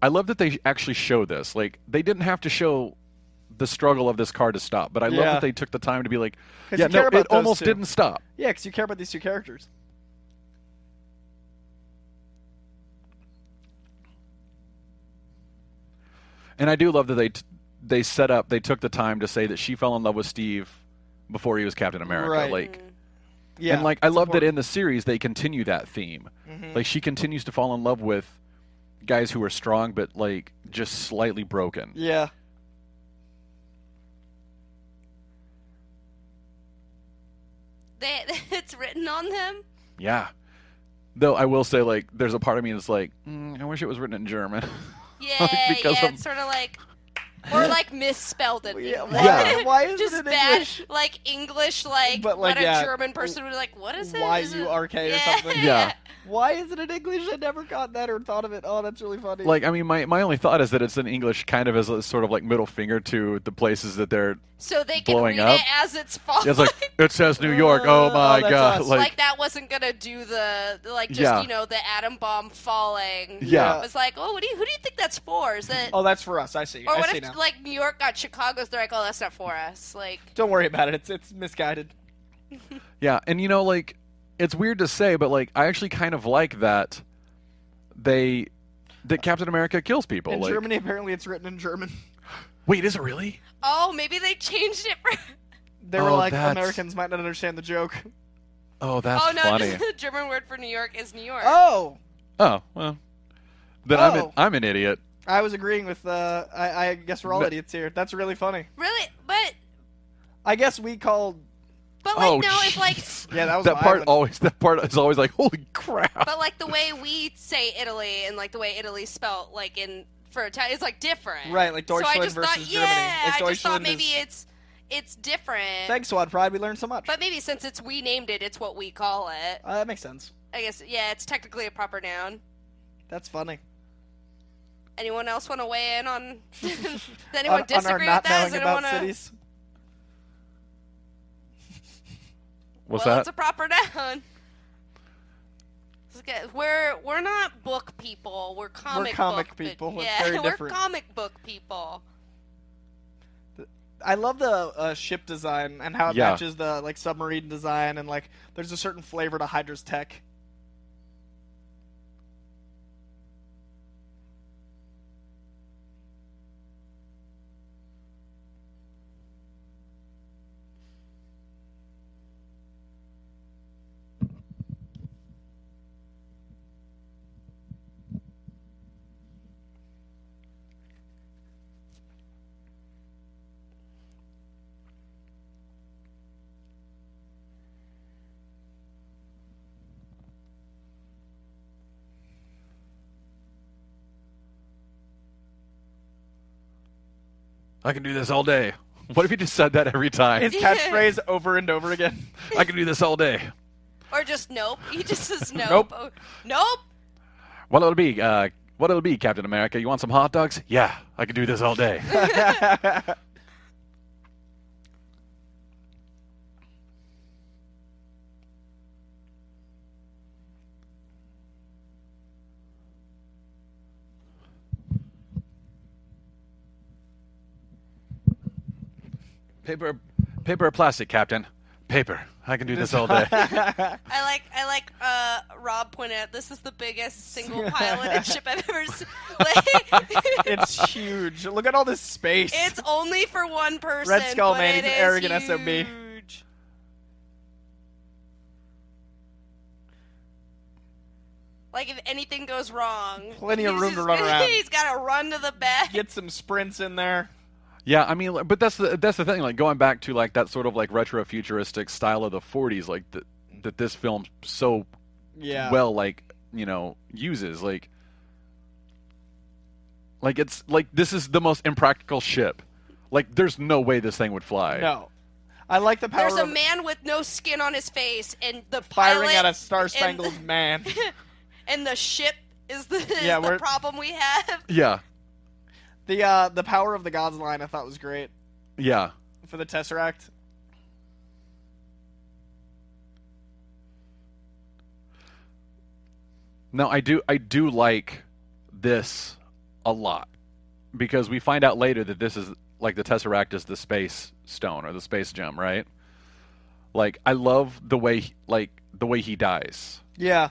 I love that they actually show this. Like they didn't have to show the struggle of this car to stop, but I love
Yeah.
that they took the time to be like,
'Cause
yeah,
you care
no,
about
it
those
almost
two.
didn't stop.
Yeah, because you care about these two characters.
And I do love that they t- they set up, they took the time to say that she fell in love with Steve before he was Captain America.
Right.
Like
Yeah, Mm-hmm.
and like I love that in the series they continue that theme. Like she continues to fall in love with guys who are strong but like just slightly broken.
yeah,
They, it's written on them.
Yeah. Though I will say like there's a part of me that's like, mm, I wish it was written in German.
Yeah,
because
yeah.
of-
It's sort of like, or like misspelled it.
yeah.
even.
Why,
Yeah.
why is
Just
it in
bad,
English?
like English, like,
But, like,
what a
yeah,
German person would be like. What is it?
Y
Is it-
U R K or
Yeah.
something.
yeah.
Why is it in English? I never got that or thought of it. Oh, that's really funny.
Like I mean my my only thought is that it's in English kind of as a sort of like middle finger to the places that they're
So they can
Blowing
read
up.
it as it's falling.
it's like it says New York. Oh
Oh,
my
that's
god.
us.
like,
Like,
that wasn't gonna do the the, like just
Yeah.
you know the atom bomb falling.
Yeah.
it was like, oh, what do you who do you think that's for? Is it
oh, that's for us. I see.
or
I
what
see
if
now.
like New York got Chicago's? They're like, oh, that's not for us. Like,
Don't worry about it. It's it's misguided.
Yeah, and you know, like it's weird to say, but like I actually kind of like that they that Captain America kills people.
In
like,
Germany, apparently, it's written in German.
wait, is it really?
oh, maybe they changed it. For...
They were
Oh,
like,
that's-
Americans might not understand the joke.
Oh, that's
Oh no,
funny.
just the German word for New York is New York.
Oh,
Oh well, then I'm an,
Oh.
I'm an idiot.
I was agreeing with. Uh, I, I guess we're all
No.
idiots here. That's really funny.
Really,
I guess we called.
But like
Oh,
no, it's like
Yeah, that was
that
my
part
one.
always that part is always like holy crap.
but like the way we say Italy and like the way Italy's spelt like in for Italian is like different.
Right, like
so I
Deutschland
just thought,
versus Germany.
yeah,
Like
I just thought
Deutschland
maybe
is-
it's it's different.
Thanks, Swad Pride. We learned so much.
But maybe since it's we named it, it's what we call it.
Uh, that makes sense.
I guess yeah, it's technically a proper noun.
That's funny.
Anyone else want to weigh in on? Does anyone
on, on our
disagree
not
with that?
knowing
Does anyone
about
wanna...
cities.
What's
well,
that?
it's a proper noun. Let's get- We're we're not book people. We're comic.
comic
book pe-
people. It's
Yeah,
very
we're
different.
comic book people.
I love the uh, ship design and how it
Yeah.
matches the like submarine design and like there's a certain flavor to Hydra's tech.
I can do this all day. What if you just said that every time?
His catchphrase over and over again.
I can do this all day.
Or just nope. He just says nope. Oh, nope.
What it'll be? Uh, what it'll be, Captain America? You want some hot dogs? Yeah, I can do this all day. paper, paper or plastic, Captain? Paper. I can do this all day.
I like I like uh, Rob pointed out this is the biggest single piloted ship I've ever seen. Like,
It's huge. Look at all this space.
it's only for one person.
Red Skull
but
man,
it
he's an
is
arrogant SOB.
huge. Like if anything goes wrong,
Plenty of
he's
room to
just-
run around.
He's got to run to the back.
Get some sprints in there.
Yeah, I mean, like, but that's the that's the thing. Like going back to like that sort of like retro futuristic style of the '40s, like th- that this film so
Yeah.
well, like you know, uses like like it's like this is the most impractical ship. Like, there's no way this thing would fly.
no. I like the power
There's a
of
man with no skin on his face, and the
firing
pilot
at a star
and-
spangled man.
and the ship is the, is
Yeah,
the
we're-
problem we have.
Yeah,
The uh the power of the gods line I thought was great
yeah.
for the Tesseract.
No, I do I do like this a lot because we find out later that this is like the Tesseract is the space stone or the space gem, right? Like I love the way he- like the way he dies.
Yeah.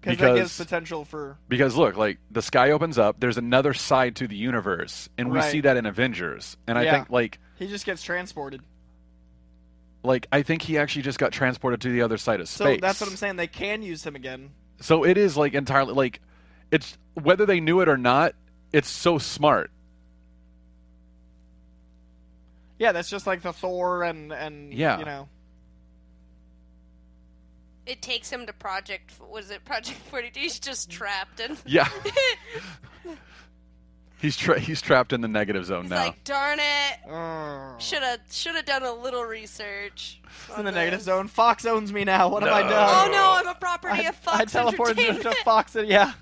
Because that gives
Because-
potential for
Because look, like the sky opens up, there's another side to the universe and we
Right.
see that in Avengers. And I
Yeah.
think like
he just gets transported.
like I think he actually just got transported to the other side of
So
space.
that's what I'm saying. They can use him again.
So it is like entirely like it's whether they knew it or not, it's so smart.
Yeah, that's just like the Thor and and
Yeah.
you know
It takes him to Project. Was it Project 42? He's just trapped and.
Yeah. he's tra- he's trapped in the negative zone
He's
now.
like, darn it!
oh.
Should have should have done a little research.
It's in the
on
negative
this."
zone. Fox owns me now. What have I
Oh
done?
no, I'm a property
I,
of Fox
I teleported
Entertainment.
to Fox. and- Yeah,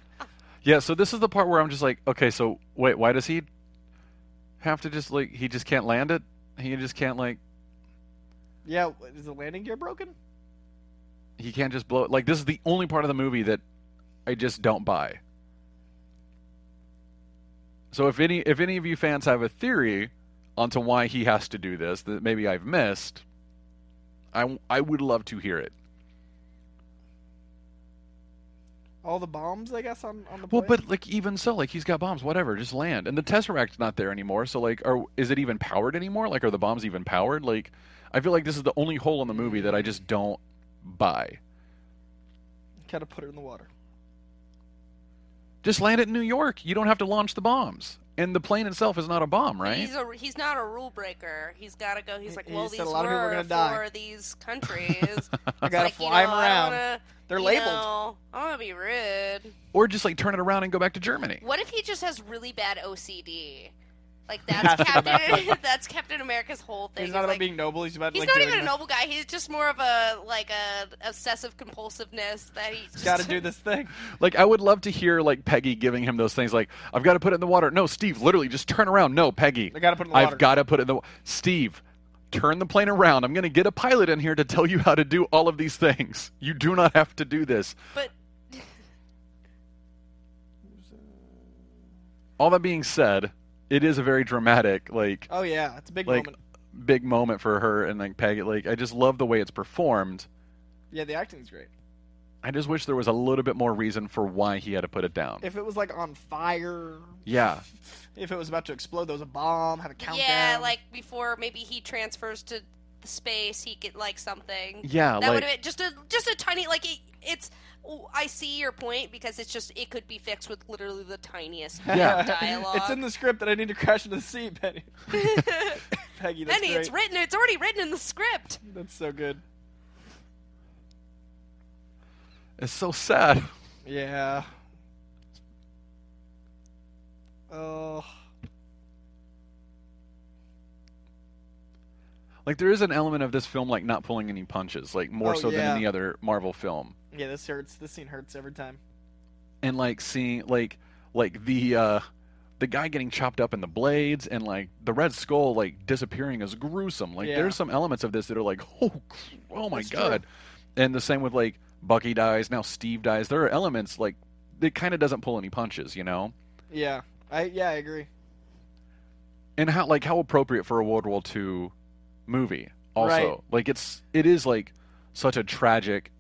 yeah, so this is the part where I'm just like, okay, so wait, why does he have to just like he just can't land it? He just can't like
yeah. Is the landing gear broken?
he can't just blow it. Like this is the only part of the movie that I just don't buy. So if any if any of you fans have a theory onto why he has to do this that maybe I've missed, I I would love to hear it.
All the bombs, I guess, on on the.
Well,
plane?
but like even so, like he's got bombs, whatever, just land. And the Tesseract's not there anymore, so like, are is it even powered anymore? Like, are the bombs even powered? Like, I feel like this is the only hole in the movie that I just don't buy.
gotta put it in the water.
Just land it in New York. You don't have to launch the bombs. And the plane itself is not a bomb, right?
He's a he's not a rule breaker. He's got to go. He's like,
He-
well,
he
these
said a lot of people are
were
gonna
for
die.
these countries.
I gotta
like, you
fly 'em
know, I don't
around.
wanna-
They're
you
labeled.
know, I want to be rude.
Or just like turn it around and go back to Germany.
What if he just has really bad OCD? Like
Has
that's
to be
Captain. that's Captain America's whole thing.
He's not about
like,
being noble. He's about
He's
like
not
doing
even a
the-
noble guy. He's just more of a like a obsessive compulsiveness that he just
Gotta do this thing.
Like I would love to hear like Peggy giving him those things like I've got to put it in the water. No, Steve, literally just turn around. No, Peggy.
I gotta put it in the water.
I've got to put it in the wa- Steve, turn the plane around. I'm going to get a pilot in here to tell you how to do all of these things. You do not have to do this.
But
All that being said, it is a very dramatic like
Oh yeah, it's a big
like
moment.
big moment for her and like Peggy. Like I just love the way it's performed.
Yeah, the acting's great.
I just wish there was a little bit more reason for why he had to put it down.
If it was like on fire,
yeah.
if it was about to explode, there was a bomb, had a countdown.
yeah, like before maybe he transfers to the space, he get like something.
Yeah,
that
like-
would have been just a just a tiny like it, it's. oh, I see your point because it's just it could be fixed with literally the tiniest bit of
Yeah.
dialogue.
It's in the script that I need to crash into the sea, Penny. Peggy, that's
Benny,
great.
it's written. It's already written in the script.
That's so good.
It's so sad.
Yeah. Oh,
Like there is an element of this film like not pulling any punches, like more
Oh,
so than
yeah.
any other Marvel film.
yeah. This hurts. This scene hurts every time.
And like seeing like like the uh the guy getting chopped up in the blades and like the red skull like disappearing is gruesome. Like
Yeah.
there's some elements of this that are like, "Oh, cr- oh my
That's true.
god." And the same with like Bucky dies, now Steve dies. There are elements like it kind of doesn't pull any punches, you know?
Yeah. I yeah I agree.
and how like how appropriate for a World War II movie also
Right.
like it's it is like such a tragic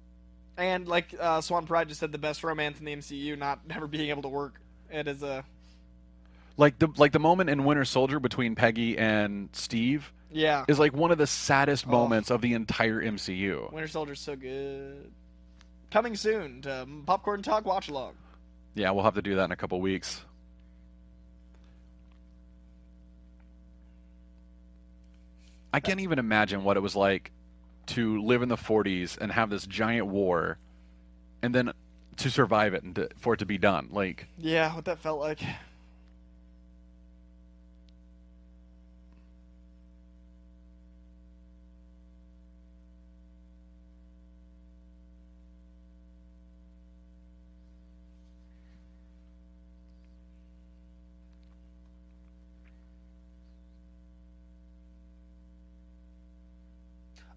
And like uh, Swan Pride just said, the best romance in the MCU, not never being able to work. It is a
like the like the moment in Winter Soldier between Peggy and Steve
yeah.
is like one of the saddest
Oh.
moments of the entire MCU.
Winter Soldier's so good. Coming soon to Popcorn Talk Watch Along.
Yeah, we'll have to do that in a couple weeks. I can't even imagine what it was like to live in the 40s and have this giant war and then to survive it and to, for it to be done. Like
Yeah, what that felt like.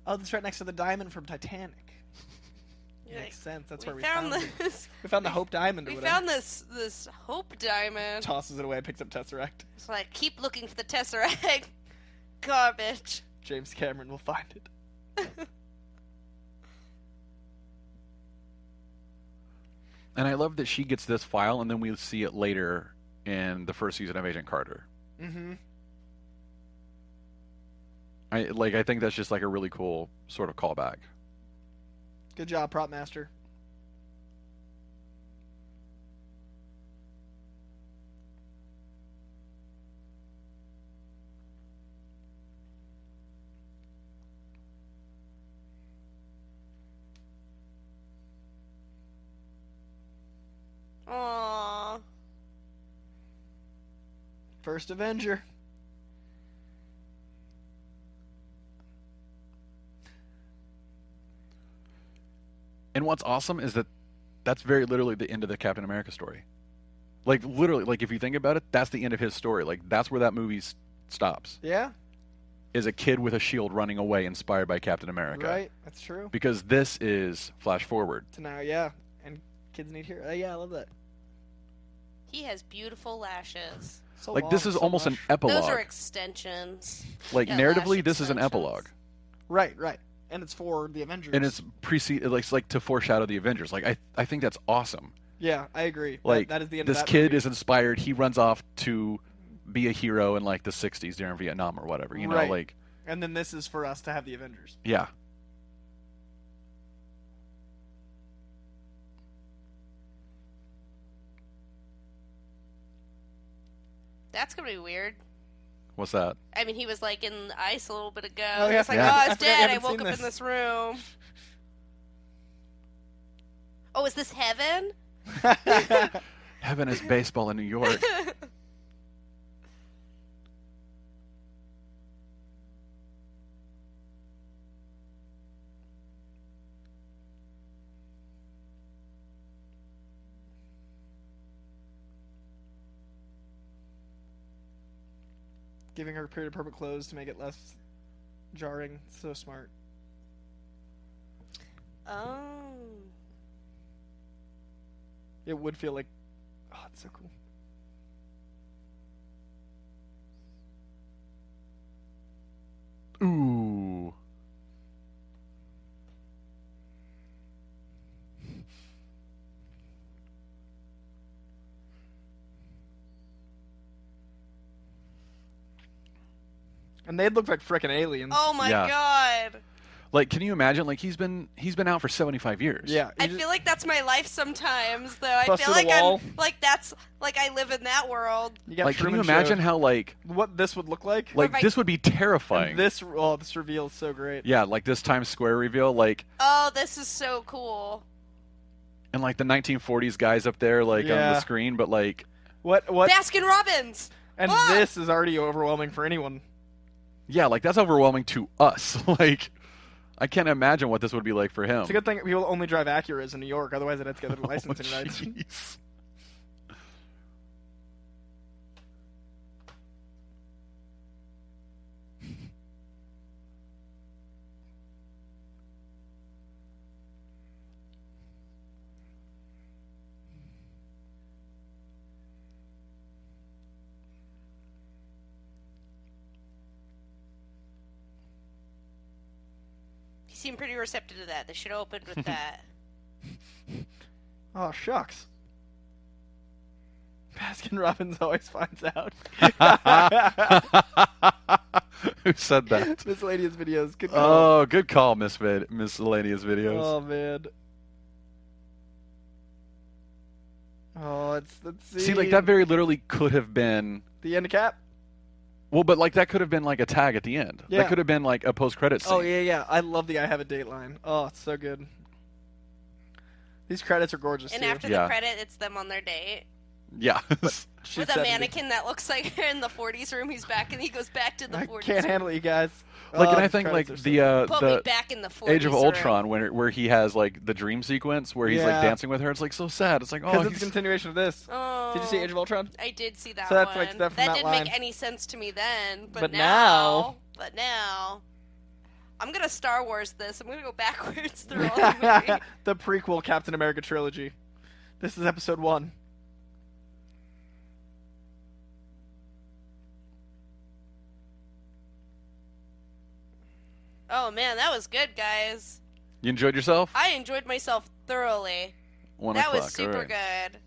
Oh, that's right next to the diamond from Titanic.
You're
Makes
like,
sense. That's
we
where we
found
found, it.
this.
We found the Hope Diamond. Or
We
whatever.
found this this hope diamond.
tosses it away, picks up Tesseract.
It's like keep looking for the tesseract. Garbage.
James Cameron will find it.
And I love that she gets this file, and then we see it later in the first season of Agent Carter.
Mm-hmm.
I like. I think that's just like a really cool sort of callback.
Good job, prop master.
Aww.
First Avenger.
And what's awesome is that that's very literally the end of the Captain America story. Like literally, like if you think about it, that's the end of his story. Like that's where that movie s- stops.
Yeah,
Is a kid with a shield running away, inspired by Captain America.
right. That's true.
Because this is flash forward.
To now, yeah. And kids need here. Uh, yeah, I love that.
He has beautiful lashes.
So
like
long,
this is
so
almost
lush.
an epilogue.
Those are extensions.
like
yeah, lash
narratively, this is an
extensions.
epilogue.
right, right. And it's for the Avengers.
and it's precede like it's like to foreshadow the Avengers. Like I I think that's awesome.
yeah, I agree. That-
Like
that is the end.
this
of that
kid
movie.
is inspired. He runs off to be a hero in like the '60s during Vietnam or whatever. You know,
Right.
like
and then this is for us to have the Avengers.
yeah.
That's gonna be weird.
What's that?
I mean, he was like in the ice a little bit ago.
Oh, yeah,
It's like,
I
oh,
forgot-
it's
I forgot you
dead. I
haven't
woke
seen
up
this.
in this room. Oh, is this heaven?
Heaven is baseball in New York.
Giving her period perfect clothes to make it less jarring. So smart.
Oh.
It would feel like, oh, it's so cool.
Ooh.
And they'd look like frickin' aliens.
Oh my
Yeah.
god.
Like, can you imagine? Like, he's been he's been out for seventy five years.
yeah. you
I
just-
feel like that's my life sometimes, though. I
Bust
feel
through the
like
wall.
I'm like that's like I live in that world.
you got
Like, can you
Truman Show.
imagine how like
what this would look like?
like
Perfect.
this would be terrifying?
And this oh, this reveal is so great.
yeah, like this Times Square reveal, like
Oh, this is so cool.
and like the 1940s guys up there, like on
Yeah.
the screen, but like
What what?
Baskin Robbins.
and
Ah!
this is already overwhelming for anyone.
yeah, like that's overwhelming to us. like, I can't imagine what this would be like for him.
It's a good thing people only drive Acuras in New York, otherwise they'd have to get their
Oh,
licensing rights.
jeez.
He seemed pretty receptive to that. They should have opened with that.
Oh shucks. Baskin Robbins always finds out.
Who said that?
Miscellaneous videos. Good call.
Oh, good call, Miss Vid- Miscellaneous Videos.
Um, oh man. Oh, it's let's see.
See, like that very literally could have been
the end cap.
well, but like that could have been like a tag at the end.
Yeah.
That could have been like a post-credit scene.
Oh yeah, yeah. I love the I have a date line. Oh, it's so good. These credits are gorgeous
and
too.
after
Yeah.
the credit, it's them on their date
yeah.
She's
with a
70.
mannequin that looks like they're in the 40s room. He's back and he goes back to the
I
40s.
can't handle it, you guys.
like,
oh,
and I
these
think like
credits are so
the uh,
Put me
the
back in the 40s.
Age of
room.
Ultron, where where he has like the dream sequence where he's like
Yeah.
dancing with her. It's like so sad. It's like oh,
Because it's a
he's,
continuation of this.
Oh.
Did you see Age of Ultron?
I did see that
So that's,
one.
like, stuff from that
didn't
line.
make any sense to me then, but,
But
now,
now-
but now, I'm gonna Star Wars this. I'm gonna go backwards through all the movie.
the prequel Captain America trilogy. This is episode one.
Oh man, that was good, guys.
you enjoyed yourself.
I enjoyed myself thoroughly.
One
that
o'clock.
was super
alright.
good.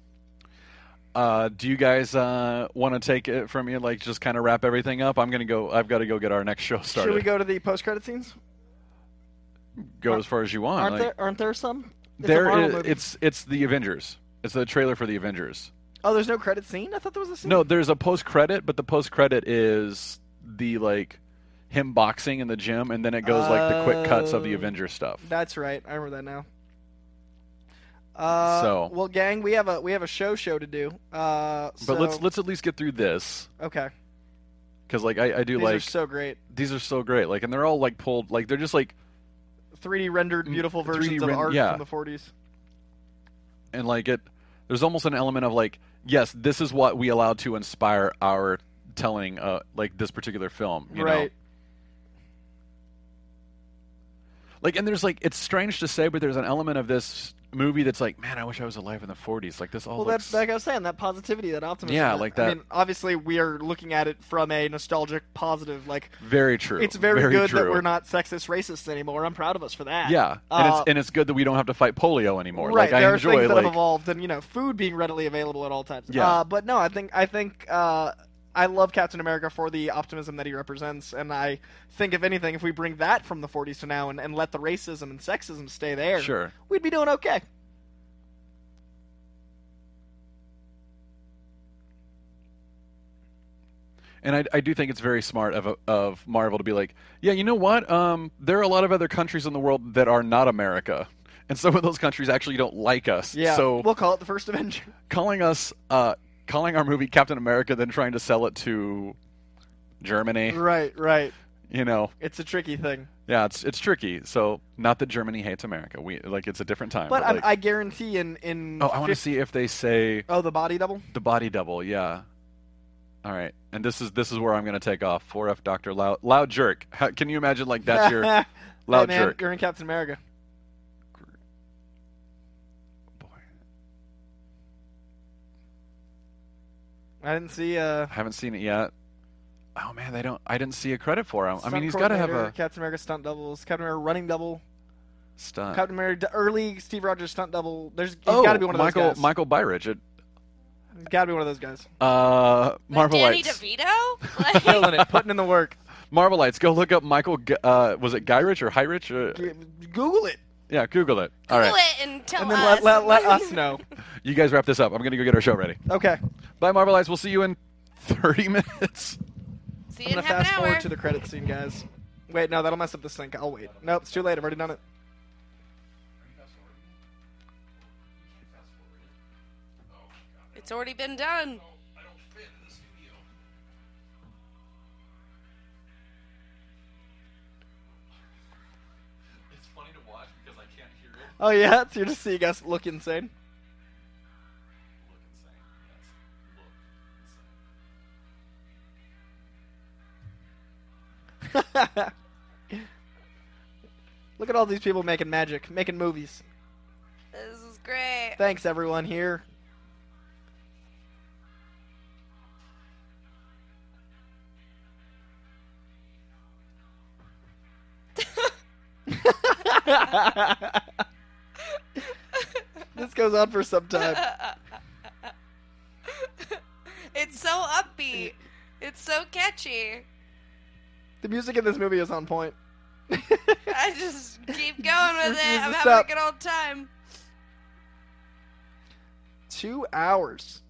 Uh, do you guys uh, want to take it from here? Like just kind of wrap everything up. I'm gonna go. I've got to go get our next show started.
Should we go to the post credit scenes?
Go as far as you want.
Aren't
like,
there aren't there some? It's a
there
Marvel
is-
movie.
it's it's the Avengers. It's the trailer for the Avengers.
Oh, there's no credit scene? I thought there was a scene.
No, there's a post credit, but the post credit is the like him boxing in the gym, and then it goes like the quick cuts of the
Oh.
Avengers stuff.
That's right. I remember that now. Uh,
So.
well, gang, we have a we have a show show to do. Uh,
but let's
so-
let's at least get through this
okay.
because like I, I do
These
like
are so great.
these are so great. Like, and they're all like pulled. Like, they're just like
3D rendered,
Mm,
beautiful
3D
versions of
rend-
art
yeah.
from the 40s.
and like it. There's almost an element of like, yes, this is what we allowed to inspire our telling. Uh, like this particular film, you
right.
know. Like, and there's like, it's strange to say, but there's an element of this movie that's like, man, I wish I was alive in the 40s. Like this all
Well,
looks.
that's like I was saying, that positivity, that optimism.
Yeah, like
I
that-
mean, obviously, we are looking at it from a nostalgic, positive. Like,
Very true.
it's very, good
true.
that we're not sexist, racists anymore. I'm proud of us for that.
Yeah, and
Uh,
it's and it's good that we don't have to fight polio anymore.
right.
like I
there are
enjoy
things that
like
have evolved, and you know, food being readily available at all times.
Yeah.
Uh, but no, I think I think uh, I love Captain America for the optimism that he represents, and I think if anything, if we bring that from the 40s to now and, and let the racism and sexism stay there,
sure.
we'd be doing okay.
And I, I do think it's very smart of of Marvel to be like, yeah, you know what? Um, there are a lot of other countries in the world that are not America, and some of those countries actually don't like us.
Yeah.
So
we'll call it the first Avenger.
calling us, uh, calling our movie Captain America, then trying to sell it to Germany,
right, right.
you know,
It's a tricky thing.
yeah, it's it's tricky. So not that Germany hates America. We like it's a different time.
But
like-
I, I guarantee in in
oh, I want to
fif-
see if they say
oh the body double.
The body double, yeah. All right, and this is this is where I'm gonna take off. 4F Doctor Loud Loud Jerk. How, can you imagine like that's your
Hey,
loud
man,
jerk?
You're in Captain America.
Boy,
I didn't see. Uh,
I haven't seen it yet. Oh man, they don't. I didn't see a credit for him. I mean,
stunt
he's got to have
coordinator,
a
Captain America stunt doubles, Captain America running double,
stunt.
Captain America d- early Steve Rogers stunt double. There's he's
Uh. oh,
got to be one of
Michael
those guys.
Michael Byridge. uh, It,
He's got to be one of those guys.
uh,
Like Danny
Marvelites.
DeVito? Like,
Killing it, putting in the work.
Marvelites. Go look up Michael. G- Uh, was it Gyrich or Hyrich? Uh,
G- Google it
yeah, Google it. All
Google
right,
it and tell
and then
us.
let, let, let us know.
you guys wrap this up. I'm gonna go get our show ready.
Okay,
Bye, Marvelites. We'll see you in 30 minutes.
See
I'm
you in
gonna
half
fast
an hour.
forward to the credit scene, guys. Wait, no, that'll mess up the sync. I'll wait. Nope, it's too late. I've already done it.
It's already been done.
It's funny to watch because I can't hear it.
Oh yeah, so you're just seeing us look insane. Look at all these people making magic, making movies.
This is great.
Thanks everyone here. this goes on for some time.
It's so upbeat. It's so catchy.
The music in this movie is on point.
I just keep going with
Refuse
it.
to
I'm having
stop.
a good old time.
Two hours.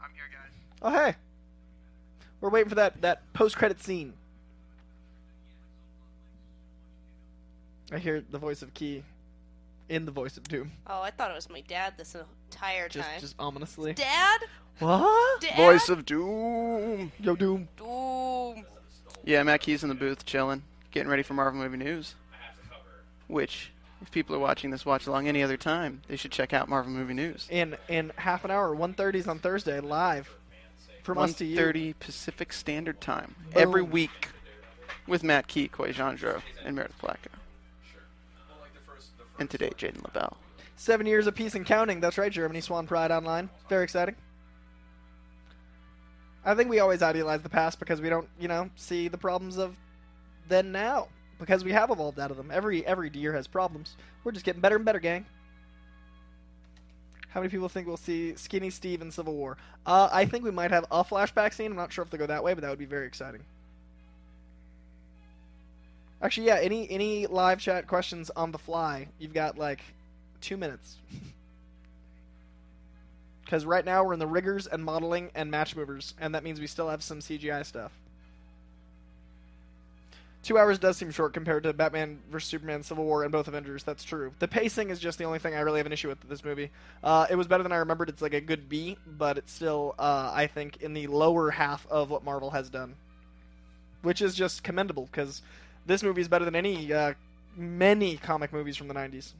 I'm here, guys. Oh hey, we're waiting for that that post credit scene. I hear the voice of Key, in the voice of Doom,
Oh, I thought it was my dad this entire
just
time.
just ominously.
Dad?
What?
Dad?
Voice of Doom.
Yo, Doom.
Ooh.
Yeah, Matt Key's in the booth, chilling, getting ready for Marvel Movie News. Which, if people are watching this watch along any other time, they should check out Marvel Movie News.
In in half an hour, 1.30s on Thursday, live from us to you.
1.30 Pacific Standard Time every
Boom.
week with Matt Key, Koi Jandro, and Meredith Blacko. And today, Jaden LaBelle.
Seven years of peace and counting. That's right, Germany Swan Pride online. Very exciting. I think we always idealize the past because we don't, you know, see the problems of then now because we have evolved out of them. Every every year has problems. We're just getting better and better, gang. How many people think we'll see Skinny Steve in Civil War? Uh, I think we might have a flashback scene. I'm not sure if they'll go that way, but that would be very exciting. Actually, yeah. Any any live chat questions on the fly? You've got like two minutes. Because right now we're in the riggers and modeling and match movers, and that means we still have some CGI stuff. Two hours does seem short compared to Batman vs Superman, Civil War, and both Avengers. That's true. The pacing is just the only thing I really have an issue with this movie. Uh, it was better than I remembered. It's like a good B, but it's still, uh, I think, in the lower half of what Marvel has done, which is just commendable because this movie is better than any uh, many comic movies from the '90s.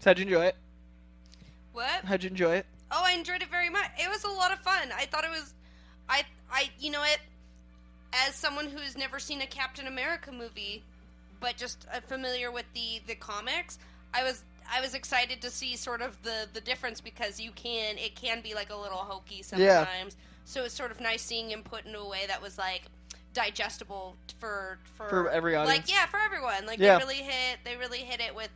So how'd you enjoy it?
What?
How'd you enjoy it?
Oh, I enjoyed it very much. It was a lot of fun. I thought it was, I, I, you know it. As someone who's never seen a Captain America movie, but just uh, familiar with the the comics, I was I was excited to see sort of the the difference because you can it can be like a little hokey
Yeah.
sometimes. So it's sort of nice seeing him put into a way that was like digestible for for,
For every audience.
Like yeah, for everyone. Like
Yeah.
they really hit they really hit it with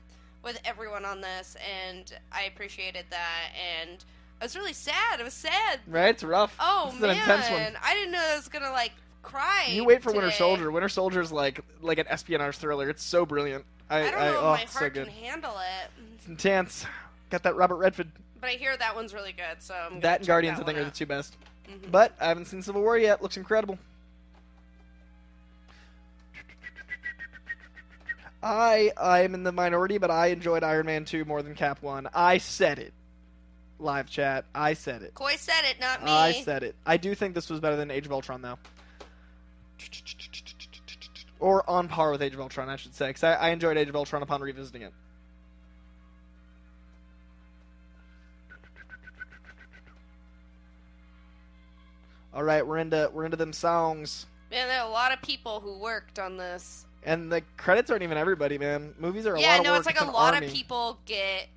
with everyone on this and I appreciated that and I was really sad. I was sad.
Right? It's rough.
Oh
This is
man,
an intense one.
I didn't know I was gonna like cry.
You wait for Winter
today.
Soldier. Winter Soldier's like like an espionage thriller. It's so brilliant. I,
I don't
I-
know if
oh,
my
it's so
heart
good.
can handle it,
It's intense. Got that Robert Redford.
but I hear that one's really good. So I'm gonna
That
check
and Guardians,
that
I think,
one
are the
out.
two best.
Mhm.
But I haven't seen Civil War yet. Looks incredible. I I am in the minority, but I enjoyed Iron Man 2 more than Cap 1. I said it. Live chat. I said it.
Coy said it, not me.
I said it. I do think this was better than Age of Ultron, though. Or on par with Age of Ultron, I should say, because I, I enjoyed Age of Ultron upon revisiting it. All right, we're into we're into them songs,
Man, there are a lot of people who worked on this.
and the credits aren't even everybody, man. Movies are a
yeah,
lot
no,
of work.
it's like
an
a lot
army.
of people get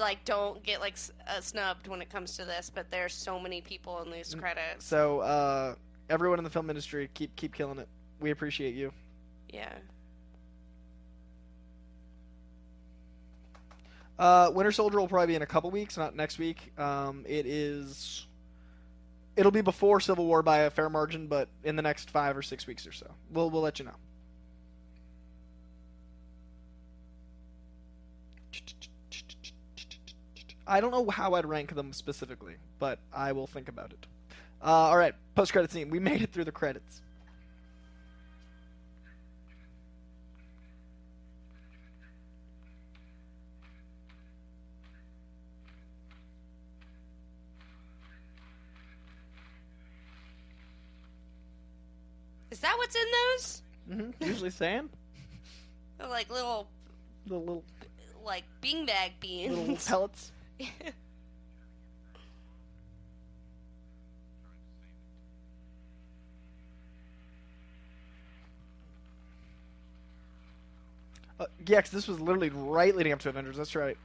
like don't get like s- uh, snubbed when it comes to this, but there's so many people in
Mm.
these credits.
So uh, everyone in the film industry, keep keep killing it. We appreciate you.
Yeah.
Uh, Winter Soldier will probably be in a couple weeks, not next week. Um, it is. It'll be before Civil War by a fair margin, but in the next five or six weeks or so, we'll we'll let you know. I don't know how I'd rank them specifically, but I will think about it. Uh, all right, post credit scene. We made it through the credits.
Is that what's in those?
hmm Usually sand,
They're like little
the little
like beanbag
little
beans.
pellets. Uh, yeah, 'cause this was literally right leading up to Avengers. That's right.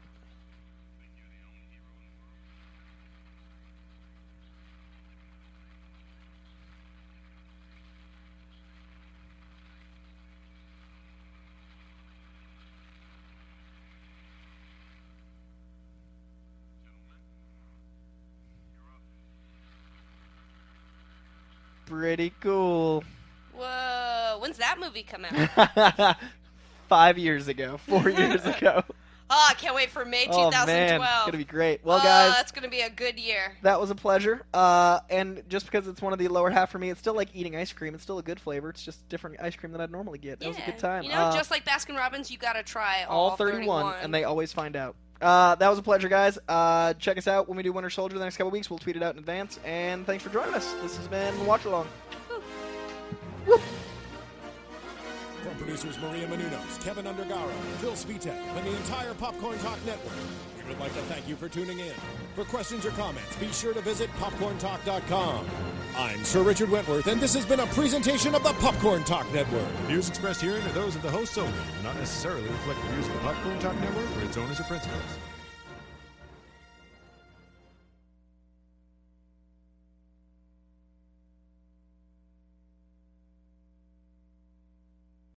Pretty cool.
Whoa! When's that movie come out?
Five years ago, four years ago.
oh, I can't wait for May
oh man,
2012.
it's gonna be great. Well,
oh,
guys,
that's gonna be a good year.
That was a pleasure. Uh, and just because it's one of the lower half for me, it's still like eating ice cream. It's still a good flavor. It's just different ice cream than I'd normally get. It was a
Yeah.
good time.
You know,
Uh,
just like Baskin Robbins, you gotta try all,
all 31, and they always find out. Uh, that was a pleasure, guys. Uh, check us out when we do Winter Soldier the next couple weeks. We'll tweet it out in advance. And thanks for joining us. This has been Watch Along.
From producers Maria Menunos, Kevin Undergaro, Phil Svitek, and the entire Popcorn Talk Network, we would like to thank you for tuning in. For questions or comments, be sure to visit popcorntalk.com. I'm Sir Richard Wentworth, and this has been a presentation of the Popcorn Talk Network. Views expressed herein are those of the hosts only, not necessarily reflect the views of the Popcorn Talk Network or its owners or principals.